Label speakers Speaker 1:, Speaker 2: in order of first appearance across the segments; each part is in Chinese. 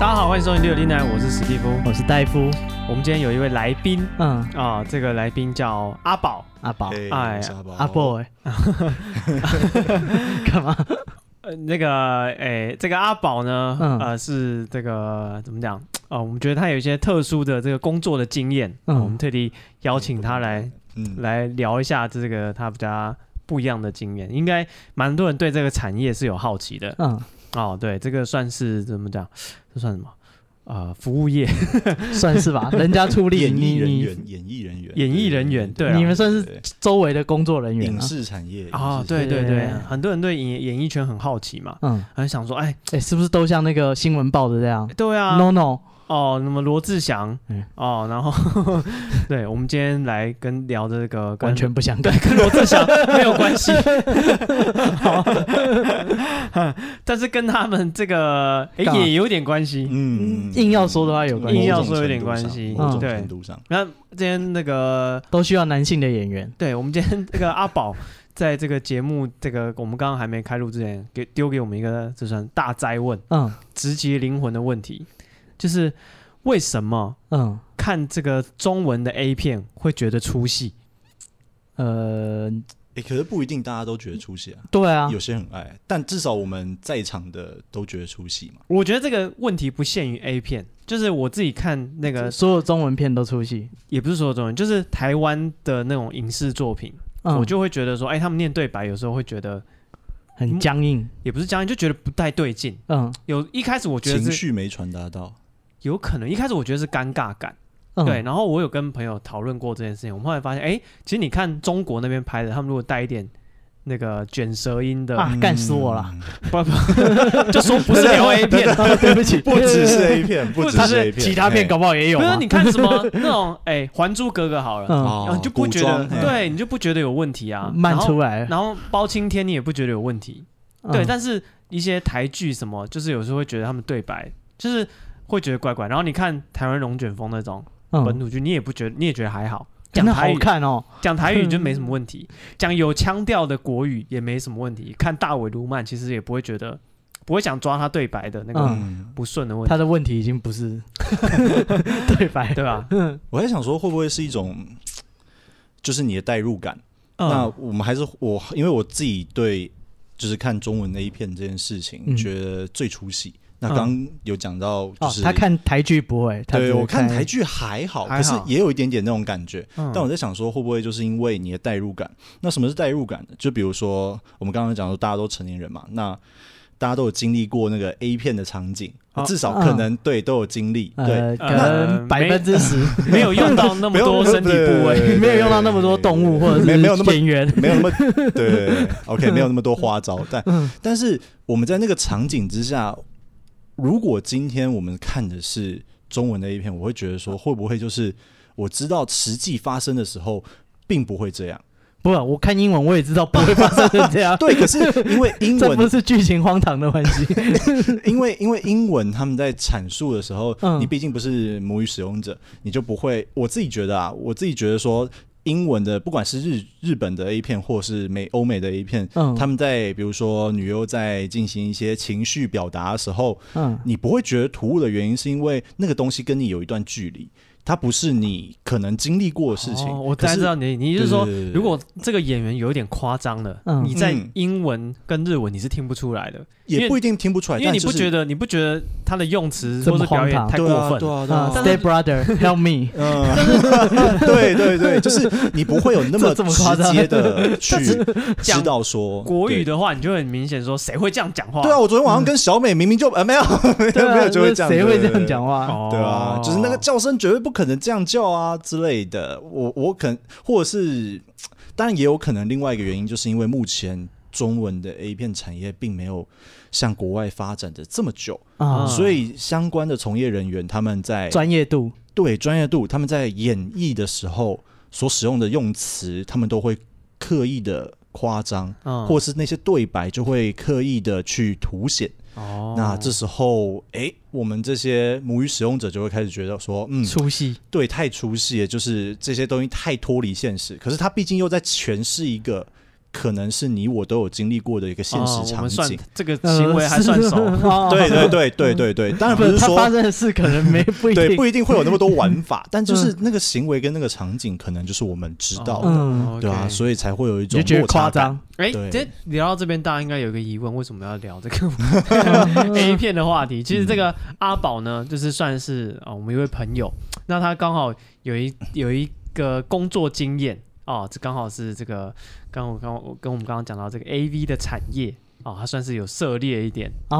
Speaker 1: 欢迎收听六零奶，我是史蒂夫。
Speaker 2: 我是戴夫，
Speaker 1: 我们今天有一位来宾
Speaker 2: 嗯，
Speaker 1: 啊，这个来宾叫阿宝。
Speaker 2: 阿宝，
Speaker 3: 哎
Speaker 1: 哎
Speaker 2: 阿，
Speaker 3: 我是
Speaker 2: boy，干嘛？
Speaker 1: 呃，那个，诶，这个阿宝呢，
Speaker 2: 嗯
Speaker 1: 呃，是这个怎么讲？啊、我们觉得他有一些特殊的这个工作的经验，
Speaker 2: 嗯
Speaker 1: 我们特地邀请他来
Speaker 3: 嗯，
Speaker 1: 来聊一下这个他比较不一样的经验。应该蛮多人对这个产业是有好奇的
Speaker 2: 嗯，
Speaker 1: 哦。对，这个算是怎么讲？这算什么？呃，服务业、
Speaker 2: 算是 吧，人家出力，
Speaker 3: 演艺
Speaker 2: 你
Speaker 3: 人
Speaker 2: 你
Speaker 3: 员，演艺人员，
Speaker 1: 演艺人员，对啊，
Speaker 2: 你们算
Speaker 3: 对
Speaker 2: 是周围的工作人员
Speaker 3: 影
Speaker 2: 啊。
Speaker 3: 视产业
Speaker 1: 啊，对对
Speaker 2: 对
Speaker 1: 对
Speaker 2: 对，
Speaker 1: 很多人对演演艺圈很好奇嘛，
Speaker 2: 嗯，
Speaker 1: 很想说，哎，
Speaker 2: 哎，是不是都像那个新闻报的这样
Speaker 1: 对啊，
Speaker 2: ？No no，
Speaker 1: 哦，那么罗志祥，
Speaker 2: 嗯
Speaker 1: 哦，然后 对，我们今天来跟聊这个跟
Speaker 2: 完全不相干。
Speaker 1: 跟罗志祥没有关 系，好，但是跟他们这个诶
Speaker 2: 干嘛
Speaker 1: 也有点关系。
Speaker 3: 嗯
Speaker 2: 硬要说的话有关系
Speaker 1: 硬要说有点关系嗯
Speaker 3: 某种
Speaker 1: 对
Speaker 3: 程度上，
Speaker 1: 那今天那个，
Speaker 2: 都需要男性的演员。
Speaker 1: 对我们今天这个阿宝在这个节目，这个我们刚刚还没开录之前，给丢给我们一个这算大灾问，
Speaker 2: 嗯
Speaker 1: 直击灵魂的问题，就是为什么
Speaker 2: 嗯，
Speaker 1: 看这个中文的 A 片会觉得出戏？
Speaker 2: 呃，
Speaker 3: 哎，可是不一定大家都觉得出戏啊，
Speaker 2: 对啊，
Speaker 3: 有些很爱，但至少我们在场的都觉得出戏嘛。
Speaker 1: 我觉得这个问题不限于 A 片，就是我自己看那个，
Speaker 2: 所有中文片都出戏。
Speaker 1: 也不是所有中文，就是台湾的那种影视作品，
Speaker 2: 嗯，
Speaker 1: 我就会觉得说，哎、他们念对白有时候会觉得，
Speaker 2: 很僵硬。
Speaker 1: 也不是僵硬，就觉得不太对劲。
Speaker 2: 嗯
Speaker 1: 有一开始我觉得
Speaker 3: 情
Speaker 1: 是
Speaker 3: 绪没传达到，
Speaker 1: 有可能，一开始我觉得是尴尬感，
Speaker 2: 嗯，
Speaker 1: 对。，然后我有跟朋友讨论过这件事情，我们后来发现，哎、其实你看中国那边拍的，他们如果带一点那个卷舌音的，
Speaker 2: 啊干死我了
Speaker 3: 嗯！
Speaker 1: 不不，就说不是聊 A 片，
Speaker 2: 哦对不起，
Speaker 3: 不只是 A 片，不只
Speaker 2: 他
Speaker 3: 是 A
Speaker 2: 是
Speaker 3: 片，
Speaker 2: 其他片
Speaker 3: 嘿
Speaker 2: 搞不好也有
Speaker 1: 不
Speaker 2: 啊。
Speaker 1: 是你看什么那种哎，《还珠格格》好了，
Speaker 2: 嗯，
Speaker 1: 然后
Speaker 3: 哦
Speaker 1: 你就不觉得，
Speaker 3: 古装嘿
Speaker 1: 对，你就不觉得有问题啊。
Speaker 2: 慢出
Speaker 1: 来，
Speaker 2: 来。
Speaker 1: 然后包青天你也不觉得有问题，对。
Speaker 2: 嗯
Speaker 1: 但是一些台剧什么，就是有时候会觉得他们对白就是会觉得怪怪。然后你看台湾龙卷风那种
Speaker 2: 嗯
Speaker 1: 本土剧，你也不觉得，你也觉得还 好。
Speaker 2: 真
Speaker 1: 讲
Speaker 2: 的
Speaker 1: 台
Speaker 2: 好
Speaker 1: 语，
Speaker 2: 看嗯哦。
Speaker 1: 讲台语就没什么问题，讲有腔调的国语也没什么问题。看大尾卢曼其实也不会觉得，不会想抓他对白的那个
Speaker 3: 嗯，
Speaker 1: 不顺的问题，
Speaker 2: 他的问题已经不 是对白，
Speaker 1: 对吧？
Speaker 3: 我在想说会不会是一种，就是你的代入感。那
Speaker 1: 嗯
Speaker 3: 我们还是我，因为我自己对就是看中文 A 片这件事情，
Speaker 2: 嗯
Speaker 3: 觉得最出戏。那
Speaker 1: 嗯
Speaker 3: 刚有讲到，就
Speaker 2: 哦
Speaker 3: 是、，
Speaker 2: 他看台剧不会，他
Speaker 3: 对
Speaker 2: 只会
Speaker 3: 我看台剧还好，
Speaker 1: 还
Speaker 3: 可是
Speaker 1: 好
Speaker 3: 也有一点点那种感觉。
Speaker 1: 嗯，
Speaker 3: 但我在想说，会不会就是因为你的代入感？那什么是代入感呢？就比如说我们刚刚讲说，大家都成年人嘛，那大家都有经历过那个 A 片的场景，
Speaker 1: 哦
Speaker 3: 至少可能、对都有经历。对，
Speaker 2: 呃，可
Speaker 1: 呃
Speaker 2: 能百分之十
Speaker 1: 没有用到那么
Speaker 3: 不
Speaker 1: 多
Speaker 3: 用
Speaker 1: 身体部 位。
Speaker 2: 没有用到那么多动物或者
Speaker 3: 没没有那么
Speaker 2: 是演员，
Speaker 3: 没有那 么对对对，OK，没有
Speaker 2: 嗯
Speaker 3: 那么多花招，但但是我们在那个场景之下，如果今天我们看的是中文的 A 片，我会觉得说，会不会就是我知道实际发生的时候，并不会 这样。。
Speaker 2: 不，我看英文我也知道不会发生成这样
Speaker 3: 对，可是因为英
Speaker 2: 这不
Speaker 3: 文，
Speaker 2: 是剧情荒唐的关 系，
Speaker 3: 因为因为英文他们在阐述的时候，
Speaker 2: 嗯
Speaker 3: 你毕竟不是母语使用者，你就不会。我自己觉得啊，我自己觉得说。英文的，不管是日日本的 A 片，或是美欧美的 A 片，
Speaker 2: 嗯
Speaker 3: 他们在比如说女优在进行一些情绪表达的时候，
Speaker 2: 嗯
Speaker 3: 你不会觉得突兀的原因，是因为那个东西跟你有一段距离，它不是你可能经历过的事情。
Speaker 1: 哦、我
Speaker 3: 可
Speaker 1: 大概
Speaker 3: 是
Speaker 1: 知道你，你就是说
Speaker 3: 对对对，对
Speaker 1: 如果这个演员有点夸张了，
Speaker 2: 嗯
Speaker 1: 你在
Speaker 3: 嗯
Speaker 1: 英文跟日文你是听不出来的，
Speaker 3: 也不一定听不出来，
Speaker 1: 因为你
Speaker 3: 但就
Speaker 1: 不
Speaker 3: 是
Speaker 1: 觉得你不觉得他的用词
Speaker 2: 这
Speaker 1: 或
Speaker 2: 么
Speaker 1: 是表演
Speaker 2: 荒唐
Speaker 1: 太过分啊
Speaker 3: 对
Speaker 1: 了。
Speaker 3: 啊，对啊，
Speaker 2: 啊
Speaker 3: 对啊
Speaker 2: ，Step Brother，Help me，
Speaker 3: 嗯，对对对，就是你不会有那么
Speaker 2: 这这么夸张
Speaker 3: 直接的 去
Speaker 1: 但是讲
Speaker 3: 知道说
Speaker 1: 国语
Speaker 3: 的。
Speaker 1: 的话，你就很明显说谁会这样讲话？
Speaker 3: 对啊，我昨天晚上跟小美明明就呃没有
Speaker 2: 对啊
Speaker 3: 没有就会这样，
Speaker 2: 谁会这
Speaker 3: 对
Speaker 2: 样讲？话？
Speaker 1: 哦
Speaker 3: 对啊，就是那个叫声绝对不可能这样叫啊之类的。我我可能或者是，当然也有可能另外一个原因，就是因为目前中文的 A 片产业并没有像国外发展的这么久，
Speaker 2: 啊
Speaker 1: 嗯，
Speaker 3: 所以相关的从业人员他们在
Speaker 2: 专业度，
Speaker 3: 对专业度，他们在演绎的时候所使用的用词，他们都会刻意的夸张，
Speaker 1: 嗯
Speaker 3: 或是那些对白就会刻意的去凸显。
Speaker 1: 哦
Speaker 3: 那这时候，哎、我们这些母语使用者就会开始觉得说，嗯，
Speaker 2: 出戏，
Speaker 3: 对，太出戏了，就是这些东西太脱离现实。可是它毕竟又在诠释一个可能是你我都有经历过的一个现实
Speaker 1: 哦我
Speaker 3: 场
Speaker 1: 们算
Speaker 3: 景。
Speaker 1: 这个
Speaker 2: 呃
Speaker 1: 行为还算熟，
Speaker 3: 对对对对对对，当然不是
Speaker 2: 哦他发
Speaker 3: 说
Speaker 2: 生的事可能没不一
Speaker 3: 对
Speaker 2: 定，
Speaker 3: 不一定会有那么多玩法，但就是那个行为跟那个场景，可能就是我们 知
Speaker 1: 哦
Speaker 3: 道的，
Speaker 2: 嗯
Speaker 3: 对啊，所以才会有一
Speaker 2: 你
Speaker 3: 种
Speaker 2: 就觉得
Speaker 3: 落差
Speaker 2: 夸
Speaker 3: 感。
Speaker 2: 张，
Speaker 1: 以哎，
Speaker 3: 对
Speaker 1: 这聊到这边，大家应该有一个疑问，为什么要聊这个 A 片的话题？其
Speaker 3: 嗯
Speaker 1: 实这个阿宝呢，就是算是啊、哦我们一位朋友，那他刚好有一有一个工作经验哦，这刚好是这个刚我刚我跟我们刚刚讲到这个 A V 的产业哦，他算是有涉猎一点，
Speaker 2: 哦，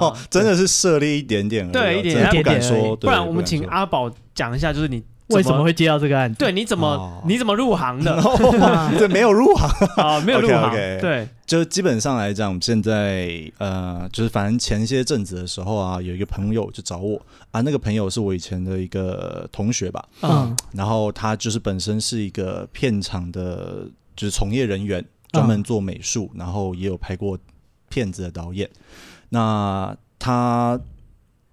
Speaker 1: 哦
Speaker 3: 真的是涉猎一点点而已啊，
Speaker 1: 对一点
Speaker 3: 真的不
Speaker 2: 点
Speaker 3: 敢
Speaker 2: 点而已
Speaker 3: 说。
Speaker 1: 哦不
Speaker 3: 对
Speaker 1: 然我们请。阿宝讲一下，就是你
Speaker 2: 为什么会接到这个案子？
Speaker 1: 对你怎么、
Speaker 3: 哦
Speaker 1: 你怎么入行 的
Speaker 3: 不敢说对，没有入行，
Speaker 1: 啊、没有入行
Speaker 3: OK，OK
Speaker 1: 对，
Speaker 3: 就基本上来讲，我们现在呃，就是反正前些阵子的时候啊，有一个朋友就找我啊，那个朋友是我以前的一个同学吧，
Speaker 1: 嗯
Speaker 2: 嗯，
Speaker 3: 然后他就是本身是一个片场的，就是从业人员，专门做美术，然后也有拍过片子的导演。那他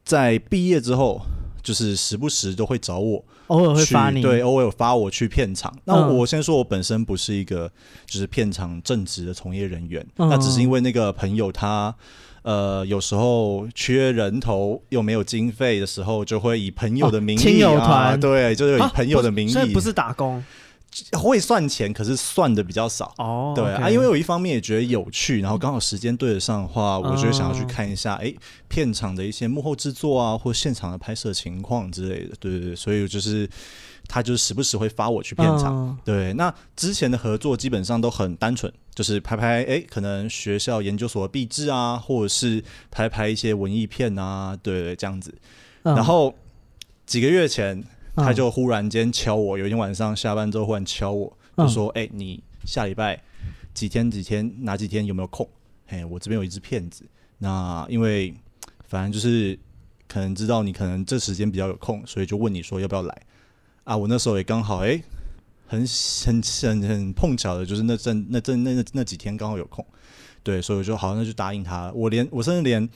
Speaker 3: 在毕业之后，就是时不时都会找我
Speaker 2: 嗯偶尔会
Speaker 3: 去
Speaker 2: 发你，
Speaker 3: 对，偶尔发我去片场。那
Speaker 2: 嗯
Speaker 3: 我先说，我本身不是一个就是片场正职的从业人员，
Speaker 2: 嗯
Speaker 3: 那只是因为那个朋友他。呃，有时候缺人头又没有经费的时候，就会以朋友的名义、啊
Speaker 2: 亲友团
Speaker 3: 对，就是以
Speaker 1: 啊
Speaker 3: 朋友的名义，
Speaker 1: 所以不是打工
Speaker 3: 会算钱，可是算的比较少。
Speaker 1: 哦，
Speaker 3: 对
Speaker 1: OK
Speaker 3: 啊，因为我一方面也觉得有趣，然后刚好时间对得上的话，我就会想要去看一下，哎、片场的一些幕后制作啊，或现场的拍摄情况之类的。对对对，所以就是他就是时不时会发我去片场。
Speaker 2: 嗯
Speaker 3: 对，那之前的合作基本上都很单纯，就是拍拍哎、诶可能学校研究所的壁纸啊，或者是拍拍一些文艺片啊，对对，这样子。
Speaker 2: 嗯
Speaker 3: 然后几个月前，
Speaker 2: 嗯
Speaker 3: 他就忽然间敲我，有一天晚上下班之后忽然敲我，就
Speaker 2: 嗯
Speaker 3: 说：“哎、你下礼拜几天几天哪几天有没有空？哎，我这边有一支片子，那因为反正就是可能知道你可能这时间比较有空，所以就问你说要不要来啊？我那时候也刚好哎、很很很很碰巧的，就是那阵那阵那那那几天刚好有空，对，所以我就好，那就答应他了。我连我甚至连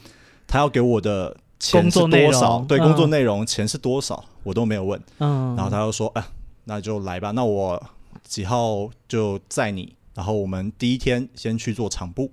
Speaker 3: 他要给我的钱是
Speaker 2: 工作内
Speaker 3: 多
Speaker 2: 容
Speaker 3: 少，对，
Speaker 2: 嗯
Speaker 3: 工作内容、钱是多少，我都没有问。
Speaker 2: 嗯，
Speaker 3: 然后他就说：“啊，那就来吧，那我几号就载你。然后我们第一天先去做场部，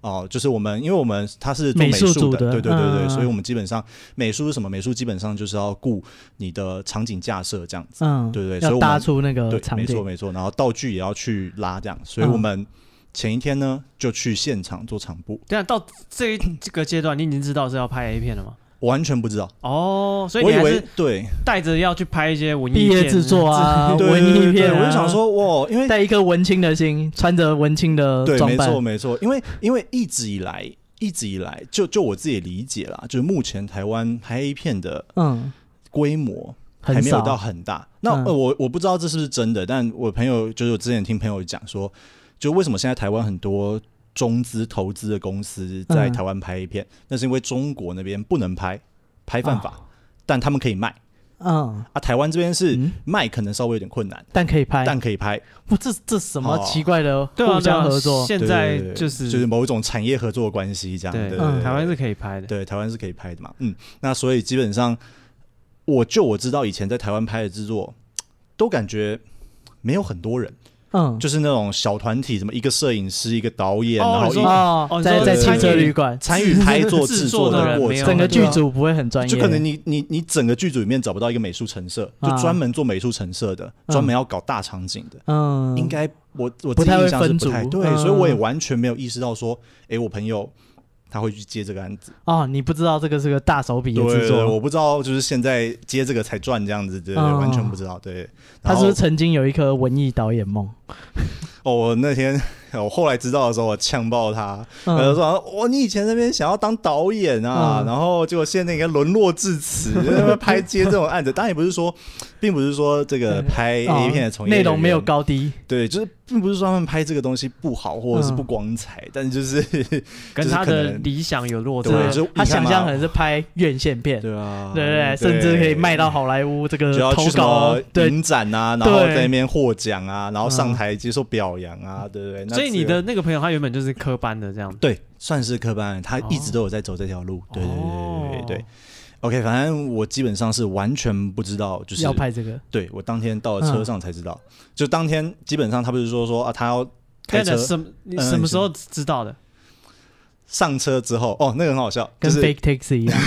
Speaker 3: 哦、就是我们因为我们他是做
Speaker 2: 美术
Speaker 3: 术
Speaker 2: 组的
Speaker 3: 对对对对，
Speaker 2: 嗯
Speaker 3: 所以我们基本上美术是什么？美术基本上就是要顾你的场景架设这样子，
Speaker 2: 嗯，
Speaker 3: 对对所以
Speaker 2: 要
Speaker 3: 我
Speaker 2: 搭
Speaker 3: 们
Speaker 2: 出那个
Speaker 3: 对，
Speaker 2: 呃场
Speaker 3: 没错
Speaker 2: 景，
Speaker 3: 没错。然后道具也要去拉这样，所以我
Speaker 2: 嗯
Speaker 3: 们前一天呢就去现场做场部，
Speaker 1: 等一下到这 一这个阶段，你已经知道是要拍 A 片了吗？
Speaker 3: 我完全不知道，
Speaker 1: 哦，所以
Speaker 3: 我
Speaker 1: 你
Speaker 3: 以
Speaker 1: 还
Speaker 3: 为
Speaker 1: 是
Speaker 3: 对
Speaker 1: 带着要去拍一些文艺
Speaker 2: 毕业
Speaker 1: 片
Speaker 2: 制作，啊，
Speaker 3: 对
Speaker 2: 文
Speaker 3: 对对
Speaker 2: 艺片啊，
Speaker 3: 我就想说哇，因为
Speaker 2: 带一颗文青的心，穿着文青的
Speaker 3: 对，
Speaker 2: 呃装
Speaker 3: 没
Speaker 2: 扮
Speaker 3: 错，没错，因为因为一直以来，一直以来，就就我自己理解啦，就是目前台湾拍 A 片的
Speaker 2: 嗯，
Speaker 3: 规模还
Speaker 2: 很
Speaker 3: 没有
Speaker 2: 少
Speaker 3: 到很大。那、
Speaker 2: 嗯
Speaker 3: 呃、我我不知道这是不是真的，但我朋友就是我之前听朋友讲说，就为什么现在台湾很多中资投资的公司在
Speaker 2: 嗯
Speaker 3: 台湾拍 A 片，那是因为中国那边不能拍，拍犯
Speaker 2: 哦
Speaker 3: 法，但他们可以卖
Speaker 2: 嗯，
Speaker 3: 啊。台湾这边是、
Speaker 2: 嗯哎
Speaker 3: 卖可能稍微有点困难，
Speaker 2: 但可以拍，
Speaker 3: 但可以拍，
Speaker 2: 不，这这什么
Speaker 3: 哦
Speaker 2: 奇怪的
Speaker 1: 对啊，
Speaker 2: 互
Speaker 1: 对啊
Speaker 2: 相合作？
Speaker 1: 现
Speaker 3: 对
Speaker 1: 在
Speaker 3: 对对对
Speaker 1: 就是
Speaker 3: 就是某一种产业合作的关系这样。对
Speaker 1: 对，
Speaker 3: 对
Speaker 2: 嗯
Speaker 3: 对
Speaker 1: 台湾是可以拍的，
Speaker 3: 对，台湾是可以拍的嘛。嗯，那所以基本上，我就我知道以前在台湾拍的制作，都感觉没有很多人，
Speaker 2: 嗯，
Speaker 3: 就是那种小团体，什么一个摄影师、一个导演，
Speaker 1: 哦
Speaker 3: 然后
Speaker 1: 你说
Speaker 3: 一
Speaker 1: 哦
Speaker 2: 哦，
Speaker 1: 你
Speaker 2: 在
Speaker 1: 说
Speaker 2: 在
Speaker 3: 参
Speaker 2: 汽车
Speaker 3: 与
Speaker 2: 旅馆，
Speaker 3: 参与拍作
Speaker 1: 制
Speaker 3: 制
Speaker 1: 作
Speaker 3: 作
Speaker 1: 的人
Speaker 3: 过
Speaker 1: 没有
Speaker 3: 程，
Speaker 2: 整个
Speaker 1: 对
Speaker 2: 剧
Speaker 1: 啊
Speaker 2: 组不会很专业，
Speaker 3: 就可能你你你整个剧组里面找不到一个美术陈设，就
Speaker 2: 啊
Speaker 3: 专门做美术陈设的，
Speaker 2: 嗯
Speaker 3: 专门要搞大场景的。
Speaker 2: 嗯，
Speaker 3: 应该我我自
Speaker 2: 不
Speaker 3: 己
Speaker 2: 太会
Speaker 3: 印象是
Speaker 2: 分
Speaker 3: 不太
Speaker 2: 组
Speaker 3: 对，
Speaker 2: 嗯
Speaker 3: 所以我也完全没有意识到说，诶，我朋友他会去接这个案子。
Speaker 2: 哦，你不知道这个是个大手笔的
Speaker 3: 对，
Speaker 2: 制作，
Speaker 3: 我不知道，就是现在接这个才赚这样子，对，对
Speaker 2: 嗯
Speaker 3: 完全不知道。对，
Speaker 2: 他
Speaker 3: 然
Speaker 2: 是
Speaker 3: 后
Speaker 2: 不是曾经有一颗文艺导演梦？
Speaker 3: 哦，我那天我后来知道的时候，我呛爆他，
Speaker 2: 嗯
Speaker 3: 我就说：“我、你以前那边想要当导演啊，
Speaker 2: 嗯
Speaker 3: 然后结果现在应该沦落至此， 在那边拍接这种案子。当然也不是说，并不是说这个
Speaker 2: 嗯
Speaker 3: 拍
Speaker 2: 哦
Speaker 3: A 片的从业
Speaker 2: 内容没有
Speaker 3: 人员
Speaker 2: 高低，
Speaker 3: 对，就是并不是说他们拍这个东西不好或者是
Speaker 2: 嗯
Speaker 3: 不光彩，但就是
Speaker 1: 跟
Speaker 3: 就是
Speaker 1: 他
Speaker 3: 可
Speaker 1: 的
Speaker 3: 能
Speaker 1: 理想有落差
Speaker 3: 对。就
Speaker 2: 他
Speaker 3: 你看
Speaker 2: 想
Speaker 3: 嘛
Speaker 2: 象可能是拍院线片，对
Speaker 3: 对啊，
Speaker 2: 不对？甚至可以卖到好莱坞这个
Speaker 3: 就要
Speaker 2: 投
Speaker 3: 去什
Speaker 2: 稿哦
Speaker 3: 么，
Speaker 2: 对，
Speaker 3: 影展啊，然后
Speaker 2: 对
Speaker 3: 在那边获奖啊，然后上台接受表扬啊，对不对？那
Speaker 1: 所以
Speaker 3: 这
Speaker 1: 你
Speaker 3: 个
Speaker 1: 的那个朋友，他原本就是科班的这样子。
Speaker 3: 对算是科班，他一直都有在走这条路，对对对对对对。OK，反正我基本上是完全不知道，就是
Speaker 2: 要拍这个，
Speaker 3: 对我当天到了车上才知道，就当天基本上他不是说说啊，他要
Speaker 1: 真
Speaker 3: 开车
Speaker 1: 的什么你
Speaker 3: 嗯
Speaker 1: 什么时候
Speaker 3: 你
Speaker 1: 知道的？
Speaker 3: 上车之后，哦，那个很好笑，就
Speaker 2: 跟
Speaker 3: 是
Speaker 2: fake taxi 一样，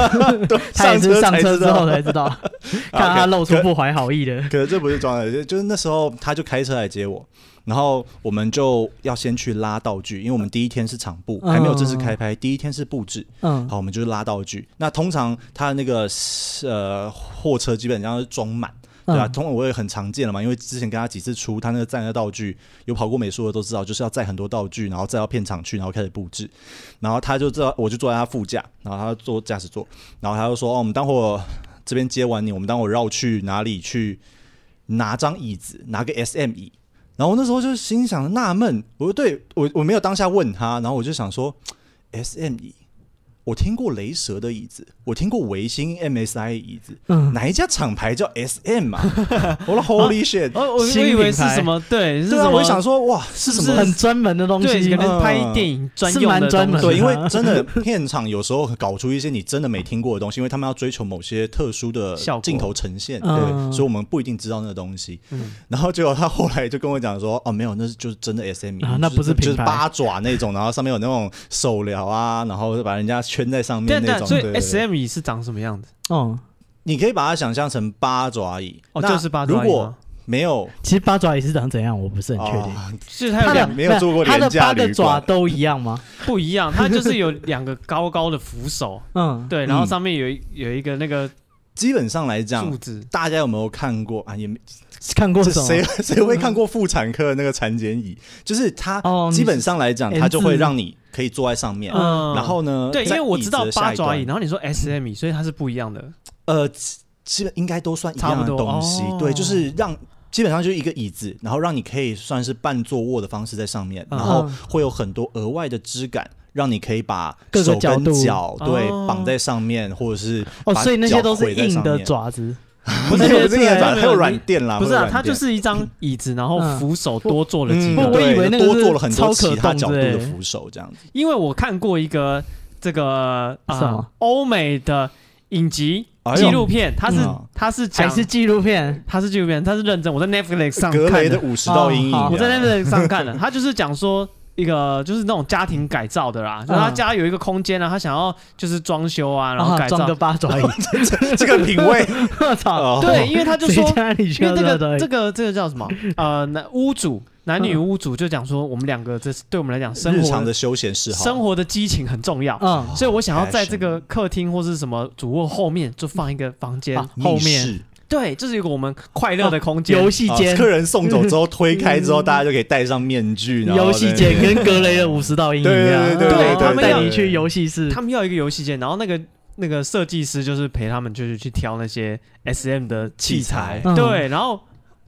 Speaker 2: 他也
Speaker 3: 上
Speaker 2: 是
Speaker 3: 车
Speaker 2: 上
Speaker 3: 才
Speaker 2: 车
Speaker 3: 知
Speaker 2: 之
Speaker 3: 道啊
Speaker 2: 后。才知 道， 看他露出不怀好意的，
Speaker 3: 可是这不是装的，就就是那时候他就开车来接我，然后我们就要先去拉道具，因为我们第一天是场布，还没有正式开拍，第一天是布置。
Speaker 2: 嗯，
Speaker 3: 好，我们就是拉道具。那通常他的那个呃货车基本上是装满，对啊，
Speaker 2: 嗯
Speaker 3: 通常我也很常见了嘛，因为之前跟他几次出，他那个载的道具，有跑过美术的都知道，就是要载很多道具，然后载到片场去，然后开始布置。然后他就知道，我就坐在他副驾，然后他坐驾驶座，然后他就说：“哦，我们待会儿这边接完你，我们待会儿绕去哪里去拿张椅子，拿个 S M 椅。”然后我那时候就心想纳闷，我就对我我没有当下问他，然后我就想说 S M 椅，我听过雷蛇的椅子，我听过维新 M S I 椅子，
Speaker 2: 嗯
Speaker 3: 哪一家厂牌叫 S M 啊？ 我的 Holy shit！
Speaker 1: 哦，我我
Speaker 2: 新
Speaker 1: 以为
Speaker 2: 品
Speaker 1: 是
Speaker 2: 牌
Speaker 1: 什么？对，是
Speaker 3: 对啊，
Speaker 1: 什么
Speaker 3: 我就想说哇，
Speaker 1: 是不
Speaker 3: 什么
Speaker 1: 是
Speaker 2: 很专门的东
Speaker 1: 对，
Speaker 2: 西
Speaker 1: 可，能拍电影专用的
Speaker 2: 是蛮专门
Speaker 1: 东
Speaker 3: 嗯对，
Speaker 1: 西
Speaker 3: 因为真的片场有时候搞出一些你真的没听过的东西，因为他们要追求某些特殊的
Speaker 1: 效果
Speaker 3: 镜头呈现，
Speaker 2: 嗯
Speaker 3: 对，所以我们不一定知道那个东西。
Speaker 1: 嗯
Speaker 3: 然后结果他后来就跟我讲说，哦，没有，那是就是真的 S M，、
Speaker 2: 啊那不
Speaker 3: 就是
Speaker 2: 是
Speaker 3: 就是
Speaker 2: 品牌
Speaker 3: 八爪那种，然后上面有那种手疗啊，然后把人家圈在上面
Speaker 1: 但
Speaker 3: 那
Speaker 1: 但
Speaker 3: 种。
Speaker 1: 所
Speaker 3: 对
Speaker 1: 以
Speaker 3: 对对
Speaker 1: S M 椅是长什么样子？
Speaker 2: 嗯，
Speaker 3: 你可以把它想象成八爪椅，
Speaker 1: 哦，
Speaker 3: 那
Speaker 1: 就是八爪椅吗。
Speaker 3: 如果没有，
Speaker 2: 其实八爪也是长怎样，我不是很确定。
Speaker 3: 啊
Speaker 1: 是它有
Speaker 2: 它
Speaker 1: 两
Speaker 2: 的
Speaker 3: 没有做过
Speaker 2: 它
Speaker 3: 廉
Speaker 2: 的
Speaker 3: 价
Speaker 2: 八个
Speaker 3: 旅
Speaker 2: 爪
Speaker 3: 馆
Speaker 2: 都一样 吗？
Speaker 1: 不一样，它就是有两个高高的扶手，
Speaker 2: 嗯，
Speaker 1: 对，然后
Speaker 3: 嗯
Speaker 1: 上面有一有一个那个
Speaker 3: 基本上来
Speaker 1: 柱
Speaker 3: 讲，
Speaker 1: 子，
Speaker 3: 大家有没有看过啊？也没
Speaker 2: 看过
Speaker 3: 这
Speaker 2: 什么？
Speaker 3: 谁啊谁会看过妇产科的那个产检椅？就是它
Speaker 2: 哦你
Speaker 3: 基本上来讲，
Speaker 2: 是
Speaker 3: 它就会让你可以坐在上面。
Speaker 1: 嗯，
Speaker 3: 然后呢，
Speaker 1: 对，因
Speaker 3: 在
Speaker 1: 为我
Speaker 3: 椅
Speaker 1: 知
Speaker 3: 子
Speaker 1: 道
Speaker 3: 的下
Speaker 1: 八
Speaker 3: 一
Speaker 1: 爪椅，
Speaker 3: 段
Speaker 1: 然后你说 S M 椅，所以它是不一样的。
Speaker 3: 呃，基基本应该都算一
Speaker 1: 差
Speaker 3: 样
Speaker 1: 不
Speaker 3: 的
Speaker 1: 多
Speaker 3: 东西
Speaker 1: 哦。
Speaker 3: 对，就是让。基本上就是一个椅子，然后让你可以算是半坐卧的方式在上面，
Speaker 1: 嗯
Speaker 3: 然后会有很多额外的枝感，让你可以把
Speaker 2: 各个
Speaker 3: 手
Speaker 2: 角
Speaker 3: 跟
Speaker 2: 度
Speaker 3: 脚对
Speaker 1: 哦
Speaker 3: 绑在上面，或者是
Speaker 2: 哦，
Speaker 3: 把
Speaker 2: 所以那些
Speaker 3: 脚
Speaker 2: 都是
Speaker 3: 跪在
Speaker 2: 硬
Speaker 3: 上
Speaker 2: 的
Speaker 3: 面
Speaker 2: 爪子，
Speaker 3: 不是
Speaker 1: 不是
Speaker 3: 不是
Speaker 1: 没
Speaker 3: 硬的
Speaker 1: 有
Speaker 3: 爪，
Speaker 1: 没
Speaker 3: 还
Speaker 1: 有
Speaker 3: 有
Speaker 1: 你
Speaker 3: 软垫啦，
Speaker 1: 不是
Speaker 3: 会有
Speaker 1: 啊，
Speaker 3: 软
Speaker 1: 它就
Speaker 3: 垫
Speaker 1: 是一张椅子，然后
Speaker 2: 嗯
Speaker 1: 扶手多做了几个
Speaker 2: 嗯，我以为那个
Speaker 3: 多
Speaker 2: 是
Speaker 3: 做了很
Speaker 2: 超
Speaker 3: 多
Speaker 2: 可
Speaker 3: 其他
Speaker 2: 动
Speaker 3: 角度
Speaker 2: 之类
Speaker 3: 的
Speaker 2: 的
Speaker 3: 扶手这样子。
Speaker 1: 因为我看过一个这个
Speaker 2: 什
Speaker 1: 啊
Speaker 2: 么
Speaker 1: 欧美的影集
Speaker 3: 哎呦
Speaker 1: 纪录片，它是
Speaker 3: 嗯
Speaker 1: 它是讲
Speaker 2: 还是纪录片？
Speaker 1: 它是纪录片，它是认真，我在 Netflix 上
Speaker 3: 格
Speaker 1: 看
Speaker 3: 雷的
Speaker 1: 的，
Speaker 3: 五十道阴影
Speaker 2: 哦
Speaker 3: 啊，
Speaker 2: 好
Speaker 1: 我在 Netflix 上看的，它 就是讲说。一个就是那种家庭改造的
Speaker 2: 啊
Speaker 1: 啦，就是他家有一个空间啊，他想要就是装修啊， 然后
Speaker 2: 啊
Speaker 1: 改
Speaker 2: 装
Speaker 1: 造
Speaker 2: 个，八 爪椅，
Speaker 3: 这个品味，
Speaker 2: 我操！
Speaker 3: 哦
Speaker 1: 对，因为他就说
Speaker 2: 谁 家里需
Speaker 1: 因为这
Speaker 2: 要
Speaker 1: 嗯
Speaker 2: 八爪
Speaker 1: 个
Speaker 2: 椅
Speaker 1: 这个这个叫什 么？呃，男屋主男女屋主就讲说，我们两个这是对我们来讲，生
Speaker 3: 日常
Speaker 1: 活
Speaker 3: 的哦休闲嗜好，
Speaker 1: 生活的激情很重要，
Speaker 2: 嗯，
Speaker 1: 所以我想要在这个客厅或是什么主卧后面就放一个房间哦
Speaker 2: 啊，
Speaker 1: 后
Speaker 3: 密
Speaker 1: 面
Speaker 3: 室
Speaker 1: 哦对，这是一个我们快乐的空间。
Speaker 2: 游戏
Speaker 3: 啊
Speaker 2: 间、
Speaker 3: 客人送走之后推开之后，大家就可以戴上面具，然后
Speaker 2: 嗯游戏间跟格雷的五十道阴影一样，
Speaker 3: 啊
Speaker 1: 对对
Speaker 3: 对
Speaker 1: 对对
Speaker 2: 他带
Speaker 1: 对
Speaker 2: 你去游戏室
Speaker 1: 他，们要一个游戏间，然后那个那个设计师就是陪他们就是去挑那些 S M 的器材
Speaker 3: 器，
Speaker 2: 材
Speaker 1: 对，然后。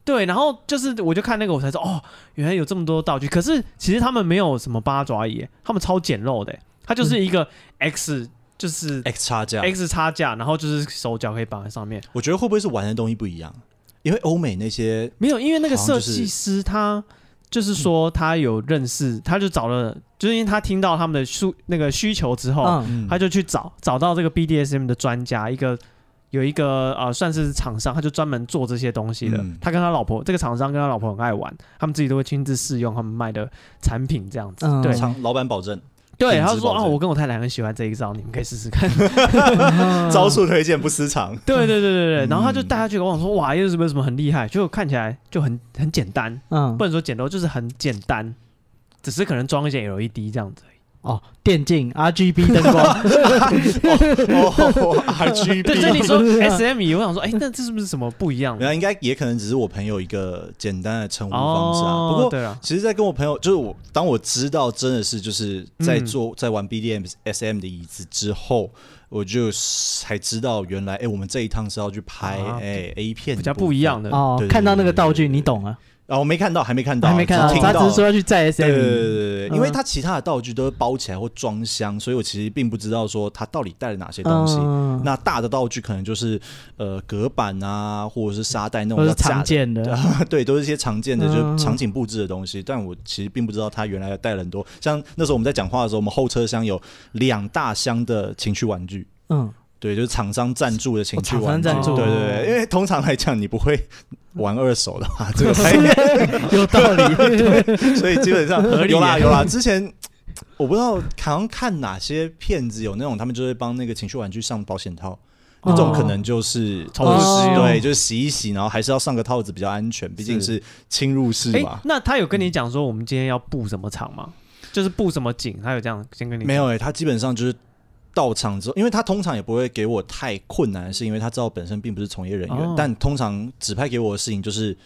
Speaker 1: 对，然后就是我就看那个，我才知道哦，原来有这么多道具。可是其实他们没有什么八爪椅，他们超简陋的，它就是一个 X，、就是
Speaker 3: X 啊叉这样。
Speaker 1: X 插架，然后就是手脚可以绑在上面。
Speaker 3: 我觉得会不会是玩的东西不一样？因为欧美那些
Speaker 1: 没有，因为那个
Speaker 3: 好像
Speaker 1: 设
Speaker 3: 就是
Speaker 1: 计师他就是说
Speaker 3: 嗯
Speaker 1: 他有认识，他就找了，就是因为他听到他们的诉那个需求之后，
Speaker 2: 嗯，
Speaker 3: 嗯
Speaker 1: 他就去找找到这个 BDSM 的专家，一个有一个呃算是厂商，他就专门做这些东西的。
Speaker 3: 嗯
Speaker 1: 他跟他老婆，这个厂商跟他老婆很爱玩，他们自己都会亲自试用他们卖的产品这样子。
Speaker 2: 嗯
Speaker 1: 对
Speaker 3: 厂老板保证
Speaker 1: 对，
Speaker 3: 品质
Speaker 1: 他就说
Speaker 3: 保
Speaker 1: 啊，
Speaker 3: 证
Speaker 1: 我跟我太太很喜欢这一招，你们可以试试 看。
Speaker 3: 招数推荐不私藏，
Speaker 1: 对对对对对，然后他就
Speaker 3: 嗯
Speaker 1: 带他去，我想说哇，又是不是什么很厉害？就看起来就很很简单，
Speaker 2: 嗯
Speaker 1: 不能说简陋，就是很简单，只是可能装一些 LED 这样 子而已。
Speaker 2: 哦，电竞 RGB 灯光，
Speaker 3: 哦 RGB，
Speaker 1: 对，所以你说
Speaker 2: 不是啊
Speaker 1: S M E，我想说，哎，那这是不是什么不一样
Speaker 3: 没有，应该也可能只是我朋友一个简单的称呼方式啊。
Speaker 1: 哦，
Speaker 3: 不过
Speaker 1: 对了，
Speaker 3: 其实，在跟我朋友，就是我，当我知道真的是就是在做、在玩 BDM SM 的椅子之后，我就才知道原来，哎、我们这一趟是要去拍哎、
Speaker 1: 啊
Speaker 3: A 片，
Speaker 1: 比较不一样。的。
Speaker 2: 哦
Speaker 3: 对，对
Speaker 2: 看到那个
Speaker 3: 对对
Speaker 2: 道具
Speaker 3: 对
Speaker 2: 你懂了，
Speaker 3: 啊，我没看到，还没看到，
Speaker 2: 还没看到
Speaker 3: 只，听
Speaker 2: 他
Speaker 3: 到。
Speaker 2: 只是说要去载
Speaker 3: 对对
Speaker 2: SM，
Speaker 3: 对对对，因为他其他的道具都是包起来或装箱，所以我其实并不知道说他到底带了哪些东西。
Speaker 2: 嗯，
Speaker 3: 那大的道具可能就是呃隔板啊，或者是沙袋那种
Speaker 2: 都
Speaker 3: 比较
Speaker 2: 是
Speaker 3: 架
Speaker 2: 常
Speaker 3: 的
Speaker 2: 见的，
Speaker 3: 对，啊都是一些常见的，就
Speaker 2: 嗯
Speaker 3: 场景布置的东西。但我其实并不知道他原来带了很多，像那时候我们在讲话的时候，我们后车厢有两大箱的情趣玩具，
Speaker 2: 嗯，
Speaker 3: 对，就是厂商赞助的情趣
Speaker 2: 哦厂商
Speaker 3: 玩具，
Speaker 2: 赞
Speaker 1: 助
Speaker 3: 对对对，因为通常来讲你不会玩二手的话，这个太
Speaker 2: 哦
Speaker 3: 哎
Speaker 2: 有道理。
Speaker 3: 所以基本上
Speaker 1: 合
Speaker 2: 啊
Speaker 1: 理
Speaker 3: 有啦
Speaker 1: 耶
Speaker 3: 有啦。之前我不知道，好像看哪些片子有那种，他们就会帮那个情绪玩具上保险套，那种可能就是
Speaker 1: 重
Speaker 3: 呃
Speaker 2: 哦使用
Speaker 3: 对，就是洗一洗，然后还是要上个套子比较安全，毕竟是侵入式
Speaker 1: 哎
Speaker 3: 嘛，。
Speaker 1: 那他有跟你讲说我们今天要布什么场吗？就是布什么景？他有这样先跟你
Speaker 3: 没有哎、他基本上就是。到场之后，因为他通常也不会给我太困难，是因为他知道本身并不是从业人员，
Speaker 1: 哦
Speaker 3: 但通常指派给我的事情就是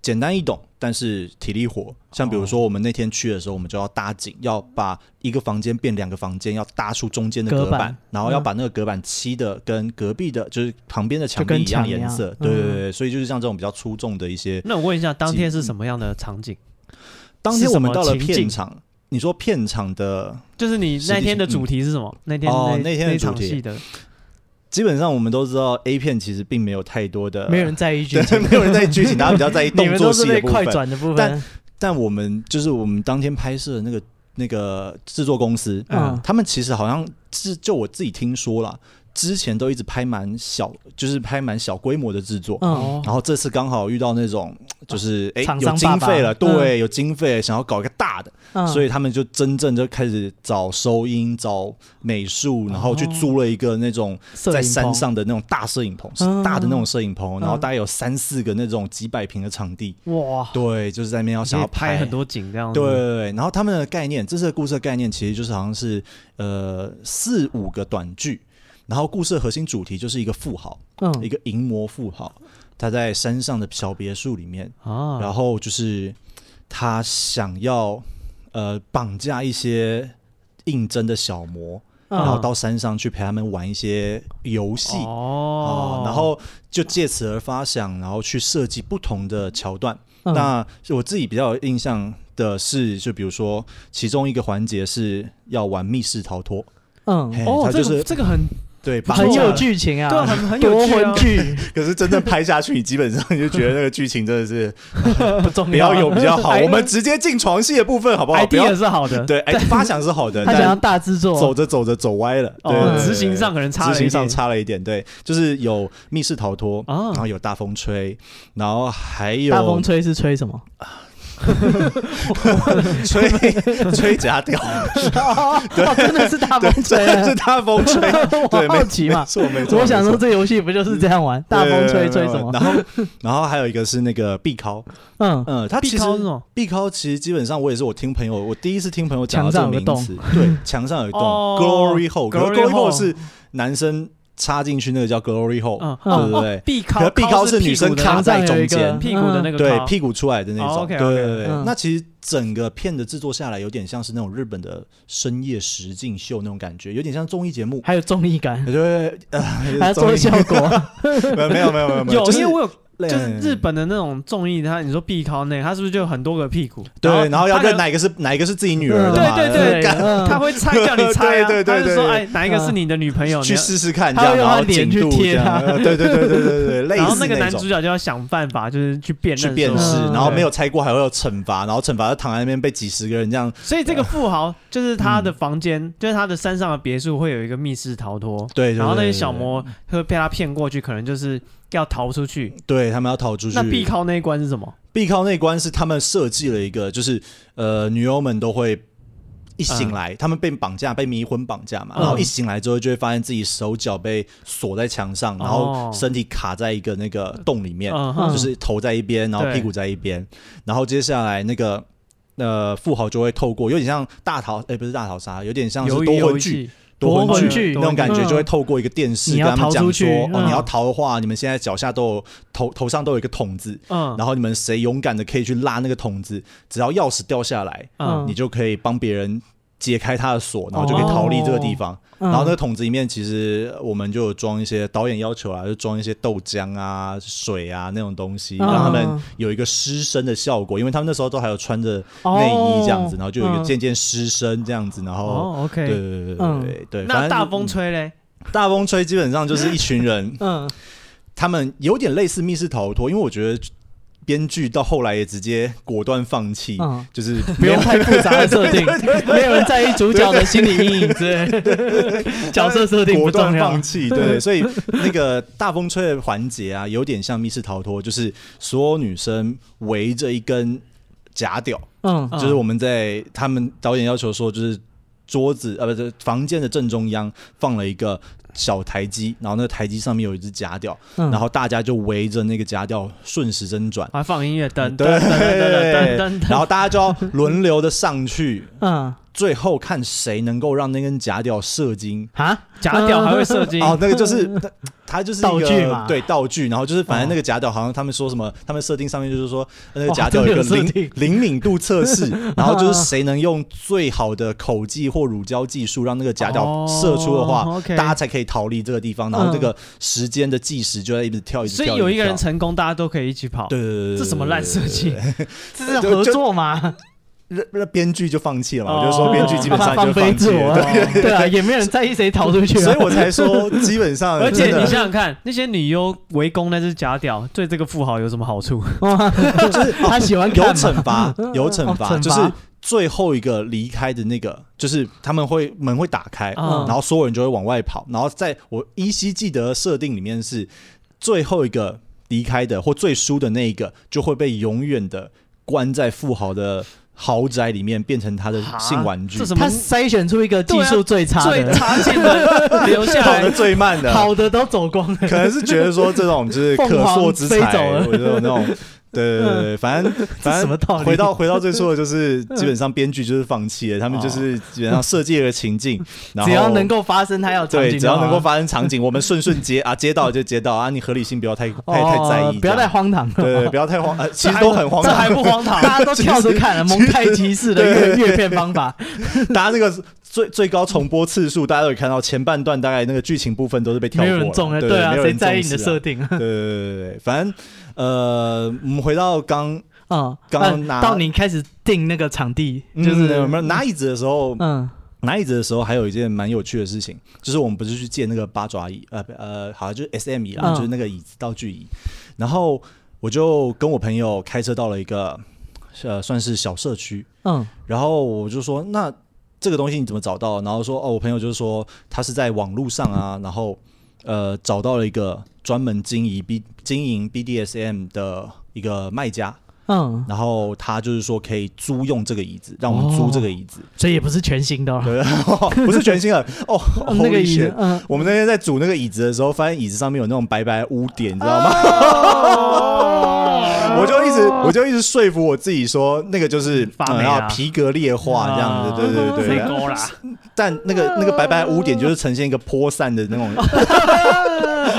Speaker 3: 简单易懂，但是体力活。像比如说我们那天去的时候，我们就要搭景，要把一个房间变两个房间，要搭出中间的
Speaker 2: 隔
Speaker 3: 隔
Speaker 2: 板
Speaker 3: 然后要把那个隔板漆的跟隔壁的，就是旁边的墙
Speaker 2: 就
Speaker 3: 壁
Speaker 2: 跟
Speaker 3: 一样
Speaker 2: 墙一样
Speaker 3: 颜色。对对对对，所以就是像这种比较出众的一些。
Speaker 1: 那我问一下，当天是什么样的场景？
Speaker 3: 当天我们到了
Speaker 1: 是什么情
Speaker 3: 片
Speaker 1: 境
Speaker 3: 场，你说片场的
Speaker 1: 就是你那天的
Speaker 3: 实际
Speaker 1: 主题是什么？那天
Speaker 3: 哦
Speaker 1: 那
Speaker 3: 那天的
Speaker 1: 那
Speaker 3: 主
Speaker 1: 场
Speaker 3: 题
Speaker 1: 戏的
Speaker 3: 基本上我们都知道 A 片其实并没有太多的，
Speaker 2: 没有人在意剧
Speaker 3: 对，
Speaker 2: 情，
Speaker 3: 没有人在意剧情，大家比较在意
Speaker 2: 你
Speaker 3: 动
Speaker 2: 们
Speaker 3: 作
Speaker 2: 都是
Speaker 3: 戏
Speaker 2: 被
Speaker 3: 的部
Speaker 2: 快
Speaker 3: 分。
Speaker 2: 转的部
Speaker 3: 但
Speaker 2: 分。
Speaker 3: 但我们就是我们当天拍摄的那个那个制作公司，
Speaker 2: 嗯
Speaker 3: 他们其实好像是就我自己听说啦，之前都一直拍蛮小，就是拍蛮小规模的制作。
Speaker 2: 嗯，
Speaker 3: 然后这次刚好遇到那种，就是哎、
Speaker 2: 厂
Speaker 3: 有
Speaker 2: 商爸
Speaker 3: 经
Speaker 2: 爸
Speaker 3: 费了，
Speaker 2: 嗯
Speaker 3: 对，有经费了想要搞一个大的，
Speaker 2: 嗯
Speaker 3: 所以他们就真正就开始找收音、找美
Speaker 2: 哦
Speaker 3: 术，然后去租了一个那种
Speaker 2: 嗯摄
Speaker 3: 在
Speaker 2: 影
Speaker 3: 山
Speaker 2: 棚
Speaker 3: 上的那种大摄影棚，是
Speaker 2: 嗯
Speaker 3: 大的那种摄影棚，然后
Speaker 2: 嗯
Speaker 3: 大概有三四个那种几百平的场地，
Speaker 2: 哇，
Speaker 3: 对，就是在那边要想
Speaker 1: 可
Speaker 3: 要
Speaker 1: 以拍很。多景这样子。
Speaker 3: 对对，对，然后他们的概念，这次的故事的概念其实就是好像是呃四五个短剧，然后故事的核心主题就是一个富豪，一
Speaker 2: 嗯，
Speaker 3: 个淫魔富豪，他在山上的小别墅里面，
Speaker 1: 啊，
Speaker 2: 嗯
Speaker 3: 然后就是他想要呃绑架一些应征的小魔，然后
Speaker 2: 嗯
Speaker 3: 到山上去陪他们玩一些游戏。
Speaker 1: 哦
Speaker 3: 啊，，然后就借此而发想，然后去设计不同的桥段。
Speaker 2: 嗯
Speaker 3: 那我自己比较有印象的是，就比如说其中一个环节是要玩密室逃脱，嘿
Speaker 2: 嗯，
Speaker 1: 哦，
Speaker 3: 他
Speaker 1: 这
Speaker 3: 就
Speaker 1: 个
Speaker 3: 是
Speaker 1: 这个很
Speaker 3: 对，绑
Speaker 2: 很
Speaker 3: 架
Speaker 2: 有剧情啊，
Speaker 1: 对啊，很很有
Speaker 2: 夺
Speaker 1: 趣啊
Speaker 2: 魂。剧
Speaker 3: 可是真正拍下去，你基本上你就觉得那个剧情真的是
Speaker 2: 不重
Speaker 3: 不要有比较好。
Speaker 2: 哎
Speaker 3: 我们直接进床戏的部分好不好？
Speaker 1: idea
Speaker 3: 不要
Speaker 1: 是好的，
Speaker 3: 对，哎，发想是好的，
Speaker 2: 他想要
Speaker 3: 但
Speaker 2: 大制
Speaker 3: 走
Speaker 2: 作，
Speaker 3: 着走着走歪了，对
Speaker 1: 哦，
Speaker 3: 对，对
Speaker 1: 执行上可能差了
Speaker 3: 执
Speaker 1: 一
Speaker 3: 行
Speaker 1: 点
Speaker 3: 上差了一点，对，就是有密室逃脱，
Speaker 1: 啊
Speaker 3: 然后有大风吹，然后还有
Speaker 2: 大风吹是吹什么？
Speaker 3: 吹吹 假屌，
Speaker 2: 哦， 真的是大风
Speaker 3: 对，
Speaker 2: 吹
Speaker 3: 真的是
Speaker 2: 啊。
Speaker 3: 大风吹，对，
Speaker 2: 我
Speaker 3: 没
Speaker 2: 好奇嘛，
Speaker 3: 错没错，
Speaker 2: 我想
Speaker 3: 没
Speaker 2: 说
Speaker 3: 错
Speaker 2: 这游戏不就是这样玩？大风吹吹什么
Speaker 3: 对？然后然后还有一个是那个壁敲，
Speaker 2: 嗯，
Speaker 3: 嗯，它
Speaker 1: 必
Speaker 3: 其实
Speaker 1: 考那种
Speaker 3: 壁敲其实基本上我也是我听朋友，我第一次听朋友讲
Speaker 2: 墙
Speaker 3: 到这
Speaker 2: 上
Speaker 3: 个
Speaker 2: 有
Speaker 3: 名
Speaker 2: 个洞
Speaker 3: 词，对，墙上有一洞
Speaker 1: 哦
Speaker 3: glory hole，可是
Speaker 1: glory
Speaker 3: glory hole
Speaker 1: hole
Speaker 3: 是男生插进去那个叫 glory hole，
Speaker 1: 嗯，哦
Speaker 3: 对对对
Speaker 1: 哦必
Speaker 3: 可
Speaker 1: 考
Speaker 3: 是壁敲是
Speaker 1: 是
Speaker 3: 女生
Speaker 1: 屁股的
Speaker 3: 卡
Speaker 2: 靠
Speaker 3: 在中
Speaker 2: 墙上有一
Speaker 3: 间
Speaker 2: 个。
Speaker 1: 屁股的那个
Speaker 3: 对
Speaker 1: 靠
Speaker 3: 屁股出来的那
Speaker 1: 哦
Speaker 3: 种，对
Speaker 1: ，OK，OK
Speaker 3: 对对对。
Speaker 2: 嗯
Speaker 3: 那其实整个片的制作下来，有点像是那种日本的深夜实境秀那种感觉，有点像综艺节 目。
Speaker 2: 还有综艺感，
Speaker 3: 对，呃，
Speaker 2: 还要做
Speaker 3: 综艺
Speaker 2: 效果，
Speaker 3: 没有没有没有没有，
Speaker 1: 有，
Speaker 3: 就是
Speaker 1: 因为我有
Speaker 3: 类
Speaker 1: 就是日本的那种综艺，它你说必考那个，它是不是就有很多个屁股？
Speaker 3: 对，然后要
Speaker 1: 它的
Speaker 3: 认哪一个是哪一个是自己女儿的嘛，
Speaker 1: 对对
Speaker 2: 对嗯
Speaker 1: 他会猜叫你猜啊，
Speaker 3: 对对对
Speaker 1: 他就
Speaker 3: 对
Speaker 1: 说
Speaker 3: 对
Speaker 1: 哎哪一个是你的女朋友？
Speaker 3: 去
Speaker 1: 你要
Speaker 3: 试试看，这
Speaker 2: 他
Speaker 3: 样
Speaker 2: 会用
Speaker 3: 然
Speaker 2: 他
Speaker 3: 后
Speaker 2: 脸
Speaker 3: 紧
Speaker 2: 去
Speaker 3: 度这
Speaker 2: 贴
Speaker 3: 样，
Speaker 2: 他
Speaker 3: 呃对对对对对 对，类
Speaker 1: 然后
Speaker 3: 似
Speaker 1: 那个男
Speaker 3: 种
Speaker 1: 主角就要想办法，就是去辨认
Speaker 3: 去辨
Speaker 1: 说
Speaker 3: 识，
Speaker 2: 嗯
Speaker 3: 然后没有猜过还会有惩罚，然后惩罚就躺在那边被几十个人这样，
Speaker 1: 所以这个富豪就是他的房间，就是他的山上的别墅会有一个密室逃脱，
Speaker 3: 对，嗯对
Speaker 1: 然后那
Speaker 3: 对
Speaker 1: 些
Speaker 3: 对
Speaker 1: 小魔会被他骗过去，可能就是要逃出去。
Speaker 3: 对他们要逃出去，
Speaker 1: 那必靠那一关是什么？
Speaker 3: 必靠那关是他们设计了一个，就是呃，女友们都会一醒
Speaker 2: 嗯
Speaker 3: 来，他们被绑架，被迷魂绑架嘛，
Speaker 1: 嗯
Speaker 3: 然后一醒来之后就会发现自己手脚被锁在墙上，然后身体卡在一个那个洞里面，
Speaker 1: 嗯
Speaker 2: 哦嗯
Speaker 1: 哼，
Speaker 3: 就是头在一边，然后
Speaker 1: 对
Speaker 3: 屁股在一边，然后接下来那个。呃，富豪就会透过有点像大逃，哎、不是大逃杀，有点像是
Speaker 1: 鱿鱼
Speaker 3: 多
Speaker 1: 嗯游
Speaker 3: 魂剧，
Speaker 1: 戏，
Speaker 3: 多
Speaker 2: 多
Speaker 3: 魂
Speaker 2: 魂
Speaker 3: 剧
Speaker 2: 剧
Speaker 3: 那种感觉，
Speaker 2: 嗯
Speaker 3: 就会透过一个电视
Speaker 2: 你
Speaker 3: 跟
Speaker 2: 要
Speaker 3: 他们
Speaker 2: 逃
Speaker 3: 讲
Speaker 2: 出
Speaker 3: 说
Speaker 2: 去，
Speaker 3: 哦，
Speaker 2: 嗯
Speaker 3: 你要逃的话，你们现在脚下都有头头上都有一个桶子，
Speaker 1: 嗯，
Speaker 3: 然后你们谁勇敢的可以去拉那个桶子，只要钥匙掉下来，
Speaker 1: 嗯哦
Speaker 3: 你就可以帮别人解开他的锁，然后就可以逃离这个地方。
Speaker 1: 嗯
Speaker 2: 然
Speaker 3: 然后那个桶子里面，其实我们就有装一些导演要求啊，就装一些豆浆啊、水啊那种东西，
Speaker 2: 嗯
Speaker 3: 让他们有一个湿身的效果，因为他们那时候都还有穿着
Speaker 2: 哦
Speaker 3: 内衣这样子，然后就有一个
Speaker 2: 嗯
Speaker 3: 渐渐湿身这样子，然后。
Speaker 1: 哦
Speaker 3: 对
Speaker 1: ，OK，
Speaker 3: 对对对
Speaker 2: 嗯
Speaker 3: 对对，
Speaker 1: 那
Speaker 3: 反正
Speaker 1: 大风吹嘞，
Speaker 3: 大风吹基本上就是一群人，
Speaker 2: 嗯
Speaker 3: 他们有点类似密室逃脱，因为我觉得编剧到后来也直接果断放弃，
Speaker 2: 嗯
Speaker 3: 就是
Speaker 2: 不 用太复杂的设定
Speaker 3: 对对对，对
Speaker 2: 没有人在意主角的心理阴影之类的，角色设定不
Speaker 3: 果断
Speaker 2: 重要
Speaker 3: 放。弃， 对，所以那个大风吹的环节啊，有点像密室逃脱，就是所有女生围着一根假屌，
Speaker 2: 嗯
Speaker 1: 嗯
Speaker 3: 就是我们在他们导演要求说，就是桌子呃不是房间的正中央放了一个小台机，然后那个台机上面有一只假屌，
Speaker 2: 嗯，
Speaker 3: 然后大家就围着那个假屌顺时针转，
Speaker 1: 还放音乐，噔
Speaker 3: 对
Speaker 1: 噔噔噔噔噔噔，
Speaker 3: 然后大家就要轮流的上去，
Speaker 2: 嗯
Speaker 3: 最后看谁能够让那根假屌射精。
Speaker 2: 啊，
Speaker 1: 假屌还会射精，
Speaker 3: 哦，那个就是它它就是一
Speaker 2: 道
Speaker 3: 个
Speaker 2: 具嘛
Speaker 3: 对道具，然后就是反正那个假屌好像他们说什么，他们设定上面就是说那个假屌有一个
Speaker 2: 哇这个有设
Speaker 3: 灵
Speaker 2: 定
Speaker 3: 灵敏度测试，然后就是谁能用最好的口技或乳胶技术让那个假屌射出的话，
Speaker 1: 哦，OK
Speaker 3: 大家才可以逃离这个地方，然
Speaker 2: 嗯
Speaker 3: 后这个时间的计时就在一直跳，一直
Speaker 1: 所
Speaker 3: 跳，
Speaker 1: 以有
Speaker 3: 一
Speaker 1: 一
Speaker 3: 直
Speaker 1: 个人
Speaker 3: 跳
Speaker 1: 成功，大家都可以一起跑。
Speaker 3: 对对对对，对
Speaker 1: 这什么烂设？计？
Speaker 2: 这是合作嘛？
Speaker 3: 对对对那那编剧就放弃了嘛，
Speaker 1: 哦
Speaker 3: 我就说编剧基本上就
Speaker 2: 放飞
Speaker 3: 放弃
Speaker 2: 自我，
Speaker 3: 了，
Speaker 2: 对啊，也没有人在意谁逃出去
Speaker 3: 对
Speaker 2: 啊。
Speaker 3: 所以我才说基本上，
Speaker 1: 而且
Speaker 3: 真的
Speaker 1: 你想想看，那些女优围攻那只假屌，对这个富豪有什么好处？
Speaker 3: 嗯
Speaker 2: 哇他喜欢
Speaker 3: 哦有
Speaker 2: 看嘛，
Speaker 3: 惩罚，
Speaker 1: 嗯
Speaker 3: 有惩罚，
Speaker 2: 哦惩罚
Speaker 3: 就是最后一个离开的那个，就是他们会门会打开，
Speaker 1: 嗯
Speaker 3: 然后所有人就会往外跑，然后在我依稀记得设定里面是最后一个离开的或最输的那一个就会被永远的关在富豪的豪宅里面，变成他的性玩具
Speaker 1: 啊这。什么
Speaker 2: 他筛选出一个技术最差
Speaker 1: 最
Speaker 2: 的，
Speaker 1: 差劲 的留下
Speaker 3: 跑
Speaker 1: 来
Speaker 3: 的？最慢的，
Speaker 2: 好的都走光了。
Speaker 3: 可能是觉得说这种就是可塑之才，
Speaker 2: 凤凰飞走了
Speaker 3: 我觉得有那种。对对对对，反正反正
Speaker 2: 什么道理
Speaker 3: 回到回到最初的就是，基本上编剧就是放弃了，他们就是基本上设计了个情境，然后
Speaker 2: 只要能够发生，他要场景
Speaker 3: 对，
Speaker 2: 就
Speaker 3: 只要
Speaker 2: 好
Speaker 3: 能够
Speaker 2: 了
Speaker 3: 发生场景，我们顺顺接啊，接到就接到啊，你合理性不要太太太在
Speaker 2: 哦
Speaker 3: 意，
Speaker 2: 不要
Speaker 3: 这
Speaker 2: 太
Speaker 3: 样
Speaker 2: 荒唐。
Speaker 3: 对对，不要太荒，呃其实都很荒
Speaker 2: 这还
Speaker 3: 唐，
Speaker 2: 不 荒唐，大家都跳着看了，蒙太奇式的一个阅片方法，
Speaker 3: 大家那个最最高重播次数，大家都有看到前半段大概那个剧情部分都是被 跳
Speaker 2: 没
Speaker 3: 过
Speaker 2: 有
Speaker 3: 了
Speaker 2: 人，中哎，
Speaker 3: 对
Speaker 2: 对啊，
Speaker 3: 没有
Speaker 2: 谁
Speaker 3: 人
Speaker 2: 在意你
Speaker 3: 重
Speaker 2: 的
Speaker 3: 视啊
Speaker 2: 设定？
Speaker 3: 对对对对对，反正呃，我们回到刚
Speaker 2: 嗯，
Speaker 3: 刚刚拿嗯
Speaker 2: 呃到你开始定那个场地，就
Speaker 3: 就是
Speaker 2: 是
Speaker 3: 我们拿椅子的时候，
Speaker 2: 嗯
Speaker 3: 拿椅子的时候还有一件蛮有趣的事情，就是我们不是去借那个八爪椅，呃不呃，好像就是 S M 椅啦，
Speaker 2: 嗯
Speaker 3: 就是那个椅子道具椅。然后我就跟我朋友开车到了一个呃算是小社区，
Speaker 2: 嗯
Speaker 3: 然后我就说那这个东西你怎么找到？然后说哦，我朋友就是说他是在网络上啊，然后呃找到了一个专门经营 B 经营 BDSM 的一个卖家，
Speaker 2: 嗯，
Speaker 3: 然后他就是说可以租用这个椅子，让我们租这个椅子。
Speaker 2: 所以也不是全新的哦，
Speaker 3: 对，不是全新的哦，
Speaker 2: 嗯那个
Speaker 3: holy
Speaker 2: 椅
Speaker 3: shit
Speaker 2: 子，嗯，
Speaker 3: 我们那天在煮那个椅子的时候，发现椅子上面有那种白白的污点，你知道
Speaker 2: 啊
Speaker 3: 吗？
Speaker 2: 哦
Speaker 3: 我就一直我就一直说服我自己说，那个就是
Speaker 1: 发啊霉啊
Speaker 3: 嗯要皮革裂化这样子，对对对
Speaker 1: 水
Speaker 3: 对。
Speaker 1: 沟啦，
Speaker 3: 但那个那个白白的污点就是呈现一个泼散的那种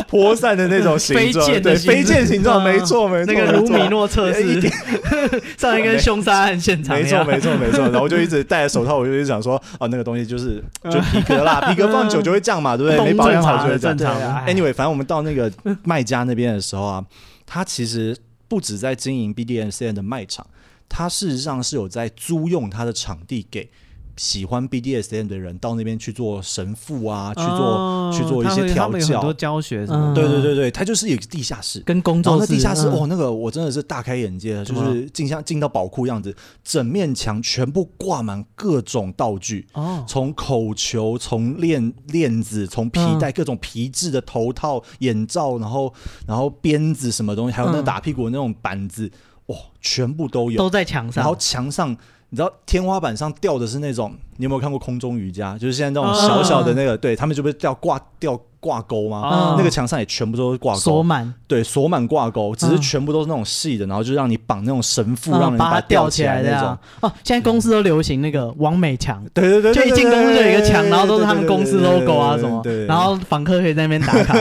Speaker 3: 泼散的那种形状，
Speaker 1: 飞溅的
Speaker 3: 对
Speaker 1: 形状
Speaker 3: 飞溅形状，没错
Speaker 2: 啊
Speaker 3: 没错，
Speaker 2: 嗯那个卢米诺测
Speaker 3: 一
Speaker 2: 试， 上一个凶杀案现场一啊
Speaker 3: 没错
Speaker 2: 样，
Speaker 3: 没错没错。然后我就一直戴着手套，我就一直想说，哦，那个东西就是就皮革啦，皮革放久就会这样嘛，对不对？没保养好就会这样
Speaker 1: 正。常
Speaker 2: 对啊
Speaker 3: Anyway，反正我们到那个卖家那边的时候啊，他其实不止在经营 BDSM 的卖场，他事实上是有在租用他的场地给喜欢 BDSM 的人到那边去做神父啊，去做。
Speaker 1: 哦
Speaker 3: 去做一些
Speaker 1: 他们
Speaker 3: 调
Speaker 1: 他们有很
Speaker 3: 教
Speaker 1: 多教学什么
Speaker 2: 嗯
Speaker 1: 的，
Speaker 3: 对对对对，他就是有一个地下室。
Speaker 2: 跟工
Speaker 3: 然后
Speaker 2: 作
Speaker 3: 那
Speaker 2: 室
Speaker 3: 地下室，
Speaker 2: 嗯
Speaker 3: 哦，那个我真的是大开眼界，就
Speaker 1: 怎么
Speaker 3: 是进像进到宝库样子，整面墙全部挂满各种道具，
Speaker 1: 哦，
Speaker 3: 从口球、从链链子、从皮
Speaker 2: 嗯
Speaker 3: 带、各种皮质的头套、眼罩，然后然后鞭子什么东西，还有那
Speaker 2: 嗯
Speaker 3: 打屁股的那种板子，哇、全部都有。
Speaker 2: 都在墙
Speaker 3: 然后
Speaker 2: 上，
Speaker 3: 墙上，你知道天花板上吊的是那种，你有没有看过空中瑜伽？就是现在那种
Speaker 2: 嗯
Speaker 3: 小小的那个，对他们就被吊挂吊挂钩吗？
Speaker 2: 嗯
Speaker 1: 哦
Speaker 3: 那个墙上也全部都是挂
Speaker 2: 锁
Speaker 3: 钩，
Speaker 2: 满，
Speaker 3: 对，锁满挂钩，只是
Speaker 2: 嗯
Speaker 3: 全部都是那种细的，然后就让你绑那种绳缚，
Speaker 2: 嗯
Speaker 3: 让人
Speaker 2: 把
Speaker 3: 它
Speaker 2: 吊
Speaker 3: 起
Speaker 2: 来
Speaker 3: 来
Speaker 2: 的
Speaker 3: 那
Speaker 2: 呀
Speaker 3: 种。。
Speaker 2: 哦，现在公司都流行那个完美墙。
Speaker 3: 对对对，
Speaker 2: 就
Speaker 3: 对
Speaker 2: 一进公司就有一个墙，然后都是他们
Speaker 3: 对
Speaker 2: 公司
Speaker 3: 对对对
Speaker 2: logo 啊
Speaker 3: 对
Speaker 2: 什
Speaker 3: 对
Speaker 2: 么
Speaker 3: 对对，
Speaker 2: 然后访客可以在那边打 卡。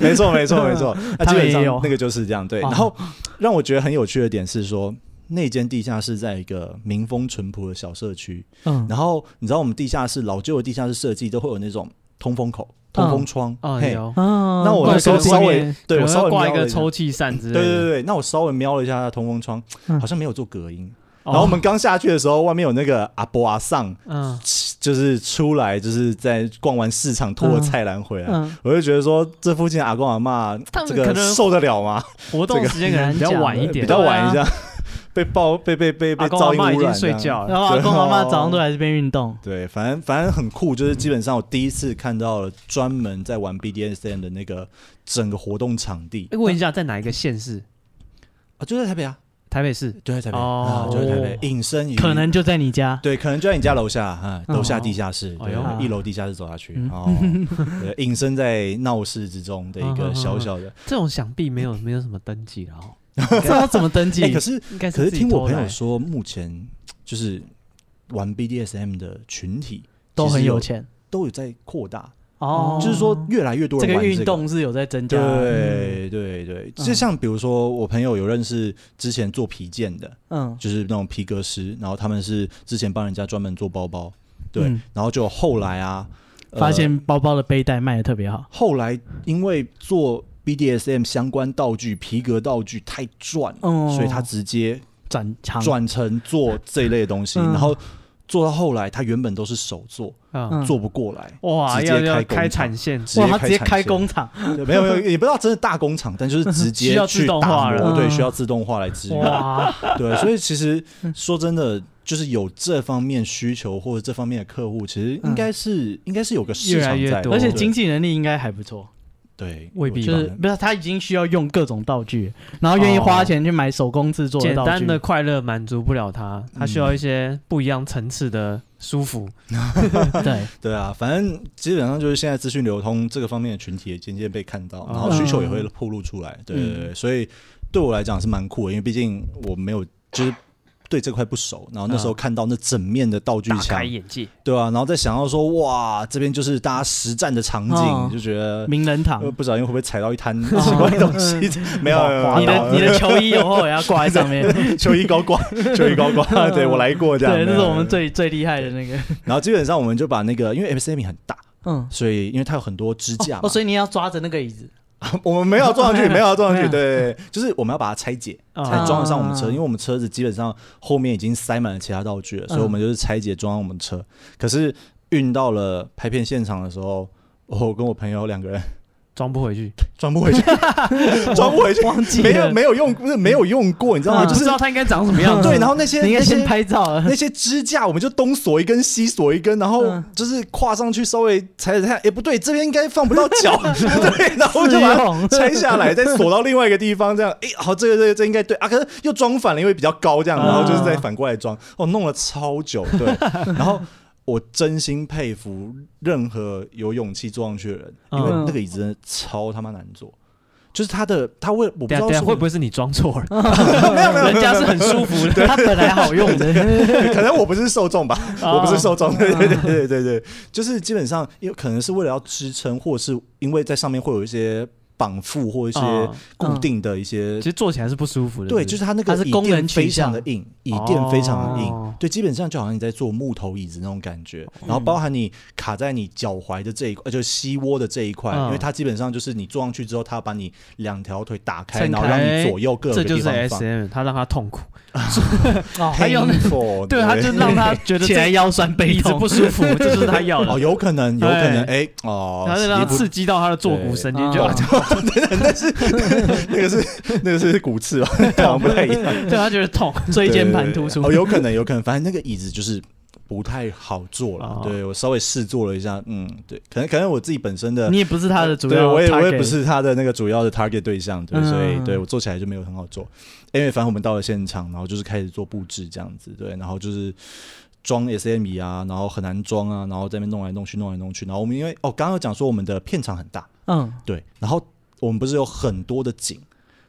Speaker 3: 没错，没错，没错。那
Speaker 2: 他们
Speaker 3: 基本
Speaker 2: 也
Speaker 3: 上
Speaker 2: 有
Speaker 3: 那个就是这样。对，
Speaker 2: 哦
Speaker 3: 然后让我觉得很有趣的点是说，那间地下室在一个民风淳朴的小社区。
Speaker 2: 嗯，
Speaker 3: 然后你知道我们地下室老旧的地下室设计都会有那种通风口、通风窗。
Speaker 1: 哦
Speaker 3: 嘿
Speaker 1: 有。
Speaker 2: 那
Speaker 3: 那我那时候
Speaker 1: 可能
Speaker 3: 稍
Speaker 1: 外
Speaker 3: 微
Speaker 1: 面
Speaker 3: 对
Speaker 1: 可
Speaker 3: 我
Speaker 1: 能
Speaker 3: 稍微
Speaker 1: 要挂一
Speaker 3: 瞄了
Speaker 1: 个
Speaker 3: 一下
Speaker 1: 抽气扇之类
Speaker 3: 对对
Speaker 1: 的，
Speaker 3: 对，那我稍微瞄了一下它的通风窗，
Speaker 2: 嗯
Speaker 3: 好像没有做隔音。
Speaker 1: 哦
Speaker 3: 然后我们刚下去的时候，外面有那个阿伯阿上
Speaker 1: 嗯，
Speaker 3: 骑就是出来就是在逛完市场拖着菜篮回来，
Speaker 2: 嗯，
Speaker 3: 我就觉得说这附近阿公阿妈
Speaker 1: 他
Speaker 3: 这
Speaker 1: 们可
Speaker 3: 个
Speaker 1: 能
Speaker 3: 受得了吗？
Speaker 1: 活动时间可能比较晚一点，
Speaker 3: 比较
Speaker 2: 对啊
Speaker 3: 晚一下， 被爆被被被被
Speaker 1: 阿公阿
Speaker 3: 噪音
Speaker 1: 妈已
Speaker 3: 污
Speaker 1: 经
Speaker 3: 染，
Speaker 1: 睡觉了。
Speaker 2: 然后阿公阿
Speaker 3: 哦
Speaker 2: 妈早上都来这边运动，
Speaker 3: 对，反正反正很酷，就是基本上我第一次看到了专门在玩 BDSM 的那个整个活动场地
Speaker 1: 哎问一下，在哪一个县市？
Speaker 3: 啊，就在台北啊，
Speaker 1: 台北市。
Speaker 3: 就在台北、
Speaker 1: 哦
Speaker 3: 啊，就在台北，隐身于
Speaker 2: 可能就在你家。
Speaker 3: 对，可能就在你家楼下啊，
Speaker 2: 嗯
Speaker 3: 楼下地下室，
Speaker 1: 哦
Speaker 3: 对，
Speaker 1: 哎
Speaker 2: 呦啊
Speaker 3: 一楼地下室走下去，
Speaker 2: 嗯
Speaker 3: 哦， 对，隐身在闹市之中的一个小
Speaker 2: 嗯
Speaker 3: 小的。
Speaker 1: 这种想必没有 没有什么登记了哦，
Speaker 2: 这要怎么登记
Speaker 3: 哎，？可是
Speaker 1: 应该
Speaker 3: 可是
Speaker 1: 自己
Speaker 3: 听我
Speaker 1: 偷
Speaker 3: 朋
Speaker 1: 来
Speaker 3: 友说，目前就是玩 BDSM 的群体
Speaker 2: 都很有
Speaker 3: 其实
Speaker 2: 钱
Speaker 3: 都有在扩大，
Speaker 2: 哦，
Speaker 3: 就是说越来越多
Speaker 2: 这
Speaker 3: 人
Speaker 2: 个
Speaker 3: 玩
Speaker 2: 运
Speaker 3: 这个。
Speaker 2: 动是有在增加。
Speaker 3: 对对对，
Speaker 2: 嗯
Speaker 3: 就像比如说，我朋友有认识之前做皮件的，
Speaker 2: 嗯，
Speaker 3: 就是那种皮革师，然后他们是之前帮人家专门做包包，对，
Speaker 2: 嗯
Speaker 3: 然后就后来啊，呃
Speaker 2: 发现包包的背带卖的特别好。
Speaker 3: 后来因为做 BDSM 相关道具、皮革道具太赚了，
Speaker 2: 嗯，
Speaker 1: 哦
Speaker 3: 所以他直接
Speaker 2: 转长，
Speaker 3: 转成做这一类的东西，
Speaker 2: 嗯
Speaker 3: 然后做到后来，他原本都是手做，
Speaker 1: 嗯，
Speaker 2: 嗯
Speaker 3: 做不过来。
Speaker 1: 哇，
Speaker 3: 直接
Speaker 1: 要要
Speaker 3: 开工
Speaker 1: 开
Speaker 3: 厂
Speaker 1: 产线，
Speaker 3: 直
Speaker 2: 哇，他直接
Speaker 3: 产
Speaker 2: 开
Speaker 3: 线
Speaker 2: 工厂，
Speaker 3: 对没有 没有，也不知道真的大工厂，但就是直接
Speaker 1: 需要
Speaker 3: 去
Speaker 1: 自动化
Speaker 3: 打
Speaker 1: 了
Speaker 3: 磨对，
Speaker 2: 嗯
Speaker 3: 需要自动化来支援。
Speaker 2: 哇，
Speaker 3: 对，所以其实说真的，就是有这方面需求或者这方面的客户，其实应该是、应该是有个市场在的，
Speaker 1: 越来越多
Speaker 2: 而且
Speaker 3: 对
Speaker 2: 经济能力应该还不错，
Speaker 3: 对
Speaker 1: 未必
Speaker 3: 我
Speaker 1: 嗯
Speaker 3: 觉
Speaker 2: 就
Speaker 3: 得
Speaker 2: 是不是他已经需要用各种道具，然后愿意花钱去买手工制作
Speaker 1: 简
Speaker 2: 道
Speaker 1: 单
Speaker 2: 具。
Speaker 1: 的快乐满足不了他，他需要
Speaker 3: 嗯
Speaker 1: 一些不一样层次的舒服。
Speaker 2: 对，
Speaker 3: 对啊，反正基本上就是现在资讯流通这个方面的群体也渐渐被看到，
Speaker 2: 啊
Speaker 1: 哦
Speaker 3: 然后需求也会暴露出来。对
Speaker 2: 嗯
Speaker 3: 对对，所以对我来讲是蛮酷的，因为毕竟我没有就是对这块不熟，然后那时候
Speaker 2: 啊
Speaker 3: 看到那整面的道具
Speaker 1: 大
Speaker 3: 墙
Speaker 1: 开，眼界。
Speaker 3: 对啊，然后再想到说哇，这边就是大家实战的场景，
Speaker 2: 哦
Speaker 3: 就觉得。
Speaker 2: 名人堂
Speaker 3: 呃，，不知道因为会不会踩到一滩奇怪的东西？没有，没有
Speaker 2: 啊你的你的球衣有后也要挂在上 面。
Speaker 3: 球衣高 挂，球衣高挂，对我来过这
Speaker 2: 嗯
Speaker 3: 样。
Speaker 2: 对，这
Speaker 3: 没
Speaker 2: 是
Speaker 3: 有
Speaker 2: 我们。最最厉害的那个。
Speaker 3: 然后基本上我们就把那个，因为 M C M 很大，
Speaker 2: 嗯，
Speaker 3: 所以因为它有很多支架嘛
Speaker 2: 哦，，所以你要抓着那个椅子。
Speaker 3: 我们没有撞上 去，没有撞上去，
Speaker 2: 没
Speaker 3: 对，就是我们要把它拆解，
Speaker 1: 啊
Speaker 3: 才装得上我们
Speaker 2: 啊
Speaker 3: 车，因为我们车子基本上后面已经塞满了其他道具
Speaker 2: 嗯
Speaker 3: 了，所以我们就是拆解装上我们车。可是运到了拍片现场的时候，我跟我朋友两个人
Speaker 1: 装不回去，
Speaker 3: 装不 回去，装不回去，
Speaker 2: 忘记了
Speaker 3: 没有没有用，不是没有用过，你知道吗？
Speaker 2: 啊
Speaker 1: 我
Speaker 3: 就
Speaker 1: 不
Speaker 3: 是
Speaker 1: 知道他应该长什么样子。
Speaker 3: 对，然后那些
Speaker 2: 你应该
Speaker 3: 那
Speaker 2: 先
Speaker 3: 些
Speaker 2: 拍照啊了。
Speaker 3: 那些支架，我们就东锁一根，西锁一根，然后
Speaker 2: 嗯
Speaker 3: 就是跨上去稍微踩踩看，哎，不对，这边应该放不到 脚，对，然后就把 它
Speaker 2: 用
Speaker 3: 拆下来，再锁到另外一个地方，这样，哎、好，这个这个这应该对啊，可是又装反了，因为比较高这样，
Speaker 1: 啊
Speaker 3: 然后就是再反过来装，哦，弄了超久， 对，然后。我真心佩服任何有勇气坐上去的人，因为
Speaker 2: 嗯
Speaker 3: 那个椅子真的超他妈难坐，就是他的他会我不知
Speaker 1: 等下
Speaker 3: 道
Speaker 1: 等下
Speaker 3: 是
Speaker 1: 会不会是你装错了？
Speaker 3: 没有没有，
Speaker 1: 人家是很舒服的。
Speaker 2: 它本来好用 的，
Speaker 3: 可能我不是受众吧，
Speaker 1: 哦
Speaker 3: 我不是受众，对对对对对对，就是基本上有可能是为了要支撑，或是因为在上面会有一些绑缚或一些
Speaker 1: 啊
Speaker 3: 固定的一些
Speaker 1: 其实坐起来是不舒服的。
Speaker 3: 对，就是是它那个
Speaker 2: 它是
Speaker 3: 椅
Speaker 2: 功
Speaker 3: 垫
Speaker 2: 能取
Speaker 3: 非常
Speaker 2: 向
Speaker 3: 的硬，椅垫非常的硬，
Speaker 1: 哦嗯
Speaker 3: 对，基本上就好像你在坐木头椅子那种感觉，然后包含你卡在你脚踝的这一块，呃就是膝窝的这一块，
Speaker 1: 嗯
Speaker 3: 因为它基本不是因为它基本上就是你坐上去之后，它把你两条腿打开，
Speaker 1: 撑
Speaker 3: 然后让
Speaker 1: 开
Speaker 3: 你左右各有
Speaker 1: 这
Speaker 3: 个
Speaker 1: 就
Speaker 3: 地
Speaker 1: 是
Speaker 3: 方
Speaker 1: S
Speaker 3: 放。
Speaker 1: M，他让他痛苦，
Speaker 2: 哦，
Speaker 1: 还有那
Speaker 3: Painful，
Speaker 1: 对，他就 让他觉得
Speaker 2: 起来
Speaker 1: 这
Speaker 2: 腰酸背
Speaker 1: 椅子
Speaker 2: 痛
Speaker 1: 不。舒服，这就是他要
Speaker 3: 哦，
Speaker 1: 的。
Speaker 3: 有可能，有可能，哎，哦，
Speaker 1: 然后就让
Speaker 3: 你
Speaker 1: 他
Speaker 3: 不
Speaker 1: 刺激到他的坐骨神经，就
Speaker 2: 对
Speaker 1: 啊
Speaker 3: 那个是那个是骨刺 吧，好像不太一样。
Speaker 1: 对他觉得痛。
Speaker 2: 椎间盘
Speaker 3: 对对
Speaker 2: 突出
Speaker 3: 对哦，有可能，有可能，反正那个椅子就是不太好坐了。
Speaker 1: 哦
Speaker 3: 对我稍微试坐了一下，嗯，对，可能可能我自己本身的
Speaker 2: 你。也不是他的主
Speaker 3: 对，
Speaker 2: 要，
Speaker 3: 我也我也不。是他的那个主要的 target 对象，对，
Speaker 2: 嗯
Speaker 3: 所以对我坐起来就没有很好坐。因为反正我们到了现场，然后就是开始做布置这样子，对，然后就是装 SME 啊，然后很难装啊，然后在那边弄来弄去，弄来弄去。然后我们因为哦，刚刚有讲说我们的片场很大，
Speaker 2: 嗯，
Speaker 3: 对，然后我们不是有很多的景，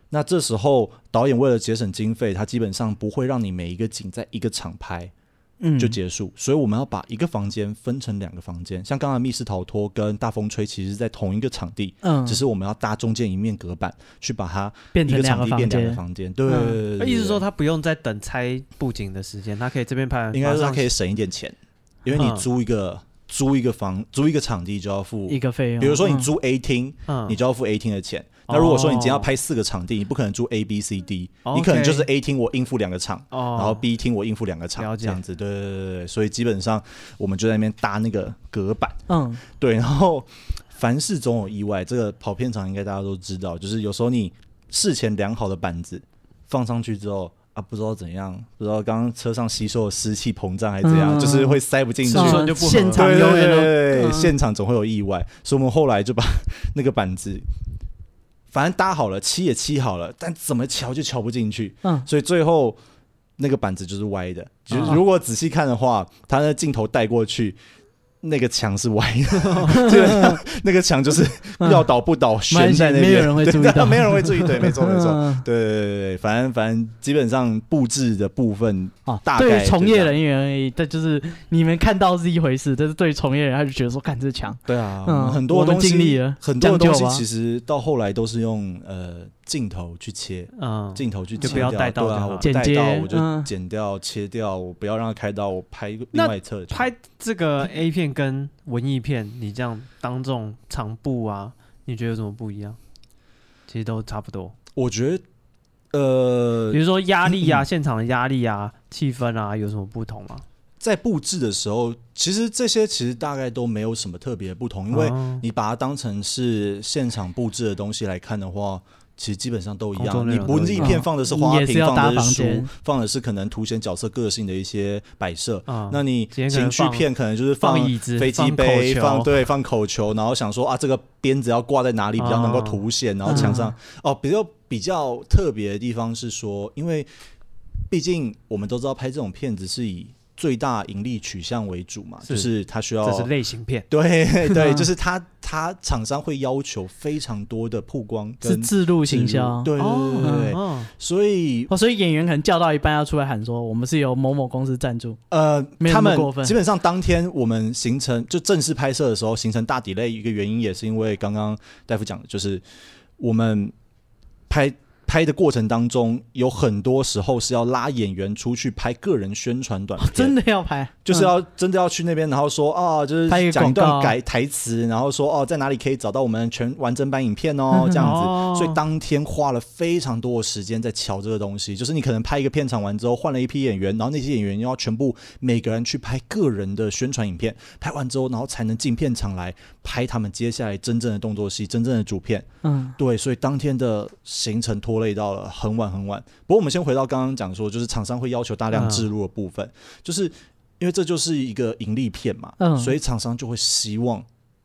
Speaker 3: 那这时候导演为了节省经费，他基本上不会让你每一个景在一个场拍
Speaker 2: 嗯，
Speaker 3: 就结束，所以我们要把一个房间分成两个房间，像刚才密室逃脱跟大风吹其实是在同一个场地。
Speaker 2: 嗯，
Speaker 3: 只是我们要搭中间一面隔板，去把它
Speaker 2: 变
Speaker 3: 一
Speaker 2: 成
Speaker 3: 个
Speaker 2: 两
Speaker 3: 场
Speaker 2: 个
Speaker 3: 地变
Speaker 2: 房
Speaker 3: 两个
Speaker 2: 间。
Speaker 3: 房间。对，
Speaker 2: 嗯
Speaker 3: 对对
Speaker 1: 意思说
Speaker 3: 对
Speaker 1: 他不用再等拆布景的时间，他可以这边拍完，
Speaker 3: 应该是
Speaker 1: 马
Speaker 3: 他
Speaker 1: 上
Speaker 3: 可以省一点钱，因为你
Speaker 1: 嗯
Speaker 3: 租一个租一个房、租一个场地就要付，
Speaker 2: 一个费用。
Speaker 3: 比如说你租 A 厅，
Speaker 1: 嗯，哦
Speaker 3: 你就要付 A 厅的钱。那如果说你今天要拍四个场地，你不可能租 A、B、C、D，
Speaker 1: OK
Speaker 3: 你可能就是 A 厅我应付两个场，
Speaker 1: 哦，
Speaker 3: 然后 B 厅我应付两个
Speaker 1: 了
Speaker 3: 场，
Speaker 1: 解
Speaker 3: 这样子。对对对对对，所以基本上我们就在那边搭那个隔板。
Speaker 2: 嗯，
Speaker 3: 对，然后凡事总有意外，这个跑片场应该大家都知道，就是有时候你事前量好的板子放上去之后。啊，不知道怎样，不知道刚刚车上吸收的湿气膨胀还是怎样，
Speaker 2: 嗯
Speaker 3: 就是会塞不进去，
Speaker 1: 尺寸
Speaker 2: 嗯
Speaker 1: 就不合
Speaker 2: 现场
Speaker 3: 对
Speaker 2: 永
Speaker 3: 对
Speaker 2: 远都
Speaker 3: 对
Speaker 2: 嗯
Speaker 3: 现场总会有意外，所以我们后来就把 那个板子，反正搭好了，漆也漆好了，但怎么瞧就瞧不进去，
Speaker 2: 嗯
Speaker 3: 所以最后那个板子就是歪的。就是
Speaker 1: 哦
Speaker 3: 如果仔细看的话，它的镜头带过去，那个墙是歪
Speaker 2: 哦
Speaker 3: 的，基本上那个墙就是
Speaker 2: 嗯
Speaker 3: 要倒不倒，
Speaker 2: 没关
Speaker 3: 悬
Speaker 2: 系
Speaker 3: 在那边，
Speaker 2: 没有人会
Speaker 3: 对
Speaker 2: 注意到
Speaker 3: 没有人会注意，对，没错没错。
Speaker 2: 嗯
Speaker 3: 对对对对对，反正反正基本上布置的部分，
Speaker 2: 啊
Speaker 3: 大，概
Speaker 2: 对于
Speaker 3: 就
Speaker 2: 从
Speaker 3: 这
Speaker 2: 业
Speaker 3: 样
Speaker 2: 人员而已，但就是你们看到是一回事，但是对于从业人，他就觉得说，看这强，
Speaker 3: 对啊，
Speaker 2: 嗯
Speaker 3: 我们很多
Speaker 2: 我们
Speaker 3: 东西
Speaker 2: 尽力了
Speaker 3: 很多
Speaker 2: 将
Speaker 3: 的东
Speaker 2: 就
Speaker 3: 西
Speaker 2: 吧
Speaker 3: 其实到后来都是用呃镜头去切，
Speaker 1: 嗯，
Speaker 3: 镜头去切
Speaker 1: 就不要
Speaker 3: 掉
Speaker 1: 带到
Speaker 3: 对
Speaker 1: 就
Speaker 3: 啊，
Speaker 1: 好
Speaker 3: 我不
Speaker 2: 剪
Speaker 3: 带
Speaker 2: 接
Speaker 3: 到我就
Speaker 2: 嗯
Speaker 3: 剪掉、切掉，我不要让它开到，我拍另
Speaker 1: 那
Speaker 3: 外一侧就好。
Speaker 1: 拍这个 A 片跟文艺片，你这样当众场布啊，你觉得有什么不一样？其实都差不多，
Speaker 3: 我觉得呃
Speaker 1: 比，如说压力啊，现场的压力啊，气氛啊，有什么不同吗？
Speaker 3: 在布置的时候，其实这些其实大概都没有什么特别的不同，因为
Speaker 1: 哦
Speaker 3: 你把它当成是现场布置的东西来看的话。其实基本上都一
Speaker 1: 工作
Speaker 3: 样，
Speaker 1: 内
Speaker 3: 你
Speaker 1: 容
Speaker 3: 文
Speaker 1: 都一
Speaker 3: 艺
Speaker 1: 样
Speaker 3: 片放的是
Speaker 2: 嗯
Speaker 3: 花
Speaker 2: 也是
Speaker 3: 瓶，
Speaker 2: 要搭
Speaker 3: 放的
Speaker 2: 房
Speaker 3: 是书
Speaker 2: 间，
Speaker 3: 放的是可能凸显角色个性的一些摆设。
Speaker 1: 啊
Speaker 3: 那你
Speaker 1: 今天可
Speaker 3: 情
Speaker 1: 能
Speaker 3: 绪
Speaker 1: 放
Speaker 3: 片可能就是
Speaker 1: 放椅子、
Speaker 3: 飞机
Speaker 1: 放
Speaker 3: 杯，
Speaker 1: 口球
Speaker 3: 放对放口球，然后想说啊，这个鞭子要挂在哪里比较能够
Speaker 1: 哦
Speaker 3: 凸显，然后墙上、哦，比较比较特别的地方是说，因为毕竟我们都知道拍这种片子是以最大盈利取向为主嘛，
Speaker 1: 是
Speaker 3: 就是它需要
Speaker 1: 这是类型片，
Speaker 3: 对对，
Speaker 2: 嗯
Speaker 3: 就是它它厂商会要求非常多的曝光
Speaker 2: 是
Speaker 3: 跟
Speaker 2: 自入
Speaker 3: 植入
Speaker 2: 行销。
Speaker 3: 对对对对对，
Speaker 1: 哦，
Speaker 3: 所以
Speaker 2: 哦，所以演员可能叫到一半要出来喊说，我们是由某某公司赞助。
Speaker 3: 呃，
Speaker 2: 没有
Speaker 3: 他
Speaker 2: 那么
Speaker 3: 们
Speaker 2: 过分
Speaker 3: 基本上当天我们行程就正式拍摄的时候，行程大 delay 一个原因也是因为刚刚大夫讲的，就是我们拍拍的过程当中，有很多时候是要拉演员出去拍个人宣传短片，
Speaker 2: 哦真的要拍，
Speaker 3: 就是要真的要去那边，然后说哦，就是
Speaker 2: 拍一个
Speaker 3: 讲一段
Speaker 2: 广告
Speaker 3: 改台词，然后说哦，在哪里可以找到我们全完整版影片 哦，这样子。
Speaker 1: 哦
Speaker 3: 所以当天花了非常多的时间在瞧这个东西，就是你可能拍一个片场完之后，换了一批演员，然后那些演员又要全部每个人去拍个人的宣传影片，拍完之后，然后才能进片场来拍他们接下来真正的动作戏、真正的主片。
Speaker 2: 嗯
Speaker 3: 对，所以当天的行程拖累到了很晚很晚。不过我们先回到刚刚讲说，就是厂商会要求大量置入的部分，就是因为这就是一个盈利片嘛，
Speaker 2: 嗯
Speaker 3: 所以厂商就会希望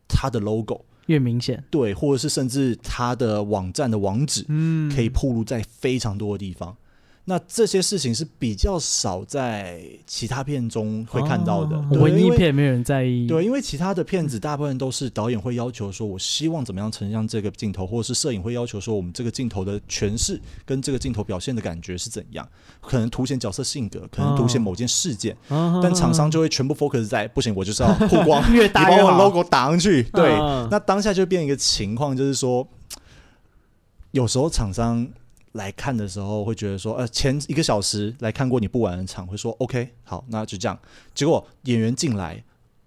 Speaker 3: 它的 logo
Speaker 2: 越明显。
Speaker 3: 对，或者是甚至它的网站的网址
Speaker 1: 嗯
Speaker 3: 可以铺露在非常多的地方。那这些事情是比较少在其他片中会看到的，
Speaker 1: 哦
Speaker 3: 对
Speaker 2: 文
Speaker 3: 因
Speaker 2: 艺
Speaker 3: 为
Speaker 2: 片没有人在意，
Speaker 3: 对，因为其他的片子大部分都是导演会要求说，我希望怎么样呈现这个镜头，或者是摄影会要求说，我们这个镜头的诠释跟这个镜头表现的感觉是怎样，可能凸显角色性格，可能凸显
Speaker 1: 哦
Speaker 3: 某件事件，
Speaker 1: 但
Speaker 2: 嗯
Speaker 3: 但厂商就会全部 focus 在不行，我就是要曝光，
Speaker 2: 越
Speaker 3: 你
Speaker 2: 大
Speaker 3: 把
Speaker 2: 越
Speaker 3: 我
Speaker 2: 好。
Speaker 3: logo 打上去，对，
Speaker 1: 嗯
Speaker 3: 那当下就变一个情况，就是说，有时候厂商来看的时候会觉得说，呃，前一个小时来看过你不完的场，会说 OK，好，那就这样。结果演员进来，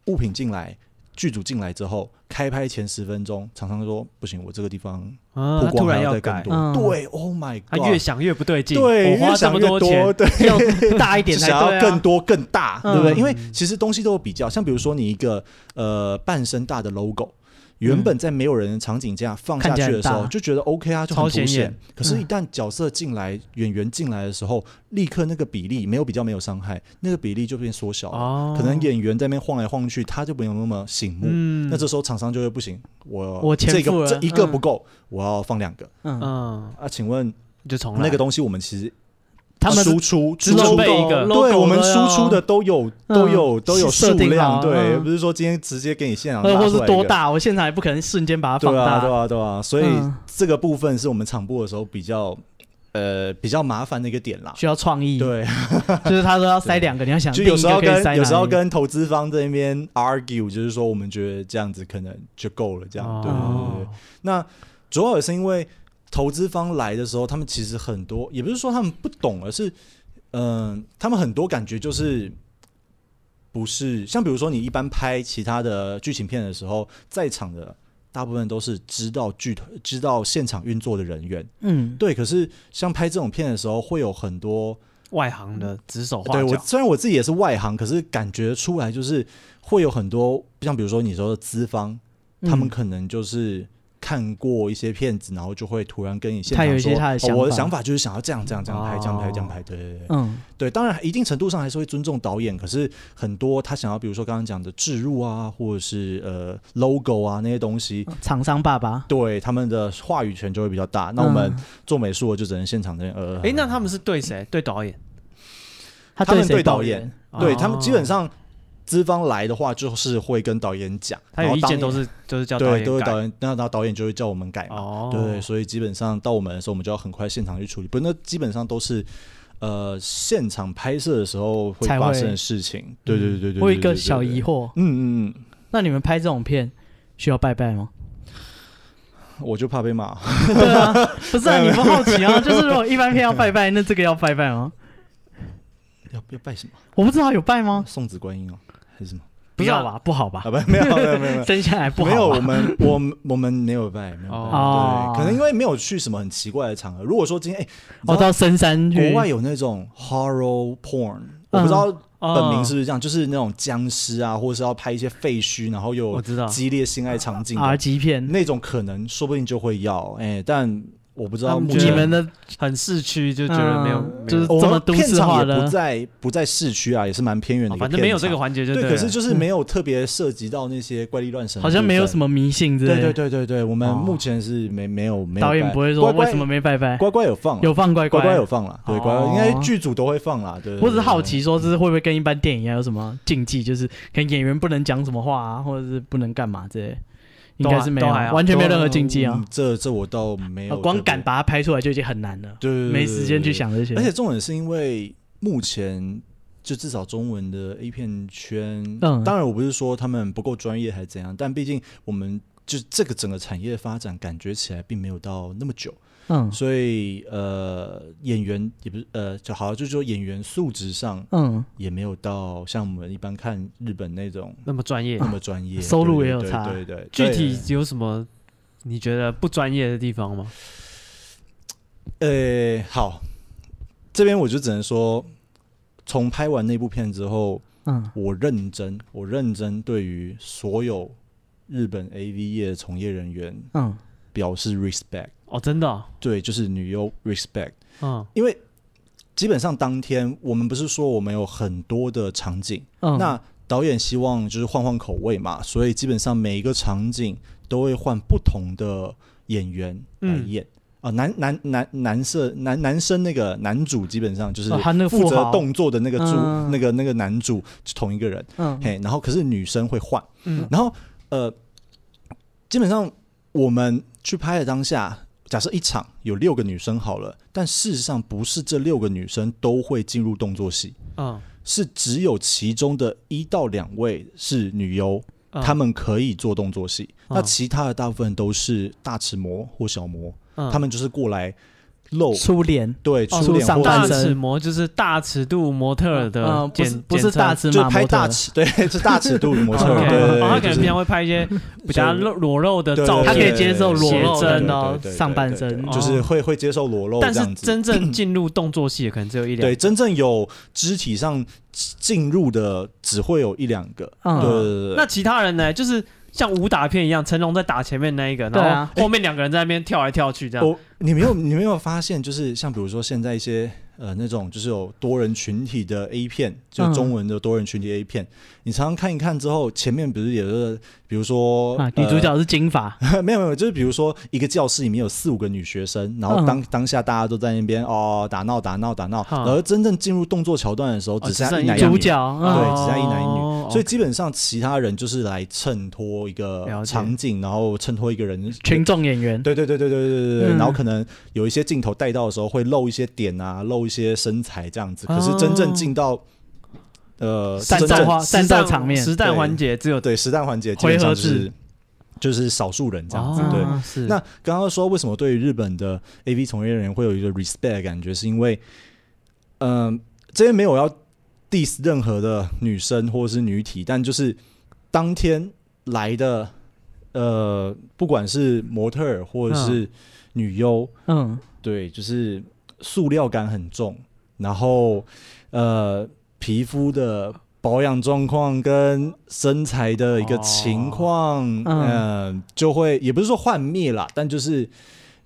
Speaker 3: 物品进来。剧组进来之后，开拍前十分钟，厂商说不行，我这个地方
Speaker 1: 啊
Speaker 3: 曝
Speaker 1: 他突
Speaker 3: 光还
Speaker 1: 然要
Speaker 3: 再更
Speaker 1: 改
Speaker 3: 多。，
Speaker 2: 嗯
Speaker 3: 对，Oh my
Speaker 1: 他
Speaker 3: god，
Speaker 1: 越想越不对劲，
Speaker 3: 对，
Speaker 1: 我花
Speaker 3: 越
Speaker 1: 这
Speaker 3: 想
Speaker 1: 么
Speaker 3: 越
Speaker 1: 钱，
Speaker 3: 对，
Speaker 2: 要大一点
Speaker 3: 是
Speaker 2: 才
Speaker 3: 想
Speaker 2: 对啊
Speaker 3: 要更多更大，
Speaker 2: 嗯
Speaker 3: 对不对？因为其实东西都有比较，像比如说你一个呃半身大的 logo。原本在没有人的场景下放下去
Speaker 2: 嗯
Speaker 3: 的时
Speaker 2: 看起来
Speaker 3: 候，
Speaker 2: 很大
Speaker 3: 就觉得 OK 啊，就很
Speaker 1: 超
Speaker 3: 凸
Speaker 1: 显
Speaker 3: 显
Speaker 1: 眼。
Speaker 3: 可
Speaker 2: 嗯
Speaker 3: 是，一旦角色进来、演员进来的时候，立刻那个比例没有比较，没有伤害，那个比例就变缩小了。
Speaker 1: 哦，
Speaker 3: 可能演员在那边晃来晃去，他就没有那么醒目。
Speaker 1: 嗯，
Speaker 3: 那这时候厂商就会不行，我
Speaker 2: 我钱
Speaker 3: 这
Speaker 2: 付
Speaker 3: 个
Speaker 2: 了
Speaker 3: 这一个
Speaker 2: 嗯
Speaker 3: 不够，我要放两个
Speaker 2: 嗯，
Speaker 1: 嗯
Speaker 3: 啊。请问
Speaker 1: 就重来
Speaker 3: 那个东西，我们其实
Speaker 2: 他们
Speaker 3: 输出
Speaker 1: 只
Speaker 3: 输出
Speaker 1: 准备一个
Speaker 2: logo-
Speaker 3: 对
Speaker 2: logo
Speaker 3: 我们
Speaker 2: 都要
Speaker 3: 输出的，都有
Speaker 2: 嗯
Speaker 3: 都有都有
Speaker 2: 设
Speaker 3: 数
Speaker 2: 定
Speaker 3: 量，
Speaker 2: 好
Speaker 3: 对，
Speaker 2: 嗯
Speaker 3: 不是说今天直接给你现场
Speaker 2: 呃，
Speaker 3: 拉
Speaker 2: 或
Speaker 3: 出
Speaker 2: 是
Speaker 3: 来
Speaker 2: 多
Speaker 3: 一个？
Speaker 2: 大，我现场也不可能瞬间把它放
Speaker 3: 对啊，
Speaker 2: 大。
Speaker 3: 对啊，对啊，所以
Speaker 2: 嗯
Speaker 3: 这个部分是我们场部的时候比较呃比较麻烦的一个点啦。
Speaker 2: 需要创意，
Speaker 3: 对，
Speaker 2: 就是他说要塞两个，你要想
Speaker 3: 就
Speaker 2: 定
Speaker 3: 有
Speaker 2: 一
Speaker 3: 时候
Speaker 2: 个可以塞
Speaker 3: 跟
Speaker 2: 哪里
Speaker 3: 有时候跟投资方这边 argue，就是说我们觉得这样子可能就够了，这样对对对对
Speaker 1: 哦。
Speaker 3: 那主要也是因为投资方来的时候，他们其实很多，也不是说他们不懂，而是嗯、呃他们很多感觉就是不是像比如说你一般拍其他的剧情片的时候，在场的大部分都是知道剧知道现场运作的人员，
Speaker 2: 嗯，
Speaker 3: 对。可是像拍这种片的时候，会有很多
Speaker 1: 外行的指手画
Speaker 3: 对我
Speaker 1: 脚，
Speaker 3: 虽然我自己也是外行，可是感觉出来就是会有很多像比如说你说的资方，他们
Speaker 2: 嗯
Speaker 3: 可能就是看过一些片子，然后就会突然跟你现
Speaker 2: 他
Speaker 3: 场
Speaker 2: 有一
Speaker 3: 说，
Speaker 2: 些他的想
Speaker 3: 哦、我的
Speaker 2: 法
Speaker 3: 想法就是想要这样这样这样拍，这样拍这样
Speaker 1: 哦
Speaker 3: 拍，对对对。
Speaker 2: 嗯
Speaker 3: 对，当然一定程度上还是会尊重导演，可是很多他想要，比如说刚刚讲的置入啊，或者是呃 logo 啊那些东西，
Speaker 1: 嗯
Speaker 2: 厂商爸爸，
Speaker 3: 对他们的话语权就会比较大。那我们
Speaker 2: 嗯
Speaker 3: 做美术的就只能现场这边呃，
Speaker 1: 哎，那他们是对谁？对导演？
Speaker 2: 他
Speaker 3: 他们
Speaker 2: 谁
Speaker 3: 对
Speaker 2: 抱
Speaker 3: 导演
Speaker 2: 怨？
Speaker 3: 对
Speaker 1: 哦
Speaker 3: 他们基本上资方来的话，就是会跟导演讲，
Speaker 1: 他
Speaker 3: 然
Speaker 1: 有
Speaker 3: 后
Speaker 1: 意
Speaker 3: 当
Speaker 1: 见都是都是叫导
Speaker 3: 对，
Speaker 1: 演
Speaker 3: 都是
Speaker 1: 改
Speaker 3: 导演，那那导演就会叫我们改嘛。
Speaker 1: 哦，
Speaker 3: 对，所以基本上到我们的时候，我们就要很快现场去处理。不，那基本上都是呃现场拍摄的时候会
Speaker 2: 才
Speaker 3: 发
Speaker 2: 会嗯
Speaker 3: 生的事情。对对对对对
Speaker 2: 我有一个小
Speaker 3: 疑
Speaker 2: 疑
Speaker 3: 惑。
Speaker 2: 惑，
Speaker 3: 嗯嗯
Speaker 2: 那你们拍这种片需要拜 拜吗？
Speaker 3: 嗯，我就怕被骂。
Speaker 2: 对啊，不是啊，你不好奇啊？就是如果一般片要拜拜，那这个要拜拜吗？
Speaker 3: 要要拜什么？
Speaker 2: 我不知道有拜吗？
Speaker 3: 送子观音哦，还是什么？
Speaker 1: 不
Speaker 2: 不
Speaker 1: 要
Speaker 2: 要吧，不好吧
Speaker 3: 啊，？不，没有没有没有没有。
Speaker 2: 生下来不好
Speaker 3: 没
Speaker 2: 吧，
Speaker 3: 有，我们我们我们没有拜，没有拜，
Speaker 2: 哦
Speaker 3: 对，可能因为没有去什么很奇怪的场合。如果说今天，哎、
Speaker 2: 我哦到深山去，
Speaker 3: 国外有那种 horror porn，、我
Speaker 2: 嗯
Speaker 3: 不知道本名是不是这样，就是那种僵尸啊，或者是要拍一些废墟，然后
Speaker 1: 我
Speaker 3: 又
Speaker 1: 知道
Speaker 3: 激烈性爱场景的
Speaker 2: 哦 R 级片，
Speaker 3: 那种可能说不定就会要，哎、但我不知道
Speaker 1: 他们
Speaker 3: 目
Speaker 1: 觉
Speaker 2: 嗯你
Speaker 1: 得
Speaker 3: 前
Speaker 2: 们的
Speaker 1: 很市区，就觉得没有
Speaker 2: 嗯，
Speaker 1: 没有
Speaker 2: 就是
Speaker 3: 我
Speaker 2: 这么
Speaker 3: 们
Speaker 2: 都
Speaker 3: 片
Speaker 2: 市
Speaker 3: 场
Speaker 2: 化
Speaker 3: 也
Speaker 2: 的
Speaker 3: 不在不在市区啊，也是蛮偏远
Speaker 1: 哦
Speaker 3: 的一个、
Speaker 1: 反正没有这个。环节就
Speaker 3: 对，
Speaker 1: 了
Speaker 3: 可是就是没有特别涉及到那些怪力乱神，
Speaker 2: 好像没有什
Speaker 3: 么。
Speaker 2: 么迷信之类
Speaker 3: 对
Speaker 2: 的。
Speaker 3: 对对对对，我们
Speaker 2: 哦
Speaker 3: 目前是没没有没有
Speaker 2: 导演
Speaker 3: 办
Speaker 2: 不会说
Speaker 3: 乖乖
Speaker 2: 为什么没拜拜，
Speaker 3: 乖乖有放啦，
Speaker 2: 有放乖
Speaker 3: 乖乖有放了，对，
Speaker 2: 哦
Speaker 3: 乖乖应该剧组都会放啦，对。对
Speaker 2: 我只是好，奇，说这是会不会跟一般电影一样有什么禁忌，就是可能演员不能讲什么话啊，或者是不能干嘛之类的，应该是没有，
Speaker 1: 都还好
Speaker 2: 完
Speaker 3: 对
Speaker 2: 全没有任何禁忌啊
Speaker 3: 嗯。这这我倒没有
Speaker 2: 啊
Speaker 3: 特别，
Speaker 2: 光敢把它拍出来就已经很难了，
Speaker 3: 对，对
Speaker 2: 没时间去。
Speaker 3: 对对对对
Speaker 2: 想这些。
Speaker 3: 而且重点是因为目前就至少中文的 A 片圈，
Speaker 2: 嗯
Speaker 3: 当然我不是说他们不够专业还是怎样，但毕竟我们就这个整个产业的发展感觉起来并没有到那么久，
Speaker 2: 嗯
Speaker 3: 所以呃演员也不是呃就好，就是说演员素质上
Speaker 2: 嗯，
Speaker 3: 也没有到像我们一般看日本那种
Speaker 1: 那么专业
Speaker 3: 那。么专业，
Speaker 2: 收入
Speaker 3: 对
Speaker 2: 也有
Speaker 3: 对
Speaker 2: 差
Speaker 3: 对对，对
Speaker 1: 具体有什么你觉得不专业的地方吗？
Speaker 3: 呃，好，这边我就只能说，从拍完那部片之后，
Speaker 2: 嗯
Speaker 3: 我认真，我认真对于所有日本 AV 业从业人员
Speaker 2: 嗯
Speaker 3: 表示 respect，
Speaker 1: 哦，真的哦，
Speaker 3: 对，就是女优 respect，
Speaker 1: 嗯，
Speaker 3: 因为基本上当天我们不是说我们有很多的场景，
Speaker 2: 嗯，
Speaker 3: 那导演希望就是换换口味嘛，所以基本上每一个场景都会换不同的演员来
Speaker 1: 嗯
Speaker 3: 演。啊、男男男男色男男生那个男主基本上就是
Speaker 2: 哦他那个
Speaker 3: 负
Speaker 2: 富
Speaker 3: 责
Speaker 2: 豪
Speaker 3: 动作的那个主、
Speaker 2: 嗯
Speaker 3: 那个那个男主是同一个人，
Speaker 2: 嗯
Speaker 3: 嘿，然后可是女生会换，
Speaker 1: 嗯
Speaker 3: 然后呃，基本上我们去拍的当下，假设一场有六个女生好了，但事实上不是这六个女生都会进入动作戏，
Speaker 1: 嗯，
Speaker 3: 是只有其中的一到两位是女优，
Speaker 1: 嗯
Speaker 3: 她们可以做动作戏，
Speaker 1: 嗯
Speaker 3: 那其他的大部分都是大尺模或小模，
Speaker 1: 嗯
Speaker 3: 她们就是过来露。
Speaker 2: 初恋
Speaker 3: 对，
Speaker 1: 哦
Speaker 3: 出脸
Speaker 2: 上
Speaker 3: 或
Speaker 2: 半
Speaker 1: 大
Speaker 3: 者是
Speaker 2: 身
Speaker 1: 尺模就是大尺度模特儿的
Speaker 2: 嗯不
Speaker 1: 简，
Speaker 2: 是不是大尺
Speaker 3: 就是
Speaker 2: 码
Speaker 3: 拍
Speaker 2: 模特
Speaker 3: 大
Speaker 2: 儿，
Speaker 3: 尺，对， 是大尺度模特，
Speaker 1: 模
Speaker 2: OK
Speaker 3: 对对对，
Speaker 1: 哦他可
Speaker 3: 就
Speaker 1: 能
Speaker 3: 是
Speaker 1: 平常会拍一些比较
Speaker 3: 就是
Speaker 1: 露裸露的
Speaker 3: 对
Speaker 1: 照
Speaker 3: 对
Speaker 2: 他可
Speaker 1: 片，
Speaker 2: 以接受裸露
Speaker 1: 写真啊
Speaker 2: 然后
Speaker 3: 对对对
Speaker 2: 上半
Speaker 3: 对对
Speaker 2: 身
Speaker 3: 对就是会会接受裸露这
Speaker 1: 但
Speaker 3: 样
Speaker 1: 是
Speaker 3: 子。
Speaker 1: 真正进入动作戏的可能只有一两
Speaker 3: 对，，真正有肢体上进入的只会有一两个。
Speaker 2: 嗯
Speaker 3: 对对对
Speaker 1: 那
Speaker 3: 对，
Speaker 1: 其他人呢？就是像武打片一样，成龙在打前面那一个，
Speaker 2: 对
Speaker 1: 然
Speaker 2: 啊
Speaker 1: 后后面两个人在那边跳来跳去这样。
Speaker 3: 我你没有你没有发现，就是像比如说现在一些呃那种就是有多人群体的 A 片，就
Speaker 2: 嗯
Speaker 3: 中文的多人群体 A 片，你常常看一看之后，前面不是也是比如说
Speaker 2: 啊，女主
Speaker 3: 呃
Speaker 2: 角是金 发，
Speaker 3: 没有没有，就是比如说一个教室里面有四五个女学生，然后当、当下大家都在那边哦打闹打闹打闹，
Speaker 1: 哈
Speaker 3: 然后真正进入动作桥段的时候，
Speaker 1: 哦
Speaker 3: 只剩下
Speaker 1: 只剩
Speaker 3: 一男
Speaker 1: 一
Speaker 3: 一
Speaker 2: 主
Speaker 3: 女，
Speaker 2: 角
Speaker 3: 对，
Speaker 2: 嗯
Speaker 3: 只剩下一男一
Speaker 1: 哦
Speaker 3: 女，所以基本上其他人就是来衬托一个
Speaker 1: 了解
Speaker 3: 场景，然后衬托一个人
Speaker 2: 群。众演员，
Speaker 3: 对对对对对对对对对，
Speaker 2: 嗯
Speaker 3: 然后可能有一些镜头带到的时候会露一些点啊，露一些身材这样子。可是真正进到呃
Speaker 2: 散
Speaker 3: 真
Speaker 2: 照
Speaker 3: 正
Speaker 2: 花战斗场面
Speaker 1: 实战环节只有
Speaker 3: 对实战环节，基
Speaker 2: 回
Speaker 3: 本上
Speaker 2: 合
Speaker 3: 就
Speaker 2: 制
Speaker 3: 是就是少数人这样子。
Speaker 1: 哦
Speaker 3: 对，
Speaker 1: 是
Speaker 3: 那刚刚说为什么对于日本的 A V 从业人员会有一个 respect 呃的感觉，是因为，嗯、这边没有要 diss 任何的女生或者是女体，但就是当天来的，呃，不管是模特儿或者是女优，
Speaker 2: 嗯，
Speaker 3: 对，就是塑料感很重，然后呃，皮肤的保养状况跟身材的一个情况，嗯、
Speaker 2: 哦
Speaker 3: 就会也不是说幻灭啦，但就是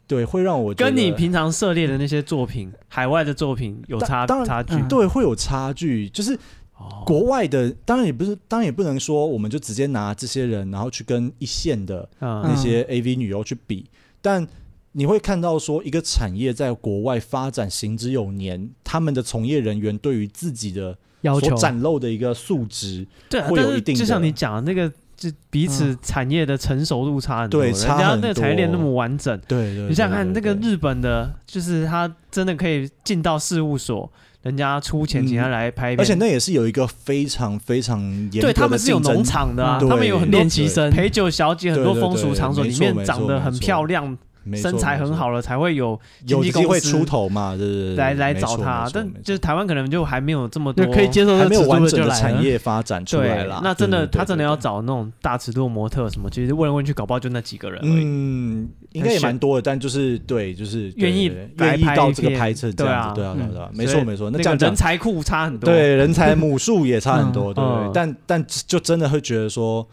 Speaker 3: 对，会让我觉得
Speaker 1: 跟你平常涉猎的那些作品，海外的作品有
Speaker 3: 当
Speaker 1: 差
Speaker 3: 当然
Speaker 1: 差距
Speaker 2: 嗯
Speaker 3: 对会有差距，就是
Speaker 1: 哦
Speaker 3: 国外的当然也不是，当然也不能说我们就直接拿这些人，然后去跟一线的
Speaker 1: 嗯
Speaker 3: 啊那些 AV 女优去比，但你会看到说一个产业在国外发展行之有年，他们的从业人员对于自己的
Speaker 2: 要
Speaker 3: 所
Speaker 2: 求
Speaker 3: 展露的一个素质，
Speaker 1: 对啊，
Speaker 3: 会有
Speaker 1: 但是
Speaker 3: 一定
Speaker 1: 就像
Speaker 3: 的嗯
Speaker 1: 你讲的那个，就彼此产业的成熟度差很多，
Speaker 3: 对
Speaker 1: 人
Speaker 3: 差
Speaker 1: 家
Speaker 3: 很
Speaker 1: 那个产业链那
Speaker 3: 多
Speaker 1: 么完整，
Speaker 3: 对对
Speaker 1: 你想想看，那
Speaker 3: 对
Speaker 1: 个
Speaker 3: 对
Speaker 1: 日本的，就是他真的可以进到事务所，人家出钱请他来拍片，
Speaker 3: 而且那也是有一个非常非常严格的
Speaker 1: 对他们是有
Speaker 3: 竞争
Speaker 1: 农，场的、啊，
Speaker 2: 嗯
Speaker 1: 他们有很多
Speaker 2: 练习生，
Speaker 1: 陪酒小姐，很多
Speaker 3: 对对对
Speaker 1: 风俗场所
Speaker 3: 没
Speaker 1: 里
Speaker 3: 错
Speaker 1: 面
Speaker 3: 没错
Speaker 1: 长得
Speaker 3: 没
Speaker 1: 很
Speaker 3: 错
Speaker 1: 漂亮、
Speaker 3: 没错
Speaker 1: 身材很，好了，才会有
Speaker 3: 没错
Speaker 1: 经
Speaker 3: 有
Speaker 1: 纪
Speaker 3: 机
Speaker 1: 公
Speaker 3: 会
Speaker 1: 司
Speaker 3: 出头嘛，对对对，
Speaker 1: 来来
Speaker 3: 没
Speaker 1: 找
Speaker 3: 错
Speaker 1: 他
Speaker 3: 没错。
Speaker 1: 但
Speaker 3: 没错
Speaker 1: 就是台湾可能就还没有这么多
Speaker 2: 就可以接受这
Speaker 3: 还
Speaker 2: 个
Speaker 3: 没有
Speaker 2: 尺
Speaker 3: 完
Speaker 2: 度的
Speaker 3: 整
Speaker 2: 就
Speaker 3: 的
Speaker 2: 来
Speaker 3: 产
Speaker 2: 了。
Speaker 3: 业发展出来
Speaker 1: 对
Speaker 3: 啦。，
Speaker 1: 那真的
Speaker 3: 对对对
Speaker 1: 他真的
Speaker 3: 对
Speaker 1: 要
Speaker 3: 对
Speaker 1: 找那种大尺度模特什么，其实问来问去，搞不好就那几个人而已。
Speaker 3: 嗯，应该也蛮多的，但就是对，就是对
Speaker 1: 愿意
Speaker 3: 对
Speaker 1: 来
Speaker 3: 愿意
Speaker 1: 拍
Speaker 3: 到
Speaker 1: 一
Speaker 3: 这个
Speaker 1: 片
Speaker 3: 拍摄这样子，
Speaker 1: 对
Speaker 3: 对
Speaker 1: 啊
Speaker 3: 啊，对啊，对啊，
Speaker 1: 所
Speaker 3: 没
Speaker 1: 以
Speaker 3: 错没错。那
Speaker 1: 那个
Speaker 3: 这样
Speaker 1: 人
Speaker 3: 讲，
Speaker 1: 才库差很多。
Speaker 3: 对人才母数也差很 多，
Speaker 1: 嗯
Speaker 3: 对对
Speaker 1: 嗯
Speaker 3: 对。但但就真的会觉得说，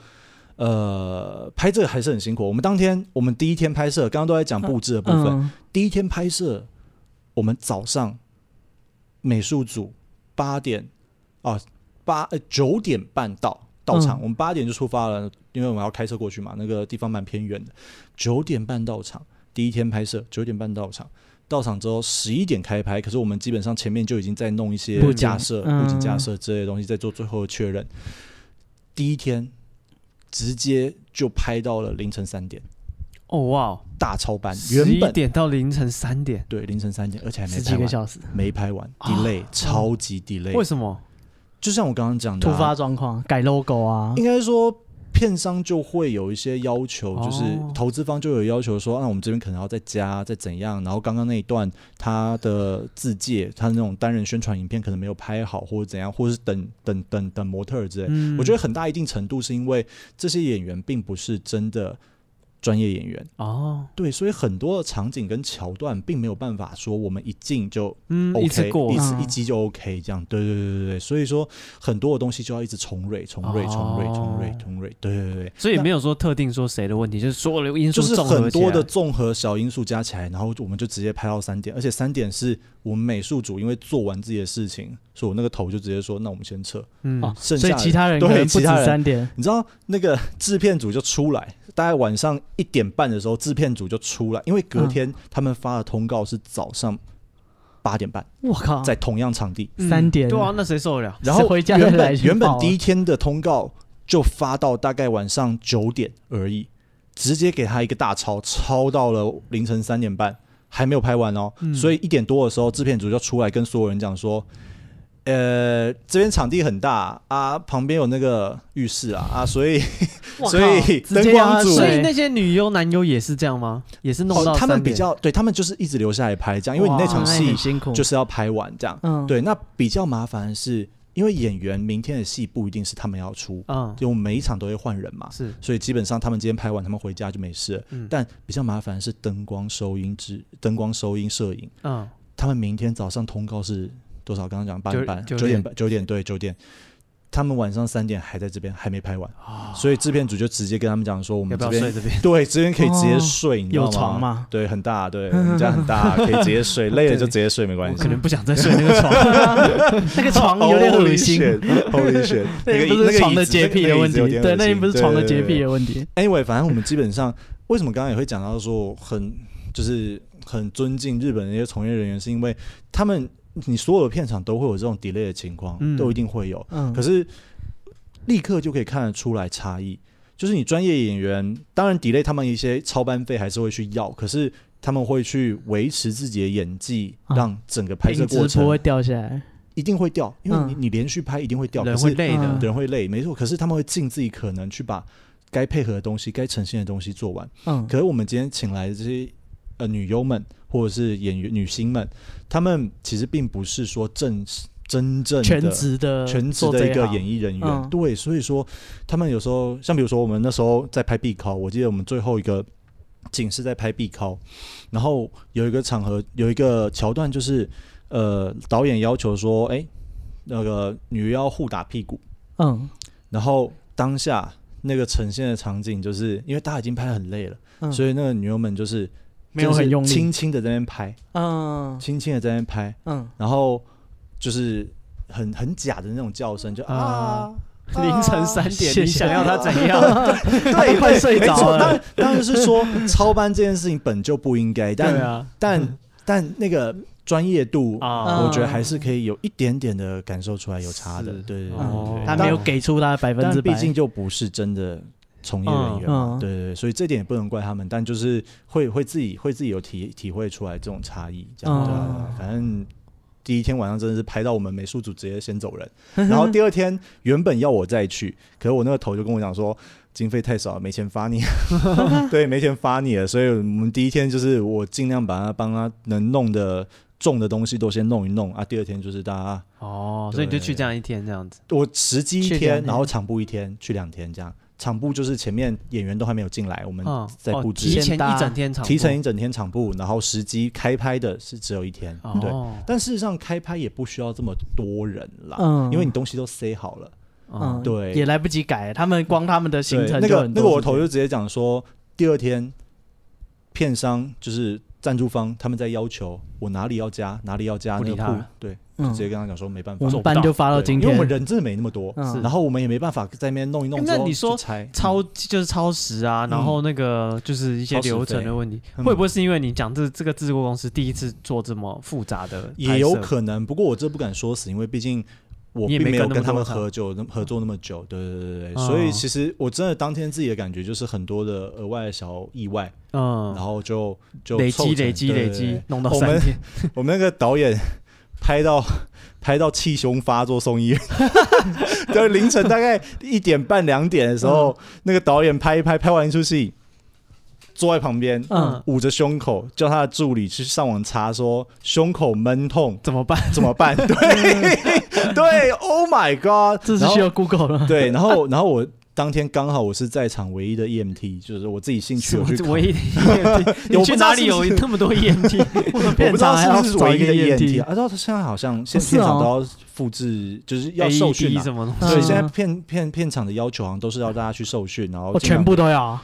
Speaker 3: 呃，拍这个还是很辛苦。我们当天，我们第一天拍摄，刚刚都在讲布置的部分。
Speaker 2: 嗯，
Speaker 3: 第一天拍摄，我们早上美术组八点啊八呃九点半到到场，
Speaker 2: 嗯
Speaker 3: 我们八点就出发了，因为我们要开车过去嘛，那个地方蛮偏远的。九点半到场，第一天拍摄，九点半到场。到场之后十一点开拍，可是我们基本上前面就已经在弄一些
Speaker 1: 布景
Speaker 3: 架设、
Speaker 2: 嗯
Speaker 3: 布景架设之类的东西，在做最后的确认。第一天直接就拍到了凌晨三点，
Speaker 1: 哦哇，
Speaker 3: 大超班。
Speaker 1: 十
Speaker 3: 啊原
Speaker 1: 一
Speaker 3: 本
Speaker 1: 点到凌晨三点，
Speaker 3: 对，凌晨三点，而且还没
Speaker 2: 十
Speaker 3: 拍
Speaker 2: 几个
Speaker 3: 完，
Speaker 2: 小时，嗯
Speaker 3: 没拍完
Speaker 1: 啊
Speaker 3: ，delay，、超级 delay。
Speaker 1: 为什么？
Speaker 3: 就像我刚刚讲的
Speaker 2: 突
Speaker 3: 啊、
Speaker 2: 发状况，改 logo 啊，
Speaker 3: 应该说片商就会有一些要求，就是
Speaker 1: 哦
Speaker 3: 投资方就有要求说，那、我们这边可能要再加再怎样，然后刚刚那一段他的字界，他的那种单人宣传影片可能没有拍好，或者怎样，或者是等等等等模特儿之类。
Speaker 1: 嗯
Speaker 3: 我觉得很大一定程度是因为这些演员并不是真的专业演员，
Speaker 1: 哦，
Speaker 3: 对，所以很多的场景跟桥段并没有办法说我们一进就
Speaker 1: 嗯，
Speaker 3: OK，
Speaker 1: 一次过
Speaker 3: 一次
Speaker 2: 嗯
Speaker 3: 一击就 OK，这样，对对对对对，所以说很多的东西就要一直重蕊、重蕊、重蕊、重蕊
Speaker 1: 哦、
Speaker 3: 重蕊，对对对对，
Speaker 1: 所以
Speaker 3: 那
Speaker 1: 没有说特定说谁的问题，就是所有的因素
Speaker 3: 就是
Speaker 1: 综合
Speaker 3: 很多
Speaker 1: 起来
Speaker 3: 的综合小因素加起来，然后我们就直接拍到三点，而且三点是我们美术组因为做完自己的事情，所以我那个头就直接说，那我们先撤，
Speaker 1: 嗯
Speaker 2: 哦，
Speaker 3: 剩
Speaker 2: 所以
Speaker 3: 下
Speaker 2: 其他人
Speaker 3: 对
Speaker 2: 可能不
Speaker 3: 其
Speaker 2: 止
Speaker 3: 他人
Speaker 2: 三点，
Speaker 3: 你知道那个制片组就出来，大概晚上一点半的时候，制片组就出来，因为隔天
Speaker 1: 嗯
Speaker 3: 他们发的通告是早上八点半，
Speaker 2: 我靠，
Speaker 1: 哦
Speaker 3: 在同样场地。
Speaker 1: 嗯
Speaker 2: 三点
Speaker 1: 对啊，那谁受得了？
Speaker 3: 然后
Speaker 2: 回家
Speaker 3: 原
Speaker 2: 再来
Speaker 3: 本
Speaker 2: 去
Speaker 3: 原
Speaker 2: 报
Speaker 3: 本
Speaker 2: 啊
Speaker 3: 第一天的通告就发到大概晚上九点而已，直接给他一个大抄，抄到了凌晨三点半，还没有拍完哦。
Speaker 1: 嗯
Speaker 3: 所以一点多的时候，制片组就出来跟所有人讲说。呃，这边场地很大啊，旁边有那个浴室啊啊，所以
Speaker 1: 哇
Speaker 3: 所
Speaker 1: 靠
Speaker 3: 以
Speaker 2: 直接
Speaker 3: 灯光
Speaker 2: 让他
Speaker 3: 组
Speaker 1: 所
Speaker 2: 睡
Speaker 1: 以那些女优男优也是这样吗？也是弄到
Speaker 3: 哦他们
Speaker 1: 3点
Speaker 3: 比较对他们就是一直留下来拍这样，因为你那
Speaker 1: 哇
Speaker 3: 场
Speaker 2: 哦那
Speaker 3: 戏
Speaker 2: 很辛苦，
Speaker 3: 就是要拍完这样。
Speaker 2: 嗯，
Speaker 3: 对，那比较麻烦的是，因为演员明天的戏不一定是他们要出，
Speaker 1: 嗯
Speaker 3: 就我们每一场都会换人嘛，
Speaker 1: 是
Speaker 3: 所以基本上他们今天拍完，他们回家就没事了。
Speaker 1: 嗯
Speaker 3: 但比较麻烦的是灯光、收音之灯光、收音、摄影，
Speaker 1: 嗯
Speaker 3: 他们明天早上通告是多少？刚刚讲八点半，
Speaker 1: 九
Speaker 3: 九点半，九点对九点。他们晚上三点还在这边，还没拍完，
Speaker 2: 哦
Speaker 1: 啊
Speaker 3: 所以制片组就直接跟他们讲说，我们
Speaker 1: 要不
Speaker 3: 嗯这
Speaker 1: 要
Speaker 3: 边
Speaker 1: 睡这边？
Speaker 3: 对这边可以直接
Speaker 2: 哦
Speaker 3: 睡，你知道
Speaker 2: 有
Speaker 3: 吗？
Speaker 2: 床嘛，
Speaker 3: 对，很大，对，我们家很大，可以直接 睡，累了就直接睡，没关
Speaker 1: 我
Speaker 3: 系
Speaker 1: 可。能不想再睡那 个床。
Speaker 2: 那个床有点恶心，
Speaker 3: ，Holy shit！
Speaker 2: 那
Speaker 3: 那
Speaker 2: 也
Speaker 3: 个
Speaker 2: 不是
Speaker 3: 那个
Speaker 2: 床
Speaker 3: 椅
Speaker 2: 的
Speaker 3: 子
Speaker 2: 洁癖的问题
Speaker 3: 那个椅子有点，恶
Speaker 2: 对，那也
Speaker 3: 心
Speaker 2: 不是床的
Speaker 3: 对
Speaker 2: 洁
Speaker 3: 对对
Speaker 2: 癖的问题，
Speaker 3: Anyway，反正我们基本上，为什么刚刚也会讲到说很就是很尊敬日本的那些从业人员，是因为他们你所有的片场都会有这种 delay 的情况，
Speaker 1: 嗯
Speaker 3: 都一定会有。
Speaker 2: 嗯，
Speaker 3: 可是立刻就可以看得出来差异，就是你专业演员，当然 delay 他们一些超班费还是会去要，可是他们会去维持自己的演技，
Speaker 2: 啊
Speaker 3: 让整个拍摄
Speaker 2: 品质
Speaker 3: 过
Speaker 2: 不
Speaker 3: 程
Speaker 2: 会掉下来，
Speaker 3: 一定会掉，因为你
Speaker 2: 嗯
Speaker 3: 你连续拍一定会掉，可
Speaker 1: 人
Speaker 3: 是
Speaker 1: 会累的
Speaker 2: 嗯，
Speaker 3: 人会累，没错。可是他们会尽自己可能去把该配合的东西、该呈现的东西做完。
Speaker 2: 嗯，
Speaker 3: 可是我们今天请来的这些呃女优们或者是演员女星们，她们其实并不是说正真正的
Speaker 2: 全职的
Speaker 3: 全职
Speaker 2: 做这
Speaker 3: 的一个演
Speaker 2: 行
Speaker 3: 艺人员。
Speaker 2: 嗯
Speaker 3: 对，所以说他们有时候，像比如说我们那时候在拍必考，我记得我们最后一个景是在拍必考，然后有一个场合有一个桥段就是，呃，导演要求说，哎、那个女妖互打屁股，
Speaker 2: 嗯
Speaker 3: 然后当下那个呈现的场景，就是因为大家已经拍得很累了，
Speaker 2: 嗯，
Speaker 3: 所
Speaker 2: 以
Speaker 3: 以那个女优们就是
Speaker 2: 没有很用力
Speaker 3: 就是轻轻的在那边拍，
Speaker 2: 嗯
Speaker 3: 轻轻的在那边拍，
Speaker 2: 嗯，
Speaker 3: 然后就是很很假的那种叫声，就啊
Speaker 1: 啊，凌晨三点，
Speaker 2: 谢谢
Speaker 1: 你想要他怎样？
Speaker 3: 对，
Speaker 2: 都快睡着
Speaker 3: 没错
Speaker 2: 了
Speaker 3: 当然， 当然就是说超班这件事情本就不应该，
Speaker 1: 对
Speaker 3: 但
Speaker 1: 啊，
Speaker 3: 但但那个专业度，
Speaker 1: 啊，
Speaker 3: 我觉得还是可以有一点点的感受出来有差的
Speaker 1: 是，
Speaker 3: 对对对
Speaker 1: 哦
Speaker 3: 对。
Speaker 2: 他
Speaker 3: 但
Speaker 2: 没有给出他的百分
Speaker 3: 但
Speaker 2: 之百，
Speaker 3: 毕竟就不是真的从业人员
Speaker 2: 嗯
Speaker 3: 嘛
Speaker 2: 嗯，
Speaker 3: 对对对，所以这点也不能怪他们，但就是会会自己会自己有体体会出来这种差异，这样
Speaker 2: 嗯
Speaker 3: 对啊反正。第一天晚上真的是拍到我们美术组直接先走人，然后第二天原本要我再去，可是我那个头就跟我讲说经费太少了，没钱发你， 对，没钱发你了，所以我们第一天就是我尽量把他帮他能弄的重的东西都先弄一弄啊，第二天就是大家
Speaker 1: 哦，所以你就去这样一天这样子，
Speaker 3: 我实机一
Speaker 2: 去两
Speaker 3: 天，
Speaker 2: 天
Speaker 3: 然后场部一天，去两天这样。场部就是前面演员都还没有进来，我们
Speaker 1: 嗯，
Speaker 3: 在
Speaker 1: 哦
Speaker 3: 布置
Speaker 1: 提前
Speaker 2: 先搭
Speaker 1: 一整天场布，
Speaker 3: 提成一整天场部，然后实机开拍的是只有一天，对。
Speaker 1: 哦，
Speaker 3: 但事实上开拍也不需要这么多人啦，
Speaker 2: 嗯
Speaker 3: 因为你东西都塞好了。
Speaker 1: 嗯，
Speaker 3: 对
Speaker 2: 也来不及改，他们光他们的行
Speaker 3: 对
Speaker 2: 程
Speaker 3: 那
Speaker 2: 就
Speaker 3: 个
Speaker 2: 很
Speaker 3: 那
Speaker 2: 多
Speaker 3: 个
Speaker 2: 是
Speaker 3: 我
Speaker 2: 不
Speaker 3: 头
Speaker 2: 是
Speaker 3: 就直接讲说，第二天片商就是赞助方他们在要求我哪里要加哪里要加
Speaker 1: 不
Speaker 3: 那
Speaker 1: 理
Speaker 3: 个
Speaker 1: 他
Speaker 3: 铺，对，就
Speaker 2: 嗯
Speaker 3: 直接跟他讲说没办法
Speaker 2: 我，
Speaker 1: 做
Speaker 2: 们
Speaker 1: 不到
Speaker 2: 班就发到
Speaker 3: 对
Speaker 2: 今
Speaker 3: 因为
Speaker 2: 天，
Speaker 3: 我们人真的没那么多，
Speaker 2: 嗯
Speaker 3: 然后我们也没办法在那边弄一弄之
Speaker 1: 那
Speaker 3: 后去拆。
Speaker 1: 你说超就是超时啊，然后那个就是一些
Speaker 3: 超时
Speaker 1: 流程
Speaker 3: 费
Speaker 1: 的问题，
Speaker 3: 嗯
Speaker 1: 会不会是因为你讲这这个制作公司第一次做这么复杂的拍摄，
Speaker 3: 也有可能，不过我这不敢说死，因为毕竟我
Speaker 1: 你也
Speaker 3: 并
Speaker 1: 没
Speaker 3: 没有
Speaker 1: 跟
Speaker 3: 跟
Speaker 1: 那
Speaker 3: 他
Speaker 1: 么
Speaker 3: 们
Speaker 1: 多场
Speaker 3: 合久合作那么久，对对对对对，
Speaker 1: 哦
Speaker 3: 所以其实我真的当天自己的感觉就是很多的额外的小意外，然
Speaker 1: 嗯，
Speaker 3: 后就就
Speaker 1: 累
Speaker 3: 凑
Speaker 1: 积
Speaker 3: 成
Speaker 1: 累积
Speaker 3: 对对
Speaker 1: 累积
Speaker 3: 对，
Speaker 1: 弄到
Speaker 3: 我
Speaker 1: 三
Speaker 3: 们
Speaker 1: 天，
Speaker 3: 我们那个导演拍到 拍到气胸发作送医院， 就是凌晨大概一点半两点的时候，
Speaker 2: 嗯
Speaker 3: 那个导演拍一拍，拍完一出戏，坐在旁边。
Speaker 2: 嗯
Speaker 3: 捂着胸口，叫他的助理去上网查说胸口闷痛
Speaker 1: 怎么办？
Speaker 3: 怎么办？ 对对，Oh my God！
Speaker 2: 这是
Speaker 3: 然后
Speaker 2: 需要 Google 了吗，
Speaker 3: 对，然后然后我当天刚好我是在场唯一的 EMT，就是我自己兴趣
Speaker 1: 什
Speaker 3: 我
Speaker 1: 么
Speaker 3: 去考，
Speaker 1: 唯一的 EMT？
Speaker 3: 我
Speaker 1: 你
Speaker 3: 不
Speaker 1: 去
Speaker 3: 知道
Speaker 1: 哪
Speaker 3: 是
Speaker 1: 里
Speaker 3: 不
Speaker 1: 有
Speaker 3: 是
Speaker 1: 那么多 EMT？
Speaker 2: 我
Speaker 3: 我不
Speaker 2: 片
Speaker 3: 知道
Speaker 2: 场还要
Speaker 3: 是不是
Speaker 2: 找
Speaker 3: 唯
Speaker 2: 一
Speaker 3: 一
Speaker 2: 个
Speaker 3: 的
Speaker 2: EMT，
Speaker 3: EMT 啊，然后他现在好像现
Speaker 2: 哦是哦
Speaker 3: 现场都要复制，就是要受训
Speaker 1: AED
Speaker 3: 啊。
Speaker 1: E 什么
Speaker 2: 嗯
Speaker 1: 东
Speaker 3: 对，
Speaker 1: 西？
Speaker 3: 现在片片片场的要求好像都是要大家去受训，然后
Speaker 2: 我
Speaker 3: 尽量
Speaker 2: 全。部都要，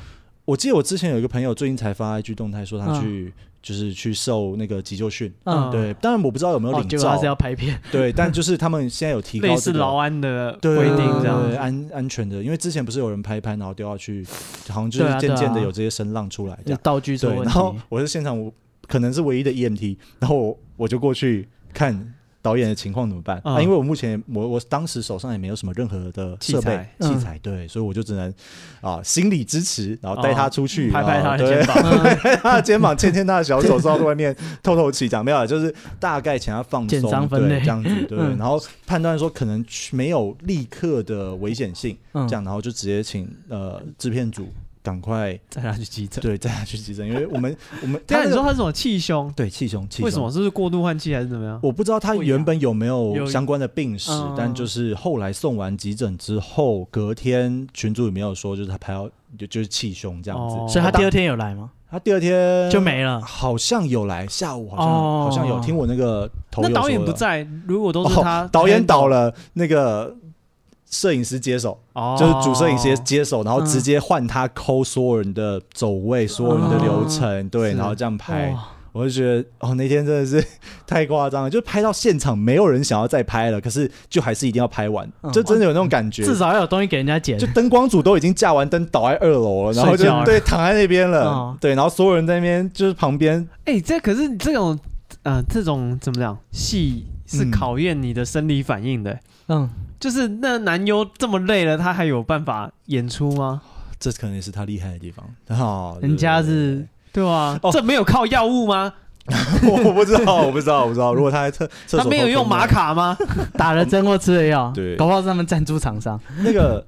Speaker 3: 我记得我之前有一个朋友最近才发 IG 动态说他去就是去受那个急救训，
Speaker 2: 嗯，
Speaker 3: 对，当然我不知道有没有
Speaker 2: 哦，
Speaker 3: 领
Speaker 2: 结果他是要
Speaker 3: 照，
Speaker 2: 拍片，
Speaker 3: 对，但就是他们现在有提高
Speaker 1: 类
Speaker 3: 这
Speaker 1: 似
Speaker 3: 个
Speaker 1: 劳安的
Speaker 3: 对
Speaker 1: 规定这
Speaker 3: 对对
Speaker 1: 样
Speaker 3: 对
Speaker 1: 子。
Speaker 3: 安安全的，因为之前不是有人拍一拍，然后丢下去，好像就
Speaker 2: 对啊
Speaker 3: 是渐渐的
Speaker 2: 对啊
Speaker 3: 有这些声浪出来
Speaker 2: 有
Speaker 3: 这样。
Speaker 2: 道具出
Speaker 3: 对，
Speaker 2: 问
Speaker 3: 然
Speaker 2: 题，
Speaker 3: 后我是现场，我可能是唯一的 EMT，然后我我就过去看导演的情况怎么办、
Speaker 1: 嗯
Speaker 3: 啊？因为我目前我我当时手上也没有什么任何的
Speaker 1: 器
Speaker 3: 设备
Speaker 1: 材
Speaker 2: 嗯
Speaker 3: 对，所以我就只能啊心理支持，然后带他出去，
Speaker 1: 拍拍
Speaker 3: 然后
Speaker 1: 他的
Speaker 3: 对
Speaker 1: 肩膀，
Speaker 3: 拍他的肩膀，牵牵他的小手，稍微外面透透气，讲没有啊，就是大概请他放
Speaker 2: 减
Speaker 3: 松，
Speaker 2: 伤分
Speaker 3: 对，
Speaker 2: 类
Speaker 3: 这样子，对，
Speaker 2: 嗯
Speaker 3: 然后判断说可能去没有立刻的危险性，
Speaker 2: 嗯
Speaker 3: 这样，然后就直接请呃制片组赶快
Speaker 1: 再让他去急 诊。
Speaker 3: 对带他去急诊，因为 我们我们
Speaker 1: 对啊，
Speaker 3: 那
Speaker 1: 你
Speaker 3: 个
Speaker 1: 说他是什么气胸？
Speaker 3: 对气胸，气胸
Speaker 1: 为什么？？是不是过度换气还是怎么样？嗯
Speaker 3: 我不知道他原本有没有相关的病史
Speaker 2: 有，
Speaker 3: 但就是后来送完急诊之后，隔天群主也没有说，就是他拍到就就是气胸这样子。
Speaker 1: 哦
Speaker 2: 所以他
Speaker 1: 他
Speaker 2: 第二天有来吗？
Speaker 3: 他第二天
Speaker 2: 就没了。
Speaker 3: 好像有来，下午好像、
Speaker 2: 哦
Speaker 3: 好像有听我那个头
Speaker 1: 那
Speaker 3: 友
Speaker 1: 导演
Speaker 3: 说
Speaker 1: 不
Speaker 3: 的，
Speaker 1: 在，如果都是他
Speaker 3: 哦，导演
Speaker 1: handle
Speaker 3: 倒，了，那个摄影师接手，
Speaker 1: 哦
Speaker 3: 就是主摄影师接手，然后
Speaker 2: 嗯
Speaker 3: 直接换他抠所有人的走位，所有人的流程，对，
Speaker 1: 哦是
Speaker 3: 然后这样拍。
Speaker 2: 哇
Speaker 3: 我就觉得哦，那天真的是太夸张了，就拍到现场没有人想要再拍了，可是就还是一定要拍完，
Speaker 2: 嗯
Speaker 3: 就真的有那种感觉。
Speaker 2: 至少要有东西给人家剪
Speaker 3: 就，灯光组都已经架完灯，倒在二楼 了，然后就
Speaker 1: 睡觉了嗯
Speaker 3: 对躺在那边了，
Speaker 2: 哦
Speaker 3: 对，然后所有人在那边就是旁边，
Speaker 1: 哎、这可是这种，呃，这种怎么讲，戏是
Speaker 3: 嗯
Speaker 1: 考验你的生理反应的、
Speaker 2: 嗯，
Speaker 1: 就是那男优这么累了，他还有办法演出吗？
Speaker 3: 这可能也是他厉害的地 方。哦，
Speaker 2: 人家
Speaker 3: 对对对
Speaker 2: 是
Speaker 1: 对啊，
Speaker 3: 哦
Speaker 1: 这没有靠药物吗？
Speaker 3: 我我不知道，我不知道，我不知 道。如果他在厕厕所
Speaker 1: 他
Speaker 3: 偷
Speaker 1: 没有用
Speaker 3: 喷
Speaker 1: 玛
Speaker 3: 的
Speaker 1: 卡吗？
Speaker 2: 打了针或吃了药，
Speaker 3: 对
Speaker 2: 搞不好是他们赞助厂商，
Speaker 3: 那个，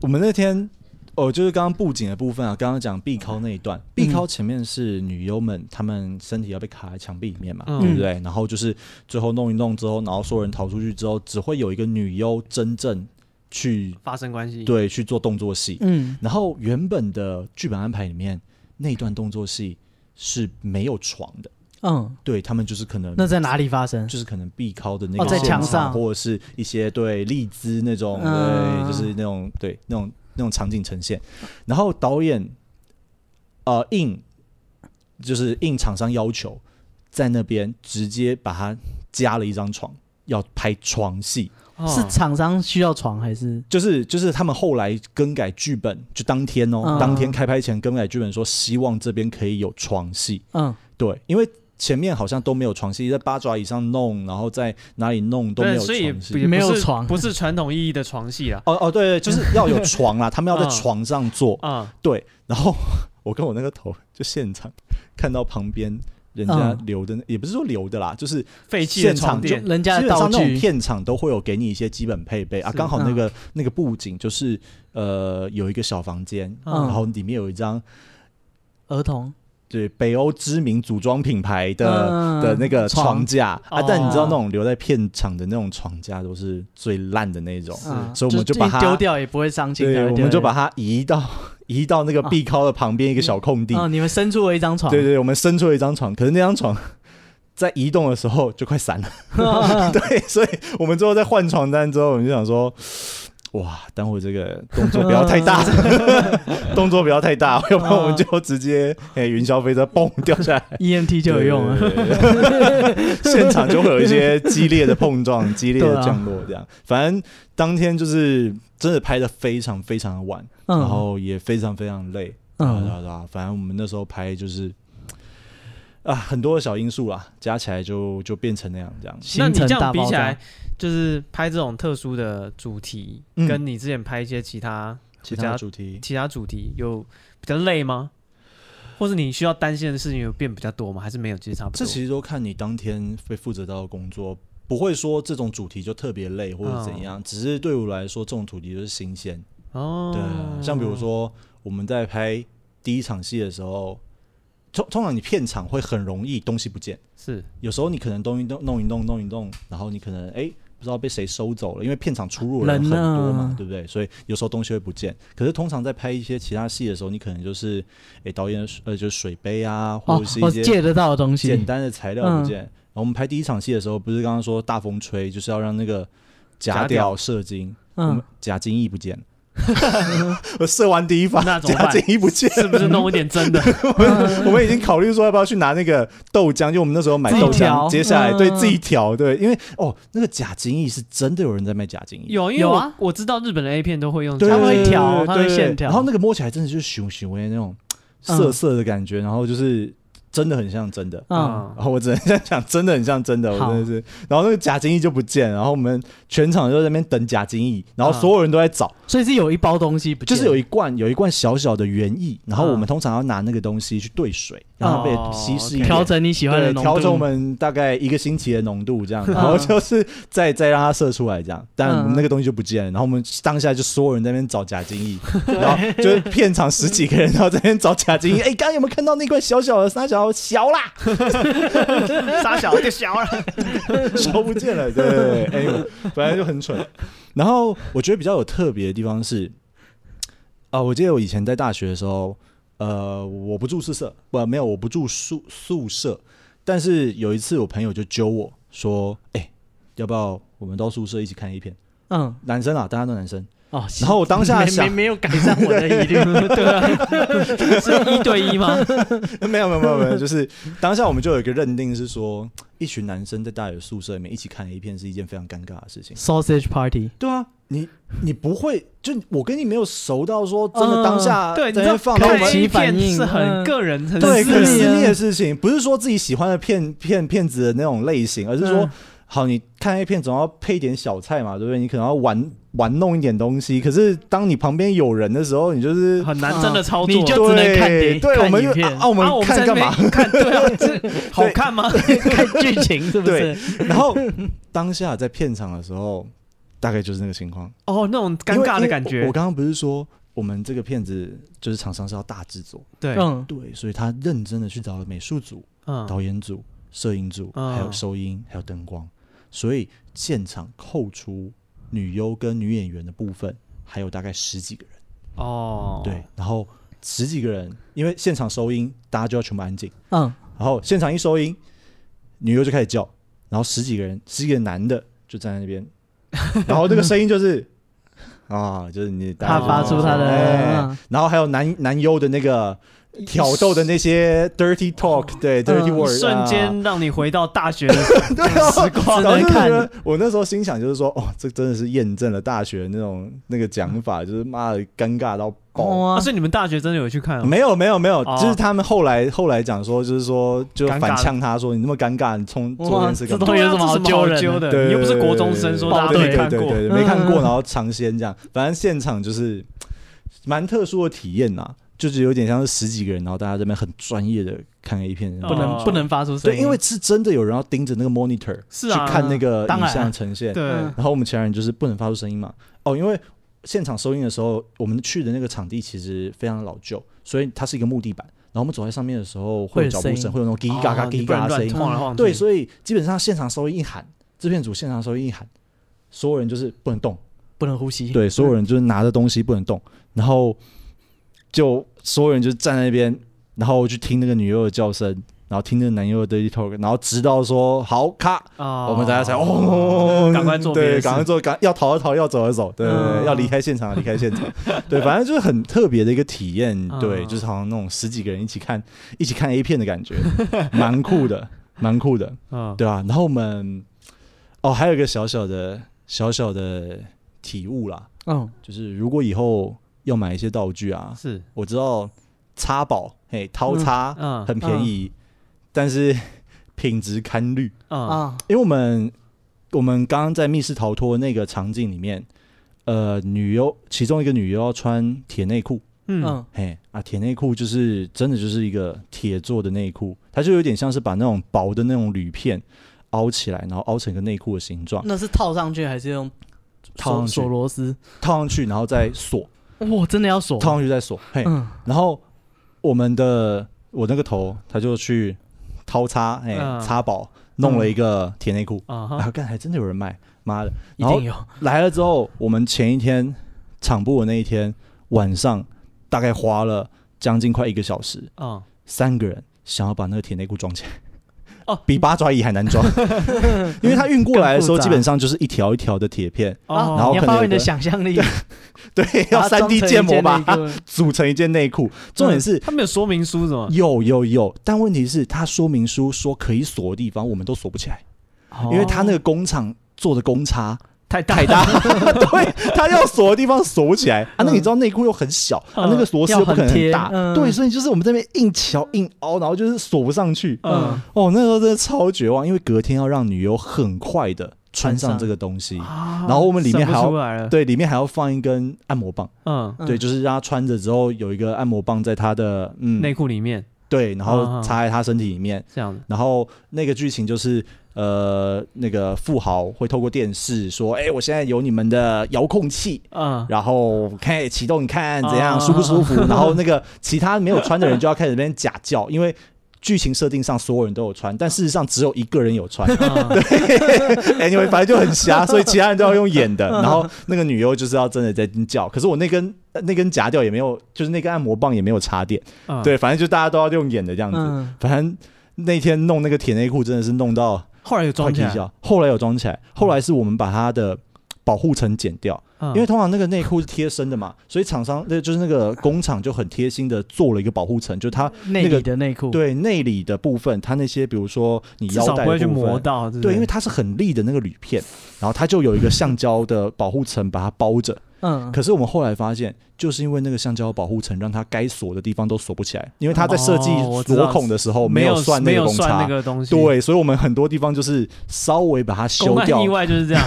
Speaker 3: 我们那天哦，就是刚刚布景的部分啊，刚刚讲壁靠那一
Speaker 1: 嗯
Speaker 3: 段，壁靠前面是女优们，她们身体要被卡在墙壁里面嘛，
Speaker 1: 嗯
Speaker 3: 对不对？然后就是最后弄一弄之后，然后所有人逃出去之后，只会有一个女优真正去
Speaker 1: 发生关系，
Speaker 3: 对去做动作戏。
Speaker 2: 嗯，
Speaker 3: 然后原本的剧本安排里面，那段动作戏是没有床的，
Speaker 2: 嗯，
Speaker 3: 对他们就是可能
Speaker 2: 那在哪里发生？
Speaker 3: 就是可能必靠的那
Speaker 2: 哦
Speaker 3: 个
Speaker 2: 在
Speaker 3: 现
Speaker 2: 墙
Speaker 3: 场
Speaker 2: 上
Speaker 3: 或者是一些对荔枝那种，
Speaker 2: 嗯
Speaker 3: 对，就是那种对那种那种场景呈现。然后导演呃应就是应厂商要求，在那边直接把它加了一张床，要拍床戏。
Speaker 1: 哦
Speaker 2: 是厂商需要床还是？
Speaker 3: 就是就是他们后来更改剧本，就当天哦，
Speaker 2: 嗯
Speaker 3: 当天开拍前更改剧本说希望这边可以有床戏，
Speaker 2: 嗯，
Speaker 3: 对，因为前面好像都没有床戏，在八爪以上弄，然后在哪里弄都没
Speaker 1: 对，
Speaker 3: 有
Speaker 1: 所以也
Speaker 3: 床
Speaker 1: 不
Speaker 3: 戏。
Speaker 1: 也不
Speaker 2: 没有
Speaker 1: 是
Speaker 2: 床
Speaker 1: 不是传统意义的床戏啦。
Speaker 3: 哦哦，对对，就是要有 床啦，他们要在
Speaker 1: 嗯
Speaker 3: 床上做。
Speaker 1: 啊，
Speaker 3: 对，然后我跟我那个头就现场看到旁边人家
Speaker 2: 嗯
Speaker 3: 留的，也不是说留的啦，就是
Speaker 1: 废弃的
Speaker 3: 现场
Speaker 1: 床
Speaker 3: 就
Speaker 1: 垫，
Speaker 2: 人家
Speaker 3: 基
Speaker 2: 的
Speaker 3: 本
Speaker 2: 道
Speaker 3: 上那种
Speaker 2: 具，
Speaker 3: 片场都会有给你一些基本配备啊，
Speaker 1: 是嗯
Speaker 3: 刚好那个、那个布景就是呃有一个小房间，
Speaker 1: 嗯
Speaker 3: 然后里面有一张
Speaker 2: 儿童
Speaker 3: 对北欧知名组装品牌的、
Speaker 2: 嗯
Speaker 3: 的那个
Speaker 2: 床
Speaker 3: 床架啊，
Speaker 1: 哦
Speaker 3: 但你知道那种留在片场的那种床架都是最烂的那种，
Speaker 2: 嗯
Speaker 3: 所以我们
Speaker 2: 就
Speaker 3: 就把它
Speaker 2: 丢掉，也不会伤心。
Speaker 3: 对，
Speaker 2: 对，
Speaker 3: 我们就把它移到 移到那个壁靠的旁边一个小空地，
Speaker 2: 哦，你们伸出了一张床，
Speaker 3: 对对，我们伸出了一张床，可是那张床 在移动的时候就快散了，
Speaker 2: 哦
Speaker 3: 对，所以我们最后在换床单之后，我们就想说。哇，等会这个动作不要太大，
Speaker 2: 哦
Speaker 3: 动作不要 太大，要不然我们就直接诶、云霄飞车嘣掉下来，
Speaker 2: ，EMT ，E 就有用啊了。
Speaker 3: 对。对对对 现场就会有一些激烈的碰撞、激烈的降落，这样。反正当天就是真的拍的非常非常的晚，
Speaker 2: 嗯
Speaker 3: 然后也非常非常累，对啊
Speaker 2: 嗯，
Speaker 3: 对啊对啊。反正我们那时候拍就是啊，很多的小因素啦，加起来就就变成那样这样。
Speaker 1: 那
Speaker 2: 行
Speaker 1: 你这
Speaker 2: 程大
Speaker 1: 样比
Speaker 2: 爆
Speaker 1: 起来
Speaker 2: 炸，，
Speaker 1: 就是拍这种特殊的主题，
Speaker 3: 嗯
Speaker 1: 跟你之前拍一些其他
Speaker 3: 其
Speaker 1: 比
Speaker 3: 他
Speaker 1: 较
Speaker 3: 主题
Speaker 1: 其他主题有比较累吗？或是你需要担心的事情有变比较多吗？还是没有？其实差不多。
Speaker 3: 这其实都看你当天会负责到的工作，不会说这种主题就特别累或
Speaker 2: 嗯
Speaker 3: 者怎样，只是对我来说，这种主题就是新鲜。
Speaker 1: 哦，
Speaker 3: 对啊，
Speaker 2: 嗯
Speaker 3: 像比如说我们在拍第一场戏的时候，通通常你片场会很容易东西不见，
Speaker 1: 是
Speaker 3: 有时候你可能东西弄弄一弄弄一弄，然后你可能哎、不知道被谁收走了，因为片场出入的人
Speaker 2: 人啊
Speaker 3: 很
Speaker 2: 呢
Speaker 3: 多嘛，对不对？所以有时候东西会不见。可是通常在拍一些其他戏的时候，你可能就是哎、导演的水呃就是水杯啊，或
Speaker 2: 哦
Speaker 3: 者是，
Speaker 2: 我
Speaker 3: 一些
Speaker 2: 借嗯得到的东西，
Speaker 3: 简单的材料不见。然后我们拍第一场戏的时候，不是刚刚说大风吹，就是要让那个
Speaker 1: 夹
Speaker 3: 假
Speaker 1: 掉
Speaker 3: 屌射精，我
Speaker 2: 嗯
Speaker 3: 们，假精液不见 了。我射完第一发，
Speaker 1: 那怎么
Speaker 3: 假
Speaker 1: 办
Speaker 3: 精液不见了。
Speaker 1: 是不是弄一点真 的？
Speaker 2: 嗯
Speaker 3: 我们已经考虑说要不要去拿那个豆浆，就我们那时候买
Speaker 2: 自己
Speaker 3: 豆浆，
Speaker 2: 调
Speaker 3: 接下来
Speaker 2: 嗯
Speaker 3: 对自己调，对，因为哦，那个假精液是真的有人在卖假精液，
Speaker 1: 有，因为
Speaker 2: 有
Speaker 1: 我、
Speaker 2: 啊
Speaker 1: 我知道日本的 A 片都会用这
Speaker 3: 对，
Speaker 1: 样，
Speaker 2: 他们会
Speaker 3: 对
Speaker 2: 调
Speaker 3: 对
Speaker 2: 他们会
Speaker 3: 对
Speaker 2: 现调
Speaker 3: 然后那个摸起来真的就是熊熊的那种
Speaker 2: 嗯
Speaker 3: 涩涩的感觉，然后就是真的很像真的。
Speaker 2: 嗯，
Speaker 1: 啊
Speaker 3: 然后我只能这样讲，真的很像真的，我
Speaker 2: 好
Speaker 3: 真的是。然后那个假精液就不见了，然后我们全场就在那边等假精液，然
Speaker 2: 嗯
Speaker 3: 后所有人都在找，
Speaker 2: 所以是有一包东西不见
Speaker 3: 就
Speaker 2: 了，
Speaker 3: 是有一罐有一罐小小的原液，然后
Speaker 1: 嗯
Speaker 3: 我们通常要拿那个东西去兑水，然后被
Speaker 1: 哦
Speaker 3: 稀释一
Speaker 1: OK
Speaker 3: 点
Speaker 2: 调整你喜欢的
Speaker 3: 对，
Speaker 2: 浓
Speaker 3: 调整我
Speaker 2: 度。
Speaker 3: 们大概一个星期的浓度这样，
Speaker 2: 嗯
Speaker 3: 然后就是再再让它射出来这样，但
Speaker 2: 嗯
Speaker 3: 我们那个东西就不见了，然后我们当下就所有人在那边找假 精液，然后就是片场十几个人，然后在那边找假精液，哎，刚刚有没有看到那块小小的沙小小啦，
Speaker 1: 傻小就小了。
Speaker 3: 烧不见了，对对哎对，anyway，反正就很蠢。然后我觉得比较有特别的地方是，啊、我记得我以前在大学的时候，呃，我不住宿舍，不，没有，我不住宿宿舍。但是有一次，我朋友就揪我说：“哎、要不要我们到宿舍一起看一片？”
Speaker 2: 嗯，
Speaker 3: 男生啊，大家都男生。
Speaker 2: 哦，
Speaker 3: 然后我当下
Speaker 2: 没没
Speaker 3: 想，
Speaker 2: 没有改善我的疑虑，
Speaker 1: 对啊， 是一对一 吗？
Speaker 3: 没有没有没有没有，就是 当下我们就有一个认定是说，一群男生在大学宿舍里面一起看 A 片是一件非常尴尬的事情。
Speaker 2: sausage party，
Speaker 3: 对啊，你你不会就我跟你没有熟到说真的当下
Speaker 1: 嗯对，你
Speaker 3: 在
Speaker 1: 知道
Speaker 3: 那边放
Speaker 1: 看
Speaker 3: 到我
Speaker 2: 开
Speaker 3: 们
Speaker 2: 启
Speaker 1: 一片
Speaker 2: 反应
Speaker 1: 是很
Speaker 2: 嗯
Speaker 1: 个人，很
Speaker 3: 对
Speaker 1: 私
Speaker 3: 更
Speaker 1: 人
Speaker 2: 密
Speaker 3: 私
Speaker 2: 啊
Speaker 3: 密的事情，不是说自己喜欢的骗骗骗子的那种类型，而是说、
Speaker 2: 嗯
Speaker 3: 好你看 A 片总要配一点小菜嘛，对不对？你可能要玩玩弄一点东西，可是当你旁边有人的时候，你就是。
Speaker 1: 很难真的操作。
Speaker 2: 嗯你就只能看电
Speaker 3: 对，
Speaker 2: 影
Speaker 3: 对，
Speaker 2: 看
Speaker 3: 我们
Speaker 2: 影
Speaker 3: 就
Speaker 2: 片
Speaker 3: 啊啊，我们
Speaker 1: 啊，我们
Speaker 3: 看
Speaker 1: 在那
Speaker 3: 干
Speaker 1: 边
Speaker 3: 嘛？
Speaker 1: 看对 啊，这好看吗？
Speaker 2: 看剧情是不是
Speaker 3: 对？ 然后当下在片场的时候，大概就是那个情况。
Speaker 1: 哦，那种尴尬的感
Speaker 3: 因为因为我
Speaker 1: 觉
Speaker 3: 我。刚刚不是说我们这个片子就是厂商是要大制作，
Speaker 1: 对，
Speaker 2: 嗯，
Speaker 3: 对，所以他认真的去找了美术组、
Speaker 1: 嗯，
Speaker 3: 导演组、摄影组，
Speaker 1: 嗯
Speaker 3: 还有收音，还有灯光，所以现场扣除女优跟女演员的部分，还有大概十几个人，
Speaker 1: 哦，
Speaker 3: 对，，然后十几个人，因为现场收音，大家就要全部安静，
Speaker 2: 嗯，
Speaker 3: 然后现场一收音，女优就开始叫，然后十几个人，十几个男的就站在那边，然后那个声音就是。 啊，就是你，大家
Speaker 2: 他
Speaker 3: 就
Speaker 2: 发出他的
Speaker 3: 哎
Speaker 2: 嗯
Speaker 3: 然后还有男男优的那个挑逗的那些 dirty talk，对 dirty
Speaker 2: 嗯
Speaker 3: word，啊
Speaker 1: 瞬间让你回到大学的
Speaker 3: 对啊，
Speaker 1: 时光
Speaker 3: 然后
Speaker 2: 只能
Speaker 3: 就觉
Speaker 2: 看
Speaker 3: 得我那时候心想就是说，哦，这真的是验证了大学那种那个讲法，就是妈的尴尬到爆。
Speaker 2: 哦
Speaker 1: 啊，
Speaker 2: 啊
Speaker 1: 所以你们大学真的有去看哦？
Speaker 3: 没有没有没有，
Speaker 1: 哦
Speaker 3: 就是他们后来后来讲说，就是说就
Speaker 1: 尴尬
Speaker 3: 反呛他说你那么尴尬，你冲做这件事干嘛
Speaker 2: 哇？
Speaker 1: 对啊，
Speaker 2: 有什么好
Speaker 1: 这好
Speaker 2: 揪人
Speaker 1: 揪的？
Speaker 3: 对，
Speaker 1: 你又不是国中生，说大家都没
Speaker 3: 对对
Speaker 1: 看
Speaker 3: 对
Speaker 1: 过。嗯
Speaker 3: 对对没看过，然后尝鲜这样，反正现场就是蛮特殊的体验呐，就是有点像是十几个人，然后大家这边很专业的看 A 片，
Speaker 2: 不
Speaker 1: 哦
Speaker 2: 能不能发出声
Speaker 3: 对，
Speaker 2: 音，
Speaker 3: 因为是真的有人要盯着那个 monitor
Speaker 1: 是
Speaker 3: 去
Speaker 1: 啊，
Speaker 3: 看那个
Speaker 2: 当
Speaker 3: 影
Speaker 2: 然啊
Speaker 3: 像呈现，
Speaker 1: 对，哦
Speaker 2: 嗯
Speaker 3: 然后我们其他人就是不能发出声音嘛。哦，因为现场收音的时候，我们去的那个场地其实非常老旧，所以它是一个木地板。然后我们走在上面的时候，会有脚步
Speaker 2: 会有声
Speaker 3: 声，
Speaker 2: 音
Speaker 3: 会有那种叽叽嘎嘎、
Speaker 1: 哦
Speaker 3: 叽
Speaker 1: 你
Speaker 3: 叽
Speaker 1: 不
Speaker 3: 嘎
Speaker 1: 能
Speaker 3: 嘎的声
Speaker 1: 乱
Speaker 3: 音。
Speaker 1: 晃来晃去。
Speaker 3: 对，所以基本上现场收音一喊，制片组现场收音一喊，所有人就是不能动。
Speaker 2: 不能呼吸，
Speaker 3: 对，所有人就是拿着东西不能动，然后就所有人就站在那边，然后去听那个女优的叫声，然后听那个男优的 dirty talk，然后直到说好咔，
Speaker 1: 啊，
Speaker 3: 我们大家才哦，
Speaker 1: 赶快做别的
Speaker 3: 对，
Speaker 1: 事
Speaker 3: 赶快做，赶要逃就逃，要走就走，对对对，
Speaker 2: 嗯
Speaker 3: 要离开现场，离开现场， 对，反正就是很特别的一个体验，
Speaker 1: 嗯
Speaker 3: 对，就是好像那种十几个人一起看一起看 A 片的感觉，蛮酷的，蛮酷的，
Speaker 1: 嗯，
Speaker 3: 对啊，然后我们哦，还有一个小小的小小的体悟啦，
Speaker 2: 嗯，
Speaker 3: 就是如果以后要买一些道具啊，
Speaker 1: 是，
Speaker 3: 我知道擦宝，嘿，掏擦
Speaker 1: 嗯
Speaker 3: 很便宜，但是品质堪虑。
Speaker 1: 嗯
Speaker 2: 啊，
Speaker 3: 因为我们我们刚刚在密室逃脱那个场景里面，呃，女优其中一个女优要穿铁内裤，
Speaker 1: 嗯
Speaker 2: 嗯，
Speaker 3: 嘿啊，铁内裤就是真的就是一个铁做的内裤，它就有点像是把那种薄的那种铝片凹起来，然后凹成一个内裤的形状，
Speaker 2: 那是套上去还是用
Speaker 3: 套
Speaker 2: 锁
Speaker 3: 上去
Speaker 2: 锁螺丝？
Speaker 3: 套上去，然后再锁，
Speaker 2: 哇，真的要锁？
Speaker 3: 套上去再锁，嘿，
Speaker 2: 哦嗯，
Speaker 3: 然后我们的我那个头，他就去掏擦，哎、
Speaker 1: 嗯
Speaker 3: 擦宝弄
Speaker 2: 嗯
Speaker 3: 了一个铁内裤，
Speaker 2: 哦
Speaker 1: 啊
Speaker 3: 然
Speaker 1: 哈，
Speaker 3: 后干还真的有人卖，妈的！
Speaker 2: 一
Speaker 3: 然后
Speaker 2: 定有，
Speaker 1: 哦
Speaker 3: 来了之后，我们前一天场部的那一天晚上，大概花了将近快一个小时，
Speaker 1: 嗯，
Speaker 3: 三个人想要把那个铁内裤装起来。
Speaker 1: 哦
Speaker 3: 比八爪鱼还难装，因为它运过来的时候，
Speaker 2: 更复杂
Speaker 3: 基本上就是一条一条的铁片，
Speaker 1: 哦
Speaker 3: 然
Speaker 2: 啊
Speaker 3: 后
Speaker 2: 你要
Speaker 3: 可能
Speaker 2: 发挥
Speaker 3: 有
Speaker 2: 你的
Speaker 3: 个
Speaker 2: 想象力，
Speaker 3: 对， 要三 D 建模把它
Speaker 2: 它
Speaker 3: 组成一件内裤。重点是
Speaker 1: 他们有说明书什么？
Speaker 3: 有有有，但问题是，它说明书说可以锁的地方，我们都锁不起来，
Speaker 2: 哦
Speaker 3: 因为它那个工厂做的公差
Speaker 1: 太大
Speaker 3: 太大，对，它要锁的地方锁不起来。啊，那个你知道内裤又很小，啊，那个螺丝又不可能很大
Speaker 2: 要，很贴嗯
Speaker 3: 对，所以就是我们这边硬瞧硬凹，然后就是锁不上去。
Speaker 1: 嗯
Speaker 2: 嗯
Speaker 3: 哦，那时候真的超绝望，因为隔天要让女优很快的穿上这个东西，
Speaker 1: 啊
Speaker 3: 然后我们里面还要
Speaker 1: 生不出来了，
Speaker 3: 对，里面还要放一根按摩棒，
Speaker 1: 嗯，
Speaker 2: 嗯
Speaker 3: 对，就是让她穿着之后有一个按摩棒在她的嗯
Speaker 1: 内裤里面
Speaker 3: 对，然
Speaker 1: 嗯
Speaker 3: 后
Speaker 1: 嗯
Speaker 3: 插在她身体里面。
Speaker 1: 这样子，
Speaker 3: 然后那个剧情就是，呃，那个富豪会透过电视说：“哎、我现在有你们的遥控器，
Speaker 1: 嗯，
Speaker 3: 然后看启动，你看怎
Speaker 1: 啊
Speaker 3: 样、舒不舒服？”然后那个其他没有穿的人就要开始在那边假叫，因为。剧情设定上所有人都有穿，但事实上只有一个人有穿。
Speaker 1: 嗯
Speaker 3: anyway，反正就很瞎，所以其他人都要用演的。
Speaker 1: 嗯
Speaker 3: 然后那个女优就是要真的在叫，可是我那根那根夹掉也没有，就是那根按摩棒也没有插电。
Speaker 1: 嗯，
Speaker 3: 对，反正就大家都要用演的这样子。
Speaker 2: 嗯，
Speaker 3: 反正那天弄那个铁内裤真的是弄到
Speaker 1: 后来有
Speaker 3: 快
Speaker 1: 装
Speaker 3: 踢
Speaker 1: 起来，
Speaker 3: 笑。后来有装起来，后来是我们把它的保护层剪掉，
Speaker 1: 因
Speaker 3: 因为通常那个内裤是贴身的嘛，所以厂商那就是那个工厂就很贴心的做了一个保护层，就是它
Speaker 1: 哦
Speaker 2: 内里的内裤，，
Speaker 3: 对内里的部分，它那些比如说你
Speaker 1: 至
Speaker 3: 腰
Speaker 1: 少
Speaker 3: 带
Speaker 1: 不会去
Speaker 3: 的部
Speaker 1: 磨
Speaker 3: 分。
Speaker 1: 到，对不
Speaker 3: 对，
Speaker 1: 对，
Speaker 3: 因为它是很利的那个铝片，然后它就有一个橡胶的保护层把它包着。
Speaker 2: 嗯，
Speaker 3: 可是我们后来发现，就是因为那个橡胶保护层，让它该锁的地方都锁不起来，因为它在设计
Speaker 1: 哦我知道
Speaker 3: 锁孔的时候
Speaker 1: 没
Speaker 3: 有算
Speaker 1: 没
Speaker 3: 那个
Speaker 1: 有
Speaker 3: 公
Speaker 1: 算
Speaker 3: 差
Speaker 1: 那。个东西，。
Speaker 3: 对，所以我们很多地方就是稍微把它修
Speaker 1: 公安
Speaker 3: 掉
Speaker 1: 意，外就是这 样，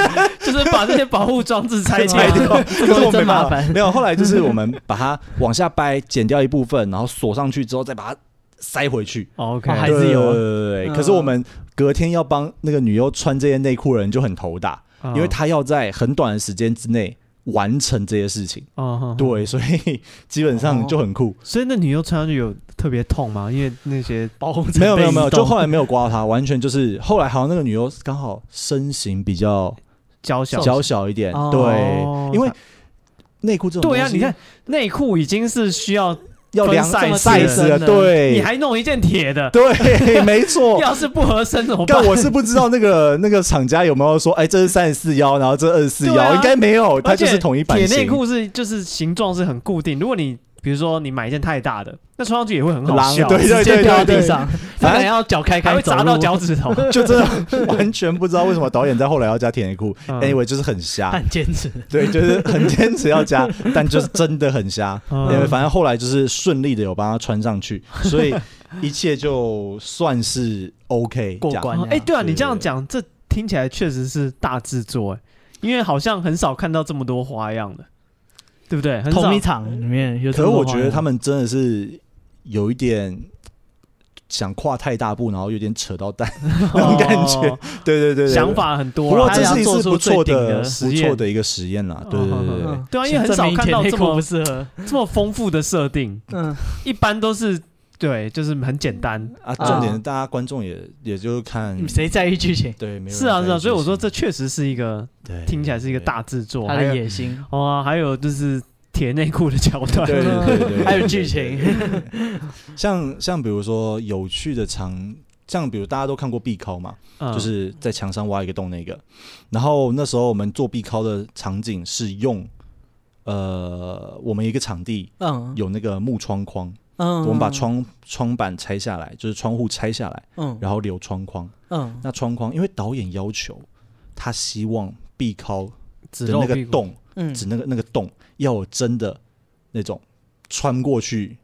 Speaker 1: 就是把这些保护装置拆
Speaker 3: 拆
Speaker 1: 掉
Speaker 3: 拆 掉，可是我没
Speaker 2: 真
Speaker 3: 办
Speaker 2: 麻
Speaker 3: 法。
Speaker 2: 烦
Speaker 3: 没有，后来就是我们把它 往下掰，剪掉一部分，然后锁上去之后，再把它塞回去。
Speaker 1: ，OK，
Speaker 2: 哦还是有啊
Speaker 3: 对对对对对
Speaker 2: 嗯
Speaker 3: 可是我们隔天要帮那个女优穿这些内裤的人就很头大，因为
Speaker 1: 嗯
Speaker 3: 她要在很短的时间之内完成这些事情。
Speaker 1: 哦，哼，
Speaker 3: 对，所以基本上就很酷。
Speaker 1: 所以那你又穿上去有特别痛吗？因为那些
Speaker 2: 包红
Speaker 3: 没有没有没有，就后来没有刮他，完全就是后来好像那个女优刚好身形比较
Speaker 1: 娇小，
Speaker 3: 娇小一点，
Speaker 1: 哦
Speaker 3: 对，因为内裤这种
Speaker 1: 对呀、
Speaker 3: 东西
Speaker 1: 你看内裤已经是需要，
Speaker 3: 要量
Speaker 1: 分 size
Speaker 3: ，size
Speaker 2: 了
Speaker 3: 了，对
Speaker 1: 你，还弄一件铁的，
Speaker 3: 对，没 错。
Speaker 1: 要是不合身怎么办
Speaker 3: 但？我是不知道那个那个厂家有没有说，哎，这是三十四腰，然后这二十四
Speaker 1: 对啊
Speaker 3: 腰，应该没有，它
Speaker 1: 而
Speaker 3: 就
Speaker 1: 且
Speaker 3: 是统一版
Speaker 1: 铁
Speaker 3: 型。
Speaker 1: 内裤是就是形状是很固定，如果你比如说你买一件太大的，那穿上去也会很好
Speaker 3: 狼
Speaker 1: 笑，
Speaker 3: 对对
Speaker 2: 直接
Speaker 3: 对
Speaker 2: 掉到
Speaker 3: 对
Speaker 2: 地
Speaker 3: 对，
Speaker 2: 上，
Speaker 3: 反
Speaker 2: 反
Speaker 3: 正
Speaker 2: 正要脚开开
Speaker 1: 还会
Speaker 2: 走
Speaker 1: 砸到
Speaker 2: 路，
Speaker 1: 脚趾 头。
Speaker 3: 就真的完全不知道为什么导演在后来要加铁内裤。
Speaker 1: 嗯
Speaker 3: Anyway，就是很瞎，
Speaker 2: 很坚持。
Speaker 3: 对，就是很坚持要加， 但就是真的很瞎。
Speaker 1: 嗯
Speaker 3: 因为反正后来就是顺利的有帮他穿上去，所以一切就算是 OK
Speaker 2: 过
Speaker 3: 这样
Speaker 2: 关
Speaker 1: 哦哎、对啊，
Speaker 3: 对
Speaker 1: 你这
Speaker 3: 对
Speaker 1: 样
Speaker 3: 对
Speaker 1: 讲，这听起来确实是大制作、哎，因为好像很少看到这么多花样的，对不对？很少
Speaker 2: 同一场里面有这
Speaker 3: 可
Speaker 2: 么多
Speaker 3: 是我
Speaker 2: 画面，
Speaker 3: 觉得他们真的是有一点想跨太大步，然后有点扯到蛋 那种感觉。
Speaker 1: 哦
Speaker 3: 对对对对，
Speaker 1: 想。法很多
Speaker 3: 不过
Speaker 1: 啊，
Speaker 3: 这
Speaker 1: 他
Speaker 3: 是一
Speaker 1: 想做
Speaker 3: 次
Speaker 1: 出
Speaker 3: 不错
Speaker 1: 最顶
Speaker 3: 的、
Speaker 1: 实
Speaker 3: 不
Speaker 1: 验
Speaker 3: 错的一个实验啦。对对对对对
Speaker 2: 嗯，
Speaker 1: 对啊因为很少看到这么
Speaker 2: 证明铁内裤不适合。
Speaker 1: 这么丰富的设定，
Speaker 2: 嗯，
Speaker 1: 一般都是对，就是很简单。
Speaker 3: 啊，
Speaker 2: 啊
Speaker 3: 重点是大家观众也也就看
Speaker 2: 谁在意剧情？
Speaker 3: 对，没有人
Speaker 1: 是啊，
Speaker 3: 在
Speaker 1: 是啊，
Speaker 3: 意
Speaker 1: 所以我说
Speaker 3: 情
Speaker 1: 这确实是一个
Speaker 3: 对
Speaker 1: 听起来是一个大制作，
Speaker 2: 他
Speaker 1: 还
Speaker 2: 的
Speaker 1: 有
Speaker 2: 野心，
Speaker 1: 哦，还有就是铁内裤的 桥段，
Speaker 3: 对对对对，
Speaker 2: 还有剧情。
Speaker 3: 像像比如说有趣的场，像比如大家都看过壁考嘛，
Speaker 1: 嗯
Speaker 3: 就是在墙上挖一个洞那个。然后那时候我们做壁敲的场景是用，呃，我们一个场地
Speaker 2: 嗯
Speaker 3: 有那个木窗框，
Speaker 2: 嗯，
Speaker 3: 我们把窗窗板拆下来，就是窗户拆下来，
Speaker 2: 嗯
Speaker 3: 然后留窗框。
Speaker 2: 嗯
Speaker 3: 那窗框因为导演要求，他希望壁敲
Speaker 1: 只
Speaker 3: 的
Speaker 1: 露
Speaker 3: 那
Speaker 1: 屁
Speaker 3: 个
Speaker 1: 股，
Speaker 3: 洞，
Speaker 2: 嗯
Speaker 3: 指那个那个洞要有真的那种穿过去。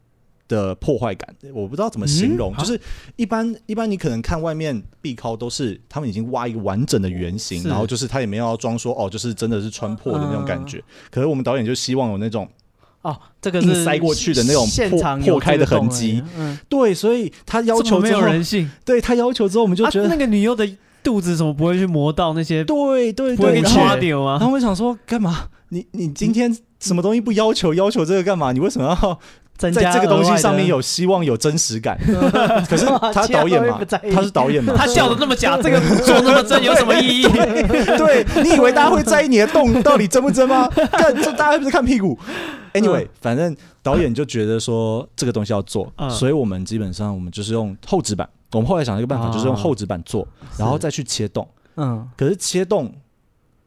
Speaker 3: 的破坏感，我不知道怎么形容，
Speaker 1: 嗯
Speaker 3: 就是一般一般你可能看外面壁靠都是他们已经挖一个完整的圆形，
Speaker 1: 是
Speaker 3: 然后就是他也没有要装说哦，就是真的是穿破的那种感觉。
Speaker 1: 啊
Speaker 3: 可是我们导演就希望有那种
Speaker 2: 哦，这个
Speaker 3: 硬
Speaker 2: 是
Speaker 3: 塞过去的那种
Speaker 2: 现
Speaker 3: 破
Speaker 2: 场有
Speaker 3: 破开的
Speaker 2: 这个
Speaker 3: 痕
Speaker 2: 动而
Speaker 3: 迹
Speaker 2: 已，嗯，
Speaker 3: 对，所以他
Speaker 1: 这
Speaker 3: 要
Speaker 1: 么
Speaker 3: 求
Speaker 1: 没
Speaker 3: 之
Speaker 1: 有
Speaker 3: 后，
Speaker 1: 人性。
Speaker 3: 对他要求之后，我们就觉
Speaker 1: 啊、
Speaker 3: 得、
Speaker 1: 那个女优的肚子怎么不会去磨到那些？
Speaker 3: 对对
Speaker 1: 不会
Speaker 3: 对，
Speaker 1: 给
Speaker 3: 然
Speaker 2: 去
Speaker 3: 后
Speaker 1: 抓掉啊
Speaker 3: 然
Speaker 1: 吗？
Speaker 3: 后我想说干嘛？你你今天什么东西不要求要求这个干嘛？你为什么要？
Speaker 2: 增
Speaker 3: 在
Speaker 2: 加
Speaker 3: 这个东
Speaker 2: 额外
Speaker 3: 西
Speaker 2: 的
Speaker 3: 上面，有希望有真 实感。可是他
Speaker 2: 其他
Speaker 3: 导演
Speaker 2: 都
Speaker 3: 嘛
Speaker 2: 会不哎在，意
Speaker 3: 他是导演嘛，
Speaker 1: 她笑的那么假，这个做那么真有什么意义？
Speaker 3: 对你以为大家会在意你的洞到底真不 真吗？但这大家不是看屁股。Anyway，反
Speaker 2: 嗯
Speaker 3: 正导演就觉得说这个东西要做，
Speaker 1: 嗯
Speaker 3: 所以我们基本上我们就是用厚纸板。我们后来想了一个办法，
Speaker 1: 哦
Speaker 3: 就是用厚纸板做，然后再去切洞。
Speaker 2: 嗯，
Speaker 3: 可是切洞，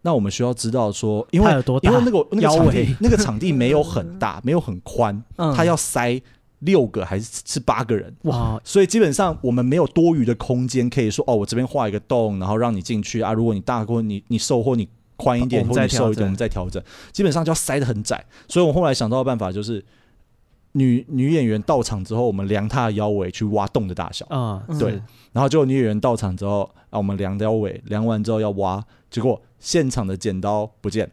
Speaker 3: 那我们需要知道说，因为
Speaker 2: 它有多大
Speaker 3: 因为那个那个
Speaker 1: 腰
Speaker 3: 场
Speaker 1: 围
Speaker 3: 地那个场地没有很大，没有很宽，
Speaker 2: 嗯
Speaker 3: 它要塞六个还是是八个人。
Speaker 1: 哇，
Speaker 3: 所以基本上我们没有多余的空间可以说哦，我这边画一个洞，然后让你进去啊。如果你大或你你瘦或你宽一点，
Speaker 1: 我们
Speaker 3: 或
Speaker 1: 再
Speaker 3: 者你瘦
Speaker 1: 调
Speaker 3: 一点，
Speaker 1: 整
Speaker 3: 我们再调整。基本上就要塞得很窄。所以我们后来想到的办法就是，女女演员到场之后，我们量她的腰围去挖洞的大小。
Speaker 1: 啊、嗯，
Speaker 3: 对
Speaker 1: 是，
Speaker 3: 然后结果女演员到场之后啊，我们量腰围，量完之后要挖，结果现场的剪刀不见